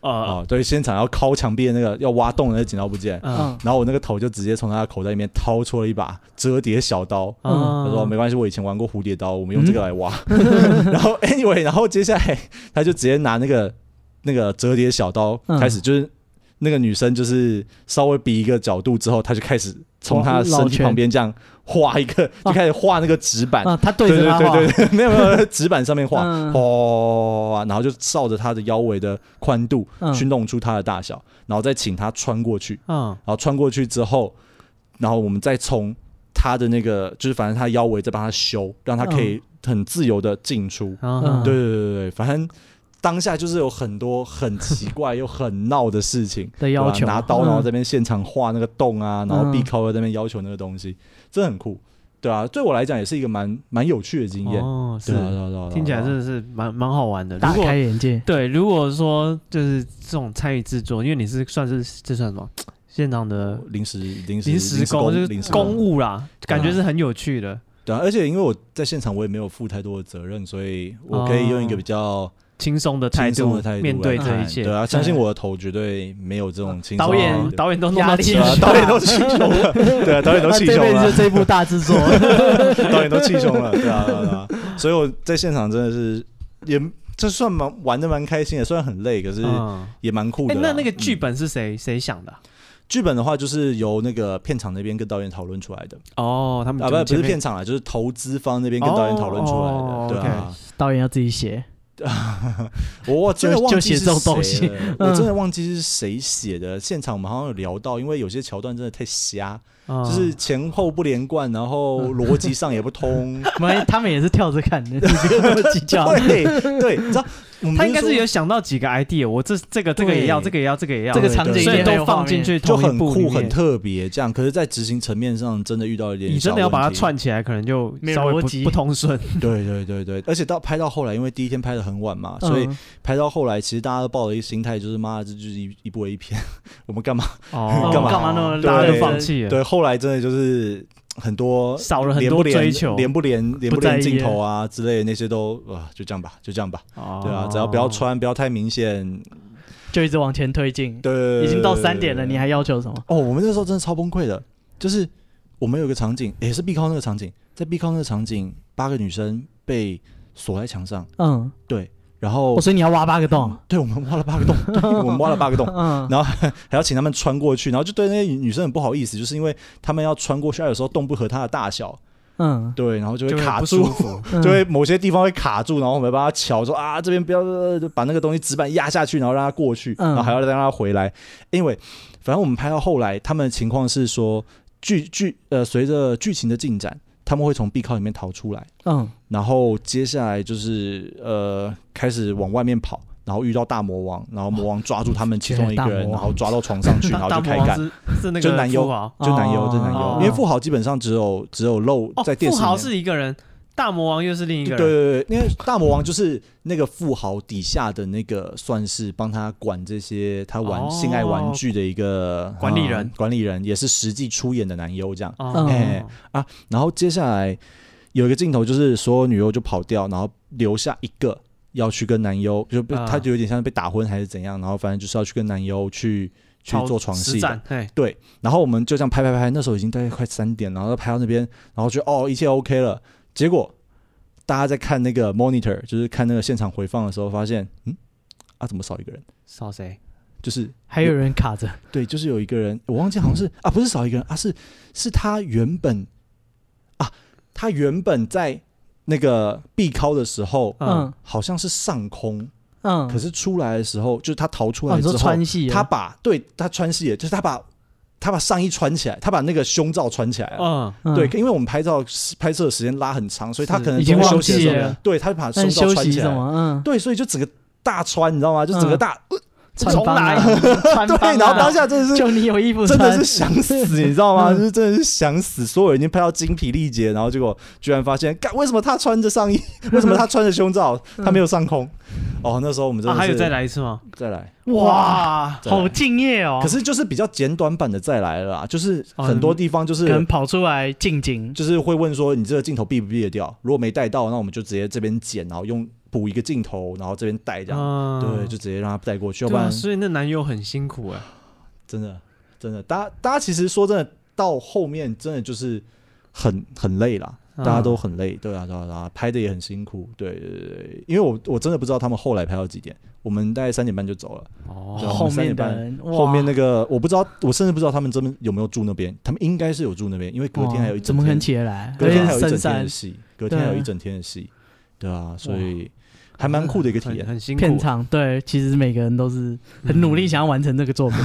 Speaker 1: 呃，
Speaker 3: 啊，对，现场要敲墙壁的那个要挖洞的那个剪刀不见。
Speaker 1: 嗯，
Speaker 2: 嗯
Speaker 3: 然后我那个头就直接从他的口袋里面掏出了一把折叠小刀，
Speaker 2: 哦
Speaker 1: 嗯
Speaker 3: 他说没关系，我以前玩过蝴蝶刀，我们用
Speaker 2: 嗯
Speaker 3: 这个来挖。 然后 anyway，然后接下来他就直接拿那个那个折叠小刀
Speaker 2: 嗯
Speaker 3: 开始，就是那个女生就是稍微比一个角度之后，他就开始从她的身体旁边这样画一个，
Speaker 2: 绕圈
Speaker 3: 就开始画那个纸板。
Speaker 2: 啊，他对
Speaker 3: 对对
Speaker 2: 着他画，
Speaker 3: 对对对，没有没有，纸板上面画，
Speaker 2: 嗯
Speaker 3: 哗，然后就照着她的腰围的宽度
Speaker 2: 嗯
Speaker 3: 去弄出她的大小，然后再请她穿过去。
Speaker 1: 嗯，
Speaker 3: 然后穿过去之后，然后我们再从他的那个，就是反正他腰围再帮他修，让他可以很自由的进出。
Speaker 1: 嗯，
Speaker 3: 对对对对对，反正当下就是有很多很奇怪又很闹的 事情
Speaker 2: 的要求
Speaker 3: 对吧拿刀
Speaker 2: 嗯
Speaker 3: 然后在那边现场画那个洞啊，然后
Speaker 2: 嗯
Speaker 3: 闭口在那边要求那个东西，真的很酷，对啊，对我来讲也是一个蛮蛮有趣的经验。
Speaker 1: 哦，是
Speaker 3: 对，啊对啊对啊，对啊
Speaker 1: 听起来真的是蛮蛮好玩的。
Speaker 2: 大
Speaker 1: 如果
Speaker 2: 开眼界，
Speaker 1: 对，如果说就是这种参与制作，因为你是算是这算什么现场的
Speaker 3: 临时啊临时
Speaker 1: 临时工，就
Speaker 3: 临
Speaker 1: 是
Speaker 3: 时啊
Speaker 1: 公务啦，感觉是很有趣的，
Speaker 3: 对啊，而且因为我在现场我也没有负太多的责任，所以我可以用一个比较
Speaker 1: 轻松的哦态
Speaker 3: 轻松
Speaker 1: 度
Speaker 3: 的态度
Speaker 1: 面对
Speaker 3: 来
Speaker 1: 这一
Speaker 3: 看
Speaker 1: 切。
Speaker 3: 对啊，相信我的头绝对没有这种轻松
Speaker 1: 导
Speaker 3: 的态
Speaker 1: 演
Speaker 3: 度。
Speaker 1: 导演都弄
Speaker 2: 压
Speaker 1: 到
Speaker 2: 力
Speaker 1: 气
Speaker 3: 对啊
Speaker 2: 很
Speaker 3: 导演都气胸了，对 啊，导演都
Speaker 2: 他
Speaker 3: 气
Speaker 2: 这
Speaker 3: 胸
Speaker 2: 辈子
Speaker 3: 了
Speaker 2: 就，这部大制 作，
Speaker 3: 导演都气胸了，对啊，对啊对啊。所以我在现场真的是也这算蛮玩的蛮开心的，虽然很累， 可是
Speaker 1: 嗯，
Speaker 3: 也蛮酷
Speaker 1: 哎，
Speaker 3: 的啦。
Speaker 1: 那那个
Speaker 3: 嗯
Speaker 1: 剧本是谁谁想的啊？
Speaker 3: 剧本的话，就是由那个片场那边跟导演讨论出来的
Speaker 1: 哦，他们
Speaker 3: 啊，不不
Speaker 1: 前
Speaker 3: 是
Speaker 1: 面
Speaker 3: 片场啦，就是投资方那边跟导演讨论出来的，
Speaker 1: 哦
Speaker 3: 对啊。
Speaker 2: 导演要自己 写，
Speaker 3: 我我真的忘记
Speaker 2: 就写这种东
Speaker 3: 是
Speaker 2: 西
Speaker 3: 谁了
Speaker 1: 嗯
Speaker 3: 我真的忘记是谁写的。现场我们好像有聊到，因为有些桥段真的太瞎，
Speaker 1: 嗯
Speaker 3: 就是前后不连贯，然后逻辑上也 不通。
Speaker 2: 没他们也是跳着看 的，你不用那么计较。
Speaker 3: 对对，你知道，我们
Speaker 1: 他应该
Speaker 3: 就是说
Speaker 1: 有想到几个 idea，我这这个这个也要，
Speaker 3: 对
Speaker 1: 这个也要，这个也要，
Speaker 2: 这个
Speaker 3: 对
Speaker 2: 场景
Speaker 3: 对
Speaker 2: 一
Speaker 1: 所以
Speaker 2: 定很
Speaker 1: 都
Speaker 2: 有
Speaker 1: 放
Speaker 2: 画
Speaker 1: 进
Speaker 2: 面，
Speaker 1: 去
Speaker 3: 就
Speaker 1: 同
Speaker 3: 很
Speaker 1: 一部里
Speaker 3: 酷
Speaker 1: 面
Speaker 3: 很，特别这样，可是，在执行层面上真的遇到一点，
Speaker 1: 你真的要把它。串起来，可能就
Speaker 2: 没有
Speaker 1: 稍微
Speaker 2: 逻
Speaker 1: 不
Speaker 2: 辑
Speaker 1: 不通 顺。
Speaker 3: 对对对对，而且到拍到后来，因为第一天拍的很晚嘛，所以
Speaker 2: 嗯
Speaker 3: 拍到后来，其实大家都抱了一个心态，就是妈，这就是一一部 A 片，我们干嘛？
Speaker 1: 哦
Speaker 3: 干嘛
Speaker 2: 干嘛那么
Speaker 1: 大家
Speaker 3: 对
Speaker 1: 都放弃了，
Speaker 3: 对，后来真的就是很多
Speaker 1: 少了很
Speaker 3: 连不
Speaker 1: 多
Speaker 3: 连
Speaker 1: 追求，
Speaker 3: 连不连连不
Speaker 2: 不在
Speaker 3: 连
Speaker 2: 意
Speaker 3: 镜头啊之类的那些都啊，就这样吧，就这样吧，对
Speaker 1: 对
Speaker 3: 啊，只要不要穿，不要太明显，
Speaker 2: 就一直往前推进。
Speaker 3: 对对，对
Speaker 2: 已经到
Speaker 3: 对
Speaker 2: 三点
Speaker 3: 对
Speaker 2: 了，
Speaker 3: 对
Speaker 2: 你还要求什么？
Speaker 3: 哦，我们那时候真的超崩溃的，就是我们有个场景也是 B 靠那个场景，在 B 靠那个场景，八个女生被锁在墙上，
Speaker 2: 嗯，
Speaker 3: 对，然后
Speaker 2: 我说你要挖八个洞。
Speaker 3: 对我们挖了八个洞，对，我们挖了八个洞，
Speaker 2: 嗯，
Speaker 3: 还要请他们穿过去，然后就对那些女生很不好意思，就是因为他们要穿过去，有时候洞不合她的大小，
Speaker 2: 嗯，
Speaker 3: 对，然后就会
Speaker 1: 就会
Speaker 3: 卡
Speaker 1: 不
Speaker 3: 住
Speaker 1: 舒，服
Speaker 2: 嗯
Speaker 3: 就会某些地方会卡住，然后我们帮他瞧说啊，这边不要呃就把那个东西纸板压下去，然后让他过去，
Speaker 2: 嗯
Speaker 3: 然后还要再让他回来。因为反正我们拍到后来，他们的情况是说剧剧呃，随着剧情的进展，他们会从壁靠里面逃出来，
Speaker 2: 嗯，
Speaker 3: 然后接下来就是呃开始往外面跑。然后遇到大魔王，然后魔王抓住他们其中一个
Speaker 2: 原来大
Speaker 3: 人，
Speaker 2: 魔
Speaker 3: 然
Speaker 2: 王
Speaker 3: 后抓到床上去，然
Speaker 1: 大
Speaker 3: 后
Speaker 1: 大
Speaker 3: 就
Speaker 1: 魔
Speaker 3: 开
Speaker 1: 王
Speaker 3: 干，
Speaker 1: 是是那
Speaker 3: 就
Speaker 1: 个
Speaker 3: 男优
Speaker 1: 富豪
Speaker 3: 就男优，
Speaker 2: 哦
Speaker 3: 就男
Speaker 2: 哦
Speaker 3: 优，因为富豪基本上只有只有露
Speaker 1: 哦
Speaker 3: 在，电
Speaker 1: 富
Speaker 3: 视里
Speaker 1: 豪
Speaker 3: 面
Speaker 1: 是一个人，大魔王又是另一个
Speaker 3: 对
Speaker 1: 人，
Speaker 3: 对对，因为大魔王就是那个富豪底下的那个，算是帮他管这些他玩
Speaker 1: 哦
Speaker 3: 性爱玩具的一个
Speaker 1: 管理人
Speaker 3: 嗯管理人也是实际出演的男优这样。
Speaker 1: 哦
Speaker 3: 哎然后接下来有一个镜头就是所有女优就跑掉，然后留下一个要去跟男优，就被
Speaker 1: 啊
Speaker 3: 他就有点像被打昏还是怎样，然后反正就是要去跟男优去去
Speaker 1: 超
Speaker 3: 做床
Speaker 1: 实
Speaker 3: 戏的。
Speaker 1: 战，哎，
Speaker 3: 对，然后我们就这样拍拍拍，那时候已经大概快三点，然后拍到那边，然后觉得哦一切 OK 了，结果大家在看那个 monitor，就是看那个现场回放的时候，发现嗯啊怎么少一个人？
Speaker 1: 少谁？
Speaker 3: 就是
Speaker 2: 还有人卡着，
Speaker 3: 对，就是有一个人，我忘记好像是啊不是少一个人啊是是他原本啊他原本在那个避靠的时候
Speaker 2: 嗯
Speaker 3: 好像是上空，
Speaker 2: 嗯，
Speaker 3: 可是出来的时候就是他逃出
Speaker 2: 哦
Speaker 3: 来
Speaker 2: 你
Speaker 3: 之
Speaker 2: 说
Speaker 3: 后，
Speaker 2: 川戏啊，
Speaker 3: 他把对他穿戏也，就是他把他把上衣穿起来，他把那个胸罩穿起来了。
Speaker 1: 嗯，
Speaker 2: 嗯
Speaker 3: 对，，因为我们拍照拍摄的时间拉很长，所以他
Speaker 1: 是
Speaker 3: 可能
Speaker 2: 已经
Speaker 3: 中间
Speaker 2: 忘
Speaker 3: 休息的
Speaker 2: 记
Speaker 3: 时候
Speaker 2: 了
Speaker 3: 对，他就把
Speaker 2: 但
Speaker 3: 胸罩
Speaker 2: 休
Speaker 3: 穿
Speaker 2: 息
Speaker 3: 起
Speaker 2: 什
Speaker 3: 来。
Speaker 2: 么？嗯，
Speaker 3: 对，所以就整个大穿，你知道吗？就整个
Speaker 2: 嗯
Speaker 3: 大，
Speaker 2: 穿
Speaker 1: 重
Speaker 2: 帮啊
Speaker 1: 来，
Speaker 2: 穿
Speaker 3: 对
Speaker 2: 帮啊，
Speaker 3: 然后当下真的是
Speaker 2: 就你有衣服
Speaker 3: 真
Speaker 2: 穿，
Speaker 3: 的是想死，你知道吗？
Speaker 2: 嗯
Speaker 3: 就是真的是想死，所有人已经拍到精疲力竭，然后结果居然发现，干为什么他穿着上衣，为什么他穿着胸罩，他没有上空？哦，那时候我们真
Speaker 1: 啊
Speaker 3: 的是
Speaker 1: 还有再来一次吗？
Speaker 3: 再来，
Speaker 2: 哇，
Speaker 3: 再来
Speaker 2: 好敬业哦。
Speaker 3: 可是就是比较简短版的再来了啦，就是
Speaker 1: 哦
Speaker 3: 很多地方就是
Speaker 2: 嗯可能跑出来近景，
Speaker 3: 就是会问说你这个镜头避不避得掉？如果没带到，那我们就直接这边剪，然后用补一个镜头，然后这边带这样。
Speaker 2: 啊
Speaker 1: 嗯，
Speaker 3: 对，就直接让他带过去，要不
Speaker 1: 对啊
Speaker 3: 然
Speaker 1: 所以那男优很辛苦哎，
Speaker 3: 真的真的，大家大家其实说真的，到后面真的就是很很累啦，
Speaker 1: 嗯
Speaker 3: 大家都很累，对啊对啊对啊，拍的也很辛苦，对对对对，因为我我真的不知道他们后来拍到几点，我们大概三点半就走了，对
Speaker 1: 哦，
Speaker 3: 啊
Speaker 2: 后面
Speaker 3: 我
Speaker 2: 的
Speaker 3: 们
Speaker 2: 人，
Speaker 3: 后面
Speaker 2: 哇
Speaker 3: 那个我不知道，我甚至不知道他们真的有没有住那边，他们应该是有住那边，因为隔天还有一
Speaker 2: 哦哇怎
Speaker 3: 整
Speaker 2: 么可
Speaker 3: 天
Speaker 2: 能起得来？
Speaker 3: 隔天还
Speaker 1: 啊
Speaker 3: 有一
Speaker 2: 深
Speaker 3: 整天
Speaker 2: 山
Speaker 3: 的戏，隔天还有一整天的戏，对啊，所以还蛮酷的一个体
Speaker 1: 很
Speaker 3: 验。
Speaker 1: 很辛苦，
Speaker 2: 片场，对，其实每个人都是很努力想要完成这个作品，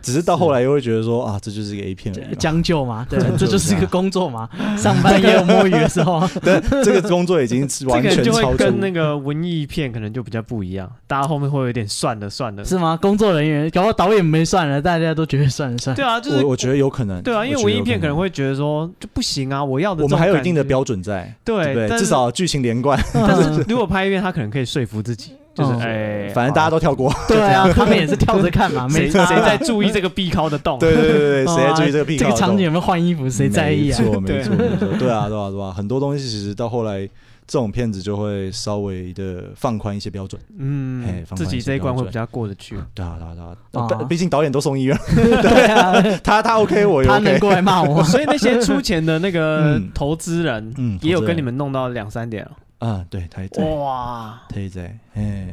Speaker 3: 只是到后来又会觉得说啊，这就是一个 A 片而已嘛。
Speaker 2: 嗯将就嘛，对
Speaker 3: 将就，
Speaker 2: 这就是
Speaker 3: 一下
Speaker 2: 个工作嘛， 上班也有摸鱼的时候啊，
Speaker 3: 但这个工作已经 完
Speaker 1: 这
Speaker 3: 全
Speaker 1: 个就
Speaker 3: 超
Speaker 1: 会
Speaker 3: 出
Speaker 1: 跟那个文艺片可能就比较不一样，大家后面会有点算了算了。
Speaker 2: 是吗？工作人员，搞到导演没算了，大家都觉得算了算了，
Speaker 1: 对啊，就是
Speaker 3: 我我觉得有可能。
Speaker 1: 对啊，因为
Speaker 3: 我
Speaker 1: 文
Speaker 3: 觉得
Speaker 1: 艺
Speaker 3: 有
Speaker 1: 片可能
Speaker 3: 会，
Speaker 1: 会觉得说就不行啊，我要的
Speaker 3: 我
Speaker 1: 这种
Speaker 3: 们还有一
Speaker 1: 感
Speaker 3: 定的
Speaker 1: 觉
Speaker 3: 标准在，对
Speaker 1: 对，
Speaker 3: 不对？
Speaker 1: 但
Speaker 3: 至
Speaker 1: 是
Speaker 3: 少剧情连贯，
Speaker 1: 但 是
Speaker 2: 嗯
Speaker 1: 如果拍一遍，他可能可以说服自己，就是
Speaker 2: 嗯
Speaker 1: 哎，
Speaker 3: 反正大家都跳过。
Speaker 2: 对啊，他们也是跳着看 嘛，没
Speaker 1: 谁
Speaker 2: 差
Speaker 1: 谁
Speaker 2: 啊
Speaker 1: 在注意这个避靠的洞？
Speaker 3: 对对对对，
Speaker 2: 哦
Speaker 3: 谁在注意这个屁？
Speaker 2: 这个场景有没有换衣服，谁在意啊
Speaker 3: 没？错没
Speaker 1: 对
Speaker 3: 错没错，对啊对啊对啊，很多东西其实到后来这种片子就会稍微的放宽一些标准。哎
Speaker 1: 嗯，
Speaker 3: 放
Speaker 1: 自
Speaker 3: 宽一
Speaker 1: 己
Speaker 3: 些
Speaker 1: 这一关
Speaker 3: 标
Speaker 1: 会
Speaker 3: 准
Speaker 1: 比较过得去。哦
Speaker 3: 对啊对啊对啊
Speaker 2: 啊
Speaker 3: 但，毕竟导演都送医院，
Speaker 2: 对啊，
Speaker 3: 他他 OK，我也
Speaker 2: 他
Speaker 3: OK。
Speaker 2: 能过来 骂我吗？
Speaker 1: 所以那些出钱的那个
Speaker 3: 嗯
Speaker 1: 投资人
Speaker 3: 嗯
Speaker 1: 也有
Speaker 3: 投资
Speaker 1: 跟
Speaker 3: 人
Speaker 1: 你们弄到两三点哦
Speaker 3: 啊，对，他也在，
Speaker 1: 哇，
Speaker 3: 他也在，哎，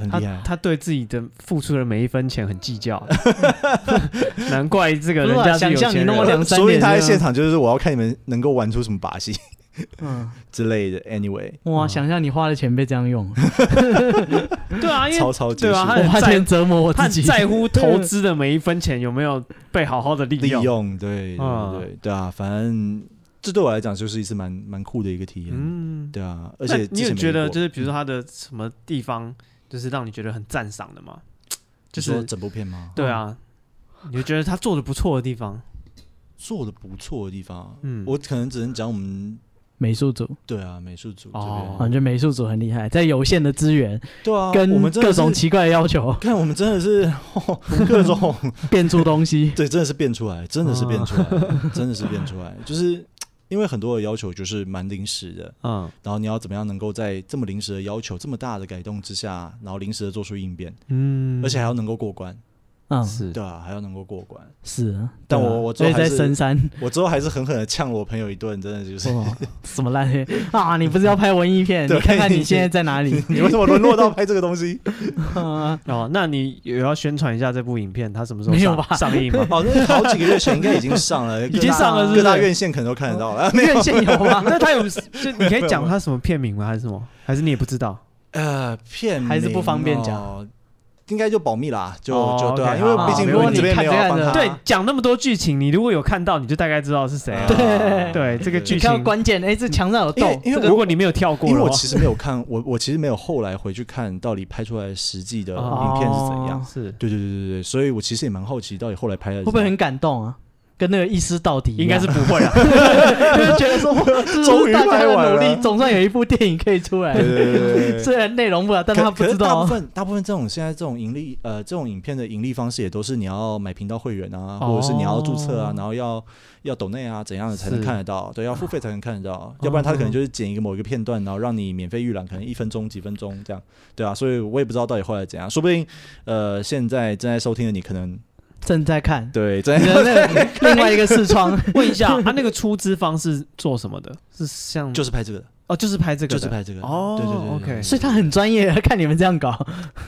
Speaker 3: 很
Speaker 1: 他
Speaker 3: 厉害。
Speaker 1: 他对自己的付出的每一分钱很计 较，难怪这个
Speaker 2: 不是
Speaker 1: 人
Speaker 2: 啊
Speaker 1: 家是有
Speaker 2: 想象
Speaker 1: 钱
Speaker 2: 你弄我
Speaker 1: 人。
Speaker 2: 两三
Speaker 3: 所以
Speaker 2: 年
Speaker 3: 他在
Speaker 2: 这样
Speaker 3: 现场就是我要看你们能够玩出什么把戏
Speaker 2: 嗯，
Speaker 3: 之类的。Anyway，
Speaker 2: 哇，想象你花的钱被这样用，
Speaker 1: 对啊，因
Speaker 3: 超
Speaker 1: 为
Speaker 3: 超级
Speaker 1: 对啊他
Speaker 2: 我
Speaker 1: 很
Speaker 2: 花
Speaker 1: 在
Speaker 2: 钱折磨我
Speaker 1: 他
Speaker 2: 自
Speaker 1: 很
Speaker 2: 己，
Speaker 1: 在乎投资的每一分钱有没有被好好的利
Speaker 3: 利
Speaker 1: 用。
Speaker 3: 用，对对
Speaker 1: 嗯
Speaker 3: 对对对啊，反正这对我来讲就是一次蛮蛮酷的一个体验。
Speaker 1: 嗯，
Speaker 3: 对啊，而
Speaker 1: 而
Speaker 3: 且
Speaker 1: 你
Speaker 3: 之
Speaker 1: 有
Speaker 3: 前
Speaker 1: 觉
Speaker 3: 没
Speaker 1: 得
Speaker 3: 过
Speaker 1: 就是比如说他的什么地方，就是让你觉得很赞赏的吗？就
Speaker 3: 你说
Speaker 1: 是
Speaker 3: 整部片吗？
Speaker 1: 对啊，你就觉得他做的不错的地方，
Speaker 3: 嗯做的不错的地方，
Speaker 1: 嗯，
Speaker 3: 我可能只能讲我们
Speaker 2: 美术组，
Speaker 3: 对啊美术组这
Speaker 1: 哦
Speaker 2: 啊
Speaker 3: 边，
Speaker 2: 我觉得美术组很厉害，在有限的资源
Speaker 3: 对啊，
Speaker 2: 跟
Speaker 3: 我们真的
Speaker 2: 各
Speaker 3: 是
Speaker 2: 种奇怪的要求
Speaker 3: 看我们真的是 各种。
Speaker 2: 变出东西
Speaker 3: 对，真的是变出来，真的是变出来，
Speaker 1: 哦
Speaker 3: 真的是变出来，就是。因为很多的要求就是蛮临时的，
Speaker 1: 嗯
Speaker 3: 然后你要怎么样能够在这么临时的要求、这么大的改动之下，然后临时的做出应变，
Speaker 1: 嗯
Speaker 3: 而且还要能够过关，
Speaker 2: 嗯，
Speaker 1: 是
Speaker 3: 对啊，还要能够过关。
Speaker 2: 是啊，
Speaker 3: 但
Speaker 2: 对啊
Speaker 3: 我我
Speaker 2: 所以
Speaker 3: 最后还
Speaker 2: 在
Speaker 3: 是
Speaker 2: 深山，
Speaker 3: 我之后还是狠狠的呛了我朋友一顿，真的就是，
Speaker 2: 哇， 什么烂片啊！你不是要拍文艺片？
Speaker 3: 对
Speaker 2: 你看看你现在在哪 里
Speaker 3: ？你为什么沦落到拍这个东西？？
Speaker 2: 啊
Speaker 1: 哦，那你有要宣传一下这部影片，它什么时候
Speaker 2: 没有
Speaker 1: 上
Speaker 2: 吧
Speaker 1: 上映吗
Speaker 3: 哦，那好几个月前应该已经上了，
Speaker 1: 已经上了是不是哦
Speaker 3: 各大院线可能都看得到了。
Speaker 2: 院线有吗？
Speaker 1: 那他有就你可以讲他什么片名吗？还是什么？还是你也不知道？
Speaker 3: 呃，片名
Speaker 2: 还是不方便讲
Speaker 3: 哦，应该就保密啦，就
Speaker 1: 哦
Speaker 3: 就对啊，
Speaker 1: OK，
Speaker 3: 因为
Speaker 1: 好
Speaker 3: 毕竟
Speaker 1: 没
Speaker 3: 如果
Speaker 1: 问
Speaker 3: 你这
Speaker 1: 题
Speaker 3: 边没有
Speaker 2: 看这
Speaker 3: 放
Speaker 2: 个
Speaker 3: 它，
Speaker 2: 啊
Speaker 1: 对，讲那么多剧情，你如果有看到，你就大概知道是谁
Speaker 3: 啊
Speaker 1: 了。
Speaker 2: 对
Speaker 1: 对，这个剧
Speaker 2: 看到
Speaker 1: 情，
Speaker 2: 关键，哎，这墙上有
Speaker 3: 因为
Speaker 2: 洞，
Speaker 3: 因
Speaker 1: 这
Speaker 3: 为
Speaker 1: 个
Speaker 3: 我
Speaker 1: 如果你没有跳过
Speaker 3: 因为
Speaker 1: 的
Speaker 3: 我
Speaker 1: 话，
Speaker 3: 其实没有看，我我其实没有后来回去看到底拍出来实际的
Speaker 1: 哦
Speaker 3: 影片是怎样。
Speaker 1: 是
Speaker 3: 对对对对对，所以我其实也蛮好奇，到底后来拍的
Speaker 2: 会不会很感动啊？跟那个一丝到底一样，
Speaker 1: 应 该是不会啊。
Speaker 2: 就是觉得 说，是
Speaker 3: 终
Speaker 2: 不是
Speaker 3: 于
Speaker 2: 大家
Speaker 3: 拍完
Speaker 2: 的努
Speaker 3: 了
Speaker 2: 力，总算有一部电影可以出来
Speaker 3: 对？对对对对对
Speaker 2: 虽然内容不了，但
Speaker 3: 可
Speaker 2: 他不
Speaker 3: 可是
Speaker 2: 知
Speaker 3: 大部
Speaker 2: 道
Speaker 3: 分大部分这种现在这种盈利呃这种影片的盈利方式也都是你要买频道会员啊，
Speaker 1: 哦
Speaker 3: 或者是你要注册啊，然后要要抖内啊怎样的才能
Speaker 1: 是
Speaker 3: 看得到？对，要付费才能看得
Speaker 2: 哦
Speaker 3: 到，要不然他可能就是剪一个某一个片段，然后让你免费预览，可能一分钟几分钟这样，对啊，所以我也不知道到底后来怎样，说不定呃现在正在收听的你可能
Speaker 2: 正在看。
Speaker 3: 对 正
Speaker 2: 你
Speaker 3: 在
Speaker 2: 的那个另外一个视 窗，
Speaker 1: 问 一
Speaker 3: 啊
Speaker 1: 下，他那个出资方是做什么的？是像
Speaker 3: 就是拍这个的，
Speaker 1: 哦，就是拍这个的，
Speaker 3: 就是拍这个的，
Speaker 1: 哦
Speaker 3: 对对对对对
Speaker 1: OK
Speaker 3: 对
Speaker 2: 所以他很专业。看你们这样 搞，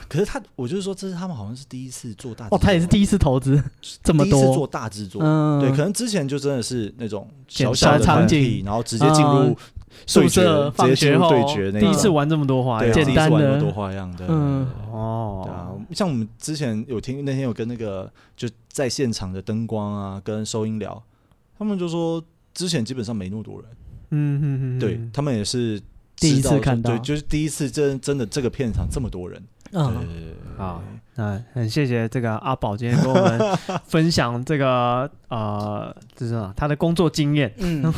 Speaker 3: 可是他我就是说这是他们好像是第一次做大制作，
Speaker 2: 哦，他也是第一次投资这么
Speaker 3: 第一次做
Speaker 2: 多，
Speaker 3: 大制作，
Speaker 2: 嗯，
Speaker 3: 对，可能之前就真的是那种
Speaker 2: 简
Speaker 3: 小小的
Speaker 1: 单
Speaker 3: 团
Speaker 2: 场景
Speaker 3: 体，然后直接进入
Speaker 2: 嗯
Speaker 3: 对
Speaker 2: 宿舍
Speaker 3: 决，直接
Speaker 2: 放
Speaker 3: 进
Speaker 2: 学
Speaker 3: 入
Speaker 2: 后
Speaker 3: 对决那
Speaker 1: 第一次
Speaker 3: 种
Speaker 1: 玩这么多花
Speaker 3: 对
Speaker 1: 样，
Speaker 3: 啊，
Speaker 2: 简
Speaker 3: 第一次
Speaker 2: 单
Speaker 3: 玩
Speaker 2: 的
Speaker 3: 那么多花样的，
Speaker 2: 嗯
Speaker 3: 对啊
Speaker 1: 哦，，
Speaker 3: 像我们之前有听那天有跟那个就在现场的灯光啊跟收音聊，他们就说之前基本上没那么多人，
Speaker 1: 嗯嗯嗯，
Speaker 3: 对他们也是
Speaker 2: 第一
Speaker 3: 知道
Speaker 2: 次
Speaker 3: 就
Speaker 2: 看到
Speaker 3: 对，就是第一次真真的这个片场这么多人，
Speaker 2: 嗯，
Speaker 1: 好，那很谢谢这个阿宝今天跟我们分享这个呃，就是什么他的工作经验，
Speaker 2: 嗯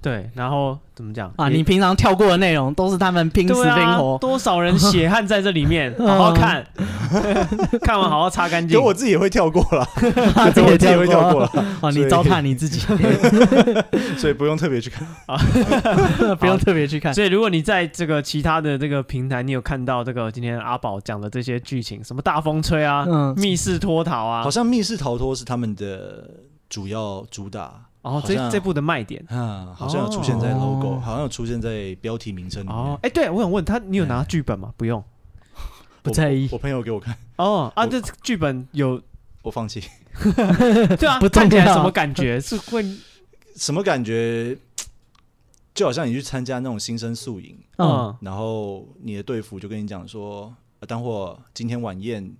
Speaker 1: 对，然后怎么讲
Speaker 2: 啊，
Speaker 1: 也
Speaker 2: 你平常跳过的内容都是他们拼死
Speaker 1: 对
Speaker 2: 拼
Speaker 1: 啊
Speaker 2: 活，，
Speaker 1: 多少人血汗在这里 面，好好看， 看完好好擦干
Speaker 3: 给
Speaker 1: 净。
Speaker 3: 我自己也会跳过了，
Speaker 2: 他
Speaker 3: 对我
Speaker 2: 啊也
Speaker 3: 自己会跳过
Speaker 2: 过，
Speaker 3: 了，
Speaker 2: 哦，
Speaker 3: 所
Speaker 2: 你
Speaker 3: 以
Speaker 2: 糟蹋你自己，
Speaker 3: 所以不用特别去看。
Speaker 2: 不用特别去看。
Speaker 1: 所以，如果你在这个其他的这个平台，你有看到这个今天阿宝讲的这些剧情，什么大风吹啊、
Speaker 2: 嗯，
Speaker 1: 密室脱逃啊
Speaker 3: 好，像密室逃脱是他们的主要主打
Speaker 1: 然后
Speaker 3: 好
Speaker 1: 哦这
Speaker 3: 像
Speaker 1: 这部的卖点
Speaker 3: 啊，好像有出现在
Speaker 2: 哦
Speaker 3: logo，、好像有出现在标题名称里面。
Speaker 1: 哦。哎，对我想问他，你有拿剧本吗？不用
Speaker 2: 不在意
Speaker 3: 我，我朋友给我看，
Speaker 1: 哦啊，
Speaker 3: 我
Speaker 1: 这剧本 有
Speaker 3: 我放弃。
Speaker 1: 对啊，
Speaker 2: 不重
Speaker 1: 看起来
Speaker 2: 要
Speaker 1: 什么感觉？是会
Speaker 3: 什么感觉？就好像你去参加那种新生宿营，
Speaker 2: 嗯，
Speaker 1: 嗯
Speaker 3: 然后你的队服就跟你讲说，呃、待会今天晚宴，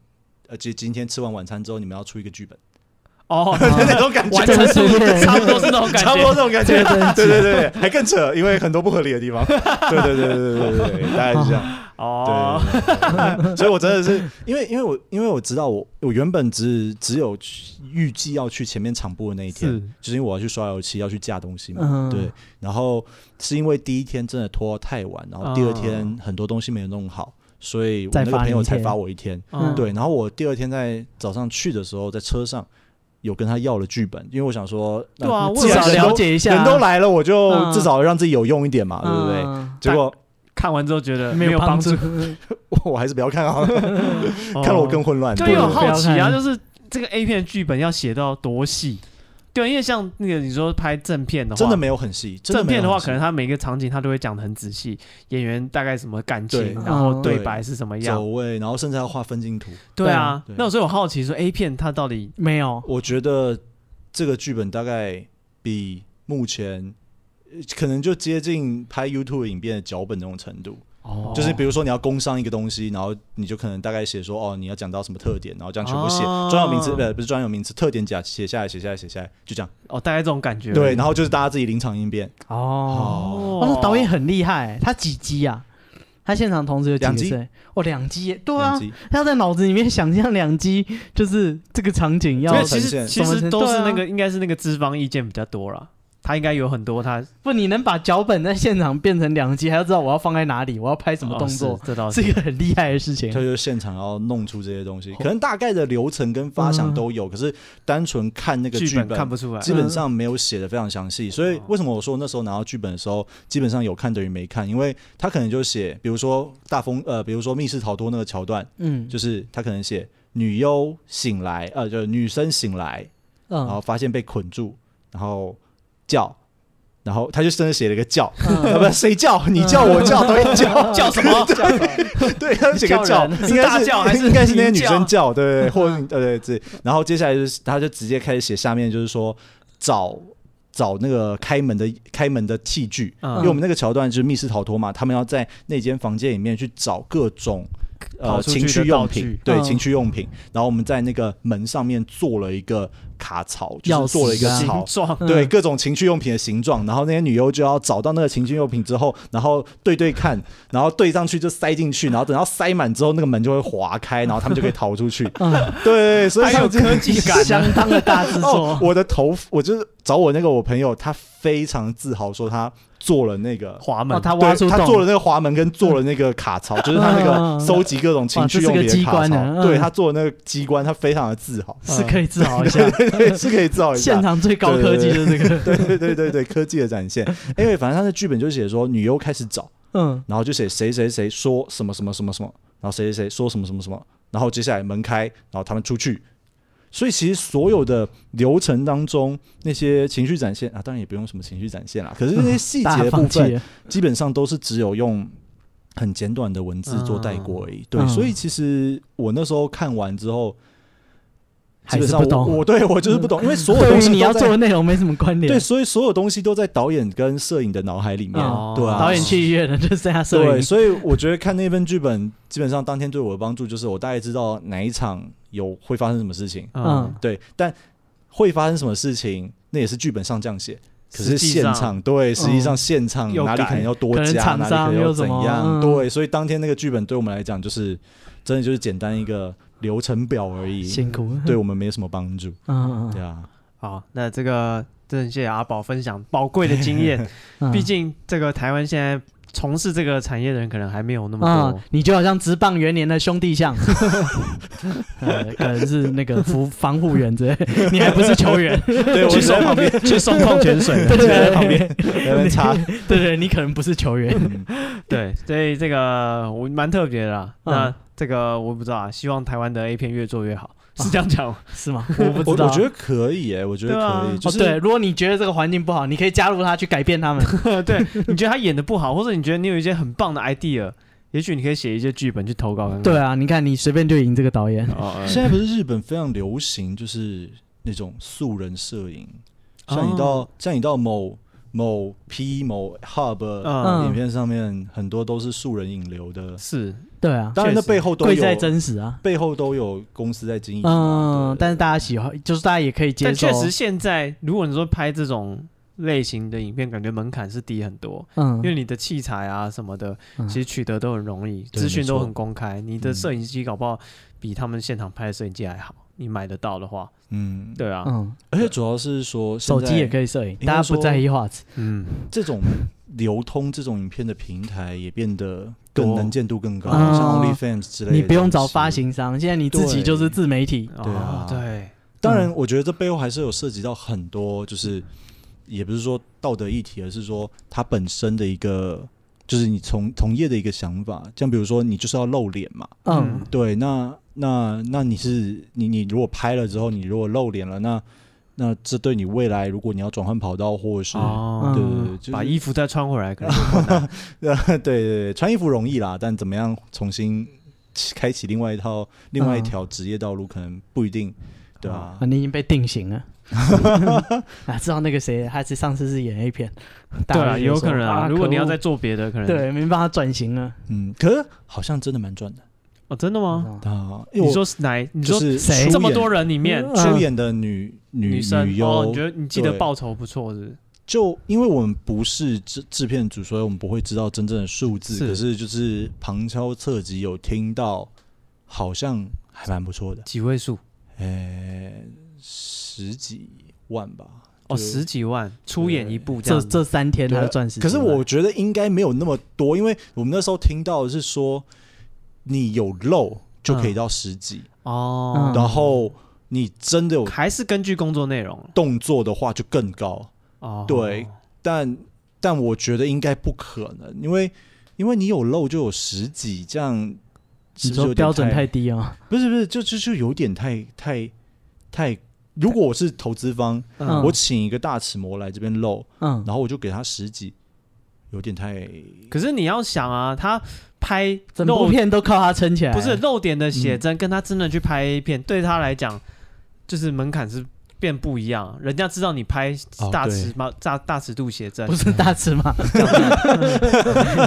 Speaker 3: 呃，今今天吃完晚餐之后，你们要出一个剧本，
Speaker 1: 哦，
Speaker 3: 那种感觉，
Speaker 1: 完成度
Speaker 2: 这个是
Speaker 1: 差不多是那种感
Speaker 3: 差不多
Speaker 1: 觉。
Speaker 3: 这种感觉。对对对，还更扯，因为很多不合理的地方。对对对对对对对，大概是这样。
Speaker 1: 哦，
Speaker 3: 对对，对所以我真的是因为因为我因为我知道我我原本只只有去预计要去前面场部的那一天，
Speaker 1: 是
Speaker 3: 就是因为我要去刷油漆，要去架东西嘛。
Speaker 2: 嗯
Speaker 3: 对，然后是因为第一天真的拖太晚，然后第二天很多东西没有弄好，所以我那
Speaker 2: 再
Speaker 3: 个
Speaker 2: 发
Speaker 3: 朋友
Speaker 2: 你一
Speaker 3: 才
Speaker 2: 天
Speaker 3: 发我一天。
Speaker 1: 嗯
Speaker 3: 对，然后我第二天在早上去的时候，在车上有跟他要了剧本，因为我想说，那
Speaker 1: 对啊，我
Speaker 2: 至
Speaker 1: 有
Speaker 2: 少
Speaker 3: 既然
Speaker 1: 想
Speaker 3: 人
Speaker 2: 了
Speaker 3: 都
Speaker 2: 解一下，啊
Speaker 3: 人都来了，我就
Speaker 2: 嗯
Speaker 3: 至少让自己有用一点嘛，对不对？
Speaker 2: 嗯呃
Speaker 3: 结果
Speaker 1: 看完之后觉得
Speaker 2: 没
Speaker 1: 有
Speaker 2: 有
Speaker 1: 帮
Speaker 2: 帮助，，
Speaker 3: 我还是不要看好了。
Speaker 1: 哦
Speaker 3: 看了我更混乱。
Speaker 1: 就
Speaker 3: 对
Speaker 1: 有好奇啊，
Speaker 2: 不要看
Speaker 1: 就是这个 A 片剧本要写到多细，对，因为像那个你说拍正片的话，
Speaker 3: 真的没有很细。真的
Speaker 1: 正
Speaker 3: 没有
Speaker 1: 片的话，
Speaker 3: 很细
Speaker 1: 可能他每个场景他都会讲的很仔细，演员大概什么感情
Speaker 3: 对，
Speaker 1: 然后
Speaker 2: 嗯
Speaker 1: 对
Speaker 3: 对
Speaker 1: 白是什么
Speaker 3: 走
Speaker 1: 样。
Speaker 3: 位，然后甚至还要画分镜图。
Speaker 1: 对啊
Speaker 3: 对，啊对
Speaker 1: 那我所以我好奇说 A 片它到底
Speaker 2: 没有，
Speaker 3: 我觉得这个剧本大概比目前呃可能就接近拍 YouTube 影片的脚本那种程度，
Speaker 2: 哦
Speaker 3: 就是比如说你要工商一个东西，然后你就可能大概写说哦，你要讲到什么特点，然后这样全部写
Speaker 1: 哦
Speaker 3: 专有名词，呃，不是专有名词，特点甲写下来，写下来，写下来，就这样。
Speaker 1: 哦，大概这种感觉。
Speaker 3: 对，，然后就是大家自己临场应变。
Speaker 2: 哦，
Speaker 1: 哦
Speaker 2: 哦，那导演很厉害，他几集啊？他现场同时有几
Speaker 3: 两
Speaker 2: 个
Speaker 3: 集
Speaker 2: 摄影？哦，两集耶，对啊
Speaker 3: 两，集
Speaker 2: 他在脑子里面想象两集，就是这个场景要
Speaker 1: 因为
Speaker 3: 这
Speaker 1: 其实
Speaker 3: 呈现
Speaker 1: 其
Speaker 2: 怎
Speaker 1: 实
Speaker 2: 么
Speaker 1: 都是
Speaker 2: 对啊
Speaker 1: 那个应该是那个资方意见比较多啦，他应该有很多他
Speaker 2: 不，你能把脚本在现场变成两集，还要知道我要放在哪里，我要拍什么
Speaker 1: 哦
Speaker 2: 动
Speaker 1: 是
Speaker 2: 作，
Speaker 1: 这倒
Speaker 2: 是
Speaker 1: 是
Speaker 2: 一个很厉害的事情
Speaker 3: 他。就是现场要弄出这些东西，
Speaker 1: 哦
Speaker 3: 可能大概的流程跟发想都有，可是单纯看那个
Speaker 1: 嗯剧
Speaker 3: 剧
Speaker 1: 本看不出来。嗯哦
Speaker 3: 基本上没有写的非常详细，所以为什么我说那时候拿到剧本的时候，基本上有看等于没看，因为他可能就写，比如说大风，呃，比如说密室逃脱那个桥段，
Speaker 2: 嗯，
Speaker 3: 就是他可能写女优醒来，呃，就是女生醒来，然后
Speaker 2: 嗯，
Speaker 3: 发现被捆住，然后叫，然后他就真的写了一个叫，
Speaker 1: 嗯
Speaker 3: 要不然谁叫你叫我 叫都会
Speaker 2: 哦
Speaker 3: 叫
Speaker 1: 叫什 么？叫什么
Speaker 3: 对，他就写个
Speaker 2: 叫
Speaker 3: 叫，
Speaker 2: 人
Speaker 3: 应该
Speaker 1: 是大叫还是
Speaker 3: 应该是那些
Speaker 1: 鸣
Speaker 3: 女
Speaker 1: 叫嗯
Speaker 3: 生叫，对对，或者对对对。然后接下来就是，他就直接开始写下面，就是说找找那个开门的开门的器具，
Speaker 1: 嗯
Speaker 3: 因为我们那个桥段就是密室逃脱嘛，他们要在那间房间里面去找各种。
Speaker 1: 跑
Speaker 3: 呃，
Speaker 1: 出去
Speaker 3: 情
Speaker 1: 的
Speaker 3: 趣用
Speaker 1: 道
Speaker 3: 品
Speaker 1: 具，
Speaker 3: 对
Speaker 2: 嗯
Speaker 3: 情趣用品。然后我们在那个门上面做了一个卡槽，就
Speaker 2: 钥
Speaker 3: 是做了一个
Speaker 2: 匙啊
Speaker 3: 槽
Speaker 1: 形，状？
Speaker 2: 嗯
Speaker 3: 对各种情趣用品的形状，然后那些女优就要找到那个情趣用品之后，然后对对看，然后对上去就塞进去，然后等到塞满之后，那个门就会划开，然后他们就可以逃出去。 对， 所以
Speaker 1: 还
Speaker 3: 他
Speaker 1: 有
Speaker 3: 们这
Speaker 1: 科技感
Speaker 2: 相
Speaker 1: 啊！
Speaker 2: 当的大制
Speaker 3: 哦
Speaker 2: 作，，
Speaker 3: 我的头，我就是找我那个我朋友，他非常自豪说他做了那个。
Speaker 1: 滑门
Speaker 2: 哦，，他挖
Speaker 3: 对，
Speaker 2: 出
Speaker 3: 他做
Speaker 2: 洞，
Speaker 3: 了那个滑门，跟做了那个卡槽，就是他那
Speaker 2: 嗯
Speaker 3: 个收集各种情趣用品的
Speaker 2: 哇这
Speaker 3: 卡
Speaker 2: 是个机关啊
Speaker 3: 槽。
Speaker 2: 嗯。
Speaker 3: 对他做的那个机关，他非常的自豪
Speaker 2: 嗯 是可以自豪一下。
Speaker 3: 对，是可以造一下
Speaker 2: 现。场最高科技的这个，
Speaker 3: 对对对对对，科技的展现。 因为反正他的剧本就写说女优开始找，
Speaker 2: 嗯，
Speaker 3: 然后就写谁谁谁说什么什么什么什么，然后谁谁谁说什么什么什么，然后接下来门开，然后他们出去。所以其实所有的流程当中，那些情绪展现啊，当然也不用什么情绪展现啦，可是那些细
Speaker 2: 嗯大
Speaker 3: 节
Speaker 2: 家
Speaker 3: 的部
Speaker 2: 放弃
Speaker 3: 分，
Speaker 2: 了，
Speaker 3: 基本上都是只有用很简短的文字做带过而已。对，
Speaker 2: 嗯
Speaker 3: 所以其实我那时候看完之后，基
Speaker 2: 还
Speaker 3: 本
Speaker 2: 是
Speaker 3: 上
Speaker 2: 不
Speaker 3: 我
Speaker 2: 懂。
Speaker 3: 我对我就是不懂，因为所有
Speaker 2: 对
Speaker 3: 东
Speaker 2: 于
Speaker 3: 西
Speaker 2: 你要
Speaker 3: 都
Speaker 2: 做
Speaker 3: 在
Speaker 2: 的内容没什么关联
Speaker 3: 对，。所以所有东西都在导演跟摄影的脑海里面，
Speaker 2: 哦
Speaker 3: 对啊，
Speaker 2: 导演去医院了，就剩下摄
Speaker 3: 对，
Speaker 2: 影。
Speaker 3: 所以我觉得看那份剧本，基本上当天对我的帮助就是我大概知道哪一场有会发生什么事情。
Speaker 1: 嗯，
Speaker 3: 对，但会发生什么事情，那也是剧本上这样写。可是
Speaker 1: 实际
Speaker 3: 现
Speaker 1: 上
Speaker 3: 场对，实际上现场
Speaker 1: 又
Speaker 3: 哪里
Speaker 1: 改
Speaker 3: 可能要多
Speaker 2: 嗯可能
Speaker 3: 加，
Speaker 2: 厂
Speaker 3: 哪里
Speaker 2: 商
Speaker 3: 可能
Speaker 2: 又
Speaker 3: 要
Speaker 2: 什
Speaker 3: 怎
Speaker 2: 么嗯
Speaker 3: 样？对，所以当天那个剧本对我们来讲，就是真的就是简单一个流程表而已，
Speaker 2: 辛苦，
Speaker 3: 对我们没什么帮助。
Speaker 2: 嗯，嗯
Speaker 3: 对啊，
Speaker 1: 好，那这个真的谢谢阿宝分享宝贵的经 验。
Speaker 2: 嗯，
Speaker 1: 毕竟这个台湾现在从事这个产业的人可能还没有那么
Speaker 2: 啊、
Speaker 1: 多。
Speaker 2: 你就好像职棒元年的兄弟 像，呃，可能是那个服防护员之类， 你还不是球员，
Speaker 3: 对，我
Speaker 1: 去
Speaker 3: 在
Speaker 1: 送
Speaker 3: 旁边，
Speaker 1: 去送矿泉水 的。
Speaker 2: 对对
Speaker 3: 在
Speaker 2: 对，
Speaker 3: 旁边在 那边擦。
Speaker 2: 对对，你可能不是球员，
Speaker 3: 嗯
Speaker 1: 对，所以这个我蛮特别的啦。
Speaker 2: 嗯
Speaker 1: 那这个我不知道啊，希望台湾的 A 片越做越好，是这样讲 吗？
Speaker 2: 是吗？我不
Speaker 3: 我
Speaker 2: 知道。
Speaker 3: 我觉得可以诶，我觉得
Speaker 1: 对啊
Speaker 3: 可以，就
Speaker 2: 哦，
Speaker 3: 是
Speaker 2: 对，如果你觉得这个环境不好，你可以加入他去改变他们。
Speaker 1: 对，你觉得他演的不好，或者你觉得你有一些很棒的 idea，也许你可以写一些剧本去投稿看看。
Speaker 2: 对啊，你看你随便就赢这个导演，
Speaker 1: 哦，
Speaker 3: 现在不是日本非常流行，就是那种素人摄影，
Speaker 1: 哦
Speaker 3: 像你到像你到某某 P 某 Hub
Speaker 1: 嗯，
Speaker 3: 影片上面，很多都是素人引流的，
Speaker 1: 是
Speaker 2: 对啊，
Speaker 3: 当然那背后都
Speaker 2: 贵在
Speaker 3: 有
Speaker 2: 真实啊。
Speaker 3: 背后都有公司在经营嘛。
Speaker 2: 嗯，
Speaker 3: 对
Speaker 2: 但是大家喜欢，就是大家也可以接
Speaker 1: 但
Speaker 2: 受。
Speaker 1: 确实，现在如果你说拍这种类型的影片，感觉门槛是低很多，
Speaker 2: 嗯
Speaker 1: 因，为你的器材啊什么的，
Speaker 2: 嗯
Speaker 1: 其实取得都很容易，
Speaker 3: 对
Speaker 1: 资讯
Speaker 3: 没
Speaker 1: 都
Speaker 3: 错
Speaker 1: 很公开。你的
Speaker 3: 嗯
Speaker 1: 摄影机搞不好比他们现场拍的摄影机还好，你买得到的话，
Speaker 3: 嗯，
Speaker 1: 对啊，
Speaker 2: 嗯，
Speaker 3: 而且主要是说
Speaker 2: 手机也
Speaker 3: 以，
Speaker 2: 可以摄影，
Speaker 3: 应
Speaker 2: 大
Speaker 3: 该
Speaker 2: 家
Speaker 3: 说
Speaker 2: 不在意画质。
Speaker 1: 嗯，
Speaker 3: 这种流通这种影片的平台也变得
Speaker 1: 多
Speaker 3: 更能见度更高，
Speaker 2: 啊
Speaker 3: 像 OnlyFans 之类的，
Speaker 2: 你不用找发。行商，现在你自己就是自媒体。
Speaker 1: 哦
Speaker 3: 对啊
Speaker 1: 对，
Speaker 3: 当然，我觉得这背后还是有涉及到很多，就是也不是说道德议题，而是说它本身的一个，就是你从从业的一个想法。像比如说，你就是要露脸嘛，
Speaker 2: 嗯，
Speaker 3: 对，那那那你是你你如果拍了之后，你如果露脸了，那那这对你未来，如果你要转换跑道，或者是、
Speaker 1: 哦
Speaker 2: 嗯
Speaker 3: 对对对，就是
Speaker 1: 把衣服再穿回来，可能
Speaker 3: 对对对，穿衣服容易啦，但怎么样重新起开启另外一套、另外一条职业道路，可能不一定，对啊
Speaker 2: 啊，，你已经被定型了。啊，知道那个谁，他是上次是演 A 片，
Speaker 1: 对
Speaker 2: 大家
Speaker 1: 啊，
Speaker 2: 就
Speaker 1: 有
Speaker 2: 说
Speaker 1: 可能啊。如果你要再
Speaker 2: 可
Speaker 1: 做别的，可
Speaker 2: 恶
Speaker 1: 能
Speaker 2: 对，没办法转型了。
Speaker 3: 嗯，可是好像真的蛮赚的
Speaker 1: 哦，真的吗？
Speaker 2: 啊
Speaker 3: 啊，因为
Speaker 1: 你
Speaker 3: 我
Speaker 1: 说是哪？你
Speaker 3: 就
Speaker 1: 说
Speaker 3: 是
Speaker 2: 谁
Speaker 3: 出
Speaker 1: 这么
Speaker 3: 演
Speaker 1: 多人里面
Speaker 2: 嗯
Speaker 3: 出演的女女
Speaker 1: 女生哦，
Speaker 3: 优
Speaker 1: 你觉，得你记得
Speaker 3: 对
Speaker 1: 报酬不错是不是？
Speaker 3: 就因为我们不是制制片组，所以我们不会知道真正的数字，
Speaker 1: 是
Speaker 3: 可是就是旁敲侧击有听到，好像还蛮不错的，
Speaker 1: 几位数？
Speaker 3: 呃，十几万吧，
Speaker 1: 哦，
Speaker 3: 就
Speaker 1: 十几万出演一部这
Speaker 2: 这
Speaker 1: 样子，
Speaker 2: 这三天
Speaker 3: 对
Speaker 2: 他就赚十几
Speaker 3: 可
Speaker 2: 万，
Speaker 3: 是我觉得应该没有那么多，因为我们那时候听到的是说，你有漏就可以到十几，
Speaker 1: 哦
Speaker 2: 嗯，
Speaker 3: 然后你真的有
Speaker 1: 还是根据工作内容
Speaker 3: 动作的话就更高。
Speaker 1: 哦。
Speaker 3: 对但但我觉得应该不可能，因为因为你有漏就有十几，这样是
Speaker 2: 你
Speaker 3: 不是有
Speaker 2: 说
Speaker 3: 点
Speaker 2: 标准
Speaker 3: 太
Speaker 2: 太低啊。
Speaker 3: 不是不是，就就就有点太太太。如果我是投资方，
Speaker 2: 嗯
Speaker 3: 我请一个大齿模来这边漏，
Speaker 2: 嗯，
Speaker 3: 然后我就给他十几，有 点太
Speaker 1: 可是你要想啊，他拍
Speaker 2: 整部
Speaker 1: 露
Speaker 2: 片都靠他撑起来，
Speaker 1: 不是露点的写真，跟他真的去拍 A 片，对他来讲就是门槛是变不一样。人家知道你拍
Speaker 3: 哦
Speaker 1: 大
Speaker 3: 对
Speaker 1: 尺码、大大尺度写真
Speaker 2: 不，是大尺 码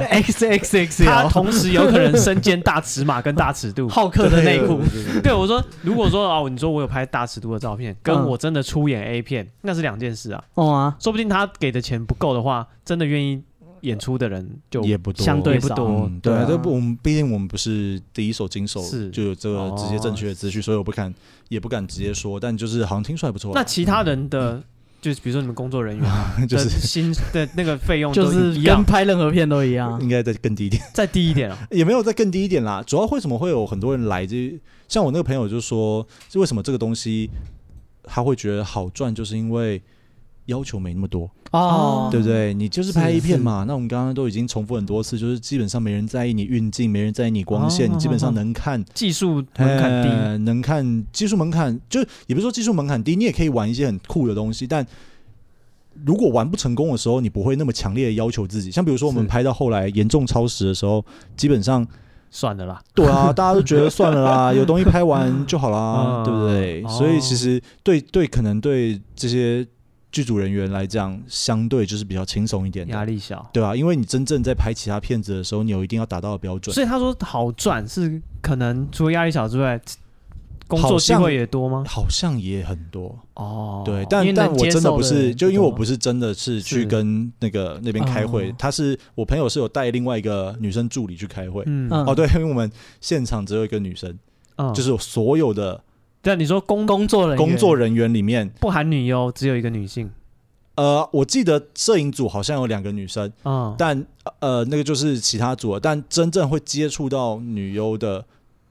Speaker 2: ，X X X
Speaker 1: 他同时有可能身兼大尺码跟大尺度。
Speaker 2: 浩克的内裤，
Speaker 3: 对对对对
Speaker 1: 对我说，如果说哦，你说我有拍大尺度的照片，跟
Speaker 2: 嗯
Speaker 1: 我真的出演 A 片，那是两件事啊。
Speaker 2: 哦啊，
Speaker 1: 说不定他给的钱不够的话，真的愿意演出的人就
Speaker 3: 也不多，
Speaker 2: 相对
Speaker 1: 也不
Speaker 2: 少
Speaker 1: 多
Speaker 3: 嗯，对啊，
Speaker 2: 对
Speaker 3: 这
Speaker 2: 啊
Speaker 3: 不，我们毕竟我们不是第一手经手，
Speaker 1: 是
Speaker 3: 就有这
Speaker 2: 哦
Speaker 3: 个直接正确的资讯，所以我不敢也不敢直接说，但就是好像听出来不错啊。
Speaker 1: 那其他人的，就是比如说你们工作人员啊
Speaker 3: 就
Speaker 1: 的
Speaker 3: 是
Speaker 1: 薪的那个费用，
Speaker 2: 就是
Speaker 1: 一
Speaker 2: 跟
Speaker 1: 样，
Speaker 2: 拍任何片都一样
Speaker 3: 应。该再更低一点，哦
Speaker 1: 再低一点啊。
Speaker 3: 也没有再更低一点啦。主要为什么会有很多人来？这像我那个朋友就说，是为什么这个东西他会觉得好赚，就是因为。要求没那么多，
Speaker 2: 哦，
Speaker 3: 对不对？你就是拍
Speaker 2: 是
Speaker 3: 一片嘛。那我们刚刚都已经重复很多次，就是基本上没人在意你运镜，没人在意你光线，
Speaker 1: 哦
Speaker 3: 你基
Speaker 1: 哦
Speaker 3: 本上
Speaker 1: 哦
Speaker 3: 能看
Speaker 1: 技术门槛低，
Speaker 3: 呃能看技术门槛，就也不是说技术门槛低，你也可以玩一些很酷的东西，但如果玩不成功的时候，你不会那么强烈的要求自己。像比如说我们
Speaker 1: 是
Speaker 3: 拍到后来严重超时的时候，基本上
Speaker 1: 算了啦。
Speaker 3: 对啊，大家都觉得算了 啦，有东西拍完就好
Speaker 1: 嗯
Speaker 3: 啦，对不对？
Speaker 1: 哦
Speaker 3: 所以其实对对，可能对这些剧组人员来讲，相对就是比较轻松一点
Speaker 1: 压
Speaker 3: 的。
Speaker 1: 力小。
Speaker 3: 对啊，因为你真正在拍其他片子的时候，你有一定要达到的标准。
Speaker 1: 所以他说好赚是可能除了压力小之外，工
Speaker 3: 好
Speaker 1: 作机
Speaker 3: 像
Speaker 1: 会也多吗？
Speaker 3: 好像也很多，
Speaker 1: 哦，
Speaker 3: 对，
Speaker 2: 因为
Speaker 3: 但
Speaker 2: 能
Speaker 3: 但我
Speaker 2: 接
Speaker 3: 真的
Speaker 2: 受
Speaker 3: 不
Speaker 2: 的
Speaker 3: 是，
Speaker 2: 人
Speaker 3: 就
Speaker 2: 不
Speaker 3: 因为我
Speaker 2: 多
Speaker 3: 不是真的是去
Speaker 1: 是
Speaker 3: 跟那个那边开会
Speaker 2: 哦，
Speaker 3: 他是我朋友是有带另外一个女生助理去开会。
Speaker 1: 嗯
Speaker 2: 嗯
Speaker 3: 哦，对，因为我们现场只有一个女生，
Speaker 1: 嗯，
Speaker 3: 就是所有的
Speaker 1: 但你说工
Speaker 2: 工哦作人员
Speaker 3: 工作人员里面，
Speaker 1: 不含女优，只有一个女性，
Speaker 3: 呃，我记得摄影组好像有两个女生，
Speaker 1: 嗯，
Speaker 3: 但呃，那个就是其他组了，但真正会接触到女优的，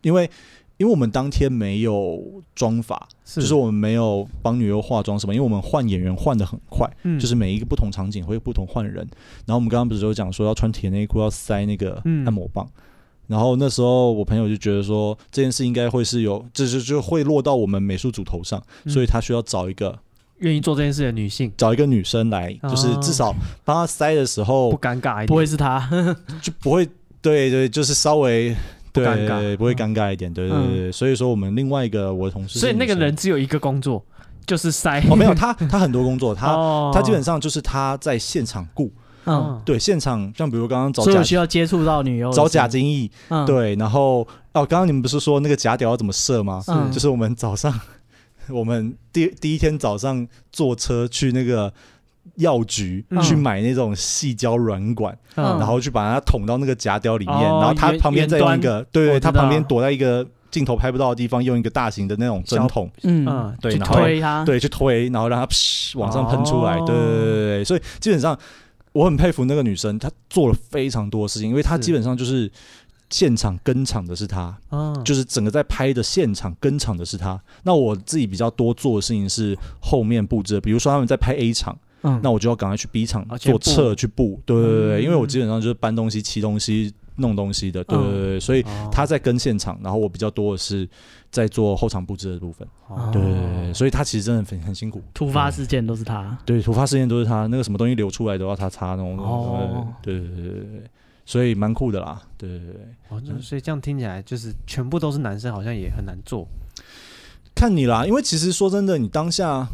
Speaker 3: 因为因为我们当天没有妆法，
Speaker 1: 是
Speaker 3: 就是我们没有帮女优化妆什么，因为我们换演员换的很快。
Speaker 1: 嗯
Speaker 3: 就是每一个不同场景会有不同换人。然后我们刚刚不是有讲说要穿铁内裤，要塞那个
Speaker 1: 嗯
Speaker 3: 按摩棒。然后那时候我朋友就觉得说这件事应该会是有，这就就会落到我们美术组头上，
Speaker 1: 嗯
Speaker 3: 所以他需要找一个
Speaker 1: 愿意做这件事的女性
Speaker 3: 找一个女生来，
Speaker 1: 哦
Speaker 3: 就是至少帮他塞的时候
Speaker 1: 不尴尬一
Speaker 2: 不
Speaker 1: 点，
Speaker 2: 会是他，
Speaker 3: 就不会，对对，就是稍微。
Speaker 1: 不
Speaker 3: 对
Speaker 1: 尴尬，嗯
Speaker 3: 不会尴尬一点，对对对对，所以说我们另外一个我的同事是
Speaker 1: 所以那个
Speaker 3: 女生
Speaker 1: 人只有一个工作，就是塞。
Speaker 3: 哦没 有他他很多工作，他、
Speaker 1: 哦
Speaker 3: 他基本上就是他在现场雇，
Speaker 2: 嗯，
Speaker 3: 对现场像比如刚刚找
Speaker 2: 所以
Speaker 3: 贾
Speaker 2: 我需要接触到女优的
Speaker 3: 找
Speaker 2: 事
Speaker 3: 贾，金义，
Speaker 2: 嗯，
Speaker 3: 对，然后哦，刚刚你们不是说那个假屌要怎么射吗？
Speaker 2: 嗯
Speaker 3: 就是我们早上， 我们第第一天早上坐车去那个药局、
Speaker 1: 嗯
Speaker 3: 去买那种细胶软管，
Speaker 1: 嗯
Speaker 3: 然后去把它捅到那个假屌里面，
Speaker 1: 哦
Speaker 3: 然后他
Speaker 1: 圆
Speaker 3: 旁边再用一个，对
Speaker 1: 我知
Speaker 3: 对，
Speaker 1: 道
Speaker 3: 他旁边躲在一个镜头拍不到的地方，用一个大型的那种针筒，
Speaker 2: 嗯，
Speaker 1: 嗯，
Speaker 3: 对
Speaker 1: 去
Speaker 3: 然后
Speaker 1: 推
Speaker 2: 推他，
Speaker 3: 对，去推，然后让它噗往上喷出来，
Speaker 1: 哦
Speaker 3: 对对对对对，所以基本上我很佩服那个女生，她做了非常多的事情，因为她
Speaker 1: 是
Speaker 3: 基本上就是现场跟场的是她。
Speaker 1: 嗯，
Speaker 3: 就是整个在拍的现场跟场的是他。那我自己比较多做的事情是后面布置的，比如说他们在拍 A 场，
Speaker 2: 嗯，
Speaker 3: 那我就要赶快去 B 场
Speaker 1: 啊去
Speaker 3: 做
Speaker 1: 布
Speaker 3: 侧去布，对对对对，
Speaker 1: 嗯
Speaker 3: 因为我基本上就是搬东西、骑东西、弄东西的，对对对对，所
Speaker 1: 哦
Speaker 3: 以
Speaker 1: 嗯
Speaker 3: 他在跟现场，然后我比较多的是在做后场布置的部分，
Speaker 1: 哦
Speaker 3: 对对对对，所以他其实真的很很辛苦。
Speaker 2: 突发事件都是他。
Speaker 3: 对，突发事件都是他那个什么东西流出来都要他擦那种，
Speaker 2: 哦
Speaker 3: 对对对对对对，所以蛮酷的啦，对对对对，
Speaker 1: 哦，那所以这样听起来就是全部都是男生，好像也很难做。
Speaker 3: 看你啦，因为其实说真的，你当下，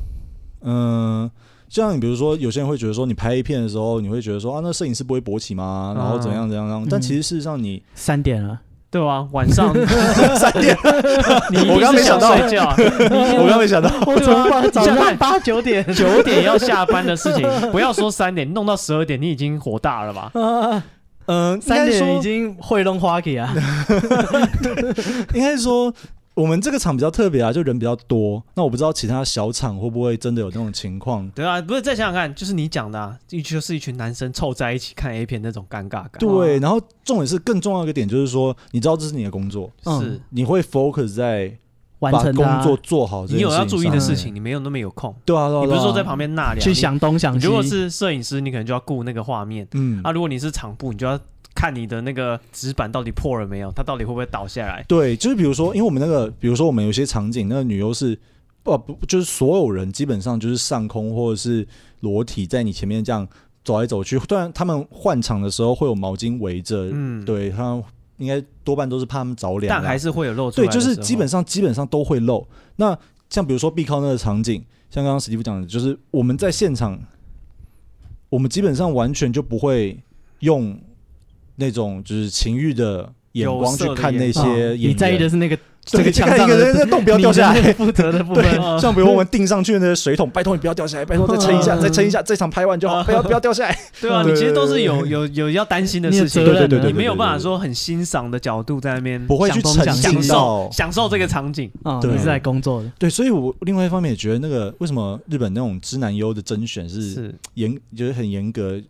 Speaker 3: 嗯、就像你比如说，有些人会觉得说，你拍 A 片的时候，你会觉得说啊，那摄影师不会勃起
Speaker 1: 啊
Speaker 3: 吗？然后怎样怎样怎样？
Speaker 1: 嗯
Speaker 3: 但其实事实 上你，
Speaker 2: 三点 了，
Speaker 1: 对啊，晚上
Speaker 3: 三点，
Speaker 1: 你一定
Speaker 3: 我刚没
Speaker 1: 是
Speaker 3: 想
Speaker 1: 想
Speaker 3: 到
Speaker 1: 睡觉，啊
Speaker 3: 我刚没想到，
Speaker 2: 我
Speaker 1: 怎么办早上
Speaker 2: 八九点？
Speaker 1: 九点要下班的事情， 不要说三点，弄到十二点，你已经火大了吧？
Speaker 2: 啊
Speaker 3: 嗯、应
Speaker 2: 三
Speaker 3: 该
Speaker 2: 点已
Speaker 3: 说，
Speaker 2: 经会弄花给啊，
Speaker 3: 应该说。我们这个场比较特别啊，就人比较多。那我不知道其他小场会不会真的有那种情况。
Speaker 1: 对啊，不是再想想看，就是你讲的、啊，一群就是一群男生凑在一起看 A 片那种尴尬感。
Speaker 3: 对，然后重点是更重要的一个点就是说，你知道这是你的工作，
Speaker 2: 嗯
Speaker 1: 是
Speaker 3: 你会 focus 在
Speaker 2: 完
Speaker 3: 把
Speaker 2: 成它
Speaker 3: 工作做好哦这
Speaker 1: 你
Speaker 3: 件事情
Speaker 1: 有要注意的
Speaker 3: 上
Speaker 1: 事
Speaker 3: 面
Speaker 1: 情，你没有那么有空。
Speaker 3: 对啊，对啊，
Speaker 1: 你不
Speaker 3: 对
Speaker 1: 是
Speaker 3: 啊
Speaker 1: 说在旁边纳凉？
Speaker 2: 去想东想
Speaker 1: 你。
Speaker 2: 西。嗯
Speaker 1: 如果是摄影师，你可能就要顾那个画面
Speaker 3: 嗯
Speaker 1: 啊；如果你是场布，你就要看你的那个纸板到底破了没有，它到底会不会倒下来。
Speaker 3: 对，就是比如说，因为我们那个，比如说我们有些场景，那个女优是。不不，就是所有人基本上就是上空或者是裸体在你前面这样走来走去。当然，他们换场的时候会有毛巾围着，
Speaker 1: 嗯，，
Speaker 3: 对他们应该多半都是怕他们着凉啦。啊
Speaker 1: 但还是会有露出来
Speaker 3: 对，
Speaker 1: 的
Speaker 3: 就是
Speaker 1: 时候
Speaker 3: 基本上基本上都会漏。那像比如说避靠那个场景，像刚刚史蒂夫讲的，就是我们在现场，我们基本上完全就不会用那种就是情欲的眼光去看那
Speaker 2: 啊
Speaker 3: 些演员。
Speaker 2: 你在意的是那个这
Speaker 3: 对
Speaker 2: 个
Speaker 3: 去
Speaker 2: 墙
Speaker 3: 看一
Speaker 2: 上
Speaker 3: 个人
Speaker 2: 的
Speaker 3: 那洞不要掉下
Speaker 2: 你的
Speaker 3: 来。
Speaker 2: 负责的部分。
Speaker 3: 对，像比如我们钉上去的那个水桶，拜托你不要掉下来，拜托再撑一下，
Speaker 2: 嗯
Speaker 3: 再撑一下，这场拍完就好，不要不要掉下来。
Speaker 1: 对啊，
Speaker 3: 对
Speaker 1: 你其实都是有有有要担心的事情，
Speaker 2: 你有责任啊对对对对
Speaker 1: 你没有
Speaker 3: 对对
Speaker 1: 办法说很欣赏的角度在那边
Speaker 3: 不会去沉
Speaker 2: 享
Speaker 1: 享
Speaker 3: 浸
Speaker 1: 受
Speaker 3: 到
Speaker 1: 享受这个场景。
Speaker 2: 啊，
Speaker 3: 对
Speaker 2: 你是在工作的，
Speaker 3: 对，所以我另外一方面也觉得那个为什么日本那种知男优的甄选是
Speaker 1: 是
Speaker 3: 严，就是很严格，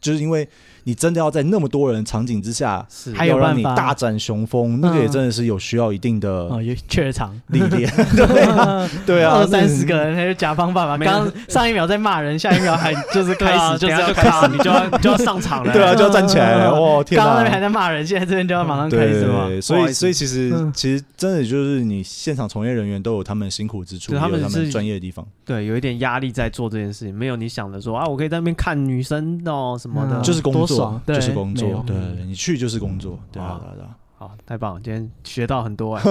Speaker 3: 就是因为你真的要在那么多人场景之下，
Speaker 1: 是，
Speaker 2: 还有
Speaker 3: 要让你
Speaker 2: 办法
Speaker 3: 大展雄风，那个也
Speaker 2: 嗯
Speaker 3: 真的是有需要一定的
Speaker 2: 哦，有怯场。
Speaker 3: 历 练。对啊，对啊，
Speaker 2: 二
Speaker 3: 那
Speaker 2: 三十个人，还有甲方爸爸。
Speaker 1: 没有
Speaker 2: 刚上一秒在骂人，下一秒还就是
Speaker 1: 对
Speaker 2: 开
Speaker 1: 啊，
Speaker 2: 始就
Speaker 1: 等一
Speaker 2: 是
Speaker 1: 下
Speaker 2: 要
Speaker 1: 就
Speaker 2: 开
Speaker 1: 卡，
Speaker 2: 始。
Speaker 1: 你就要就 要上场了。
Speaker 3: 对啊，就要站起来了。哇，天
Speaker 2: 嗯刚刚那边还
Speaker 3: 哪！
Speaker 2: 在骂人，现在这边就要马上开
Speaker 3: 对
Speaker 2: 始嘛。
Speaker 3: 对，所
Speaker 1: 不好
Speaker 3: 以
Speaker 1: 意思
Speaker 3: 所以其实
Speaker 2: 嗯
Speaker 3: 其实真的就是你现场从业人员都有他们辛苦之处，
Speaker 1: 对
Speaker 3: 也
Speaker 1: 他
Speaker 3: 有
Speaker 1: 们
Speaker 3: 他们
Speaker 1: 是
Speaker 3: 专业的地方，
Speaker 1: 对，有一点压力在做这件事情，没有你想的说啊，我可以在那边看女生哦什么的。
Speaker 2: 嗯
Speaker 3: 就是工
Speaker 2: 多
Speaker 3: 作
Speaker 2: 爽，
Speaker 3: 就
Speaker 2: 对
Speaker 3: 是工
Speaker 2: 没有嗯
Speaker 3: 作，对你去就是工作，对啊
Speaker 1: 哇
Speaker 3: 对啊对 啊。
Speaker 1: 好，太棒了，今天学到很多 哎，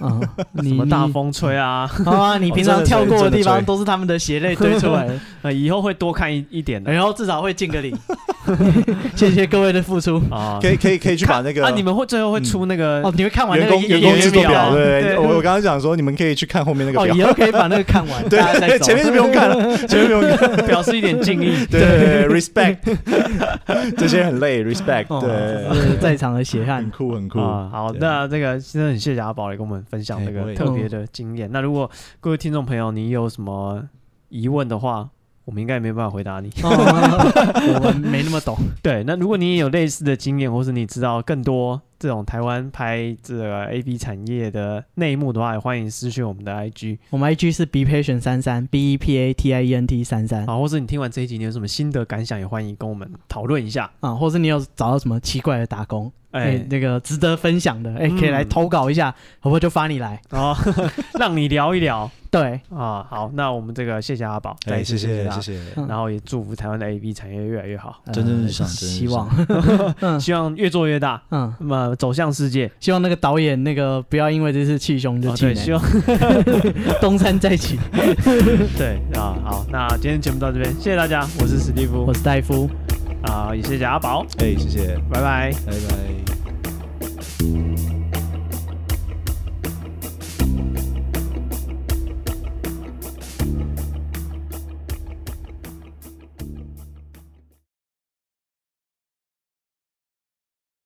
Speaker 2: 嗯，
Speaker 1: 什
Speaker 2: 你
Speaker 1: 么大风吹啊，
Speaker 2: 啊，你平常跳过的地
Speaker 3: 哦真的
Speaker 2: 方
Speaker 3: 吹
Speaker 2: 都是他们的血泪堆出 来的，
Speaker 1: 呃以后会多看一一点
Speaker 3: 哎
Speaker 1: 的
Speaker 2: 然后至少会敬个礼。谢谢各位的付出。
Speaker 1: 啊。
Speaker 3: 可以可以可以去把那个嗯
Speaker 1: 啊，你们会最后会出那个
Speaker 2: 哦，你会看完那
Speaker 3: 员
Speaker 2: 个
Speaker 3: 工员工
Speaker 2: 演
Speaker 3: 制
Speaker 2: 员
Speaker 3: 作表，
Speaker 2: 表，啊
Speaker 3: 对我我刚刚讲说，你们可以去看后面那个
Speaker 2: 哦，
Speaker 3: 表，
Speaker 2: 以后可以把那个看完，大家再
Speaker 3: 对，
Speaker 2: 走
Speaker 3: 前面就不用 看了，前面不用看。。
Speaker 1: 表示一点敬意
Speaker 3: 对，respect，这些很累，respect，
Speaker 2: 哦这
Speaker 3: 对，
Speaker 2: 是在场的血 汗
Speaker 3: 很。酷很酷。
Speaker 1: 啊、好，
Speaker 3: 对
Speaker 1: 那这个真的很谢谢阿宝来跟我们分享
Speaker 3: 哎
Speaker 1: 这
Speaker 3: 不
Speaker 1: 个
Speaker 3: 会
Speaker 1: 特别的经验。那如果各位听众朋友你有什么疑问的话，我们应该也没办法回答 你。
Speaker 2: 哦，我们没那么懂。
Speaker 1: 对，那如果你也有类似的经验，或是你知道更多这种台湾拍这个 A B 产业的内幕的话，也欢迎私讯我们的 I G
Speaker 2: 我们 IG 是 be patient 三三 b e p a t i e n t 三三
Speaker 1: 啊，或是你听完这一集你有什么心得感想，也欢迎跟我们讨论一下。
Speaker 2: 啊，或是你有找到什么奇怪的打工，哎
Speaker 1: 哎，，
Speaker 2: 那个值得分享的，哎，可以来
Speaker 1: 嗯
Speaker 2: 投稿一下，好不好？就发你来。
Speaker 1: 然后哦 让你聊一聊
Speaker 2: 对，
Speaker 1: 啊。好，那我们这个谢谢啊阿宝，再
Speaker 3: 哎，
Speaker 1: 一次
Speaker 3: 谢谢
Speaker 1: 他
Speaker 3: 谢谢，
Speaker 2: 嗯
Speaker 1: 然后也祝福台湾的 A B 产业越来越好。
Speaker 2: 呃
Speaker 3: 蒸蒸日上蒸蒸日
Speaker 2: 希望， 嗯
Speaker 1: 希望越做越大，
Speaker 2: 嗯，
Speaker 1: 那么走向世界。
Speaker 2: 希望那个导演那个不要因为这次气胸就
Speaker 1: 哦，
Speaker 2: 气
Speaker 1: 对，
Speaker 2: 馁，
Speaker 1: 希望
Speaker 2: 东山再起。
Speaker 1: 对啊，好，那今天节目到这边，谢谢大家，我是史蒂夫
Speaker 2: 我是戴夫。
Speaker 1: 啊，也谢谢阿宝，
Speaker 3: 哎，谢谢，
Speaker 1: 拜拜。
Speaker 3: 拜拜。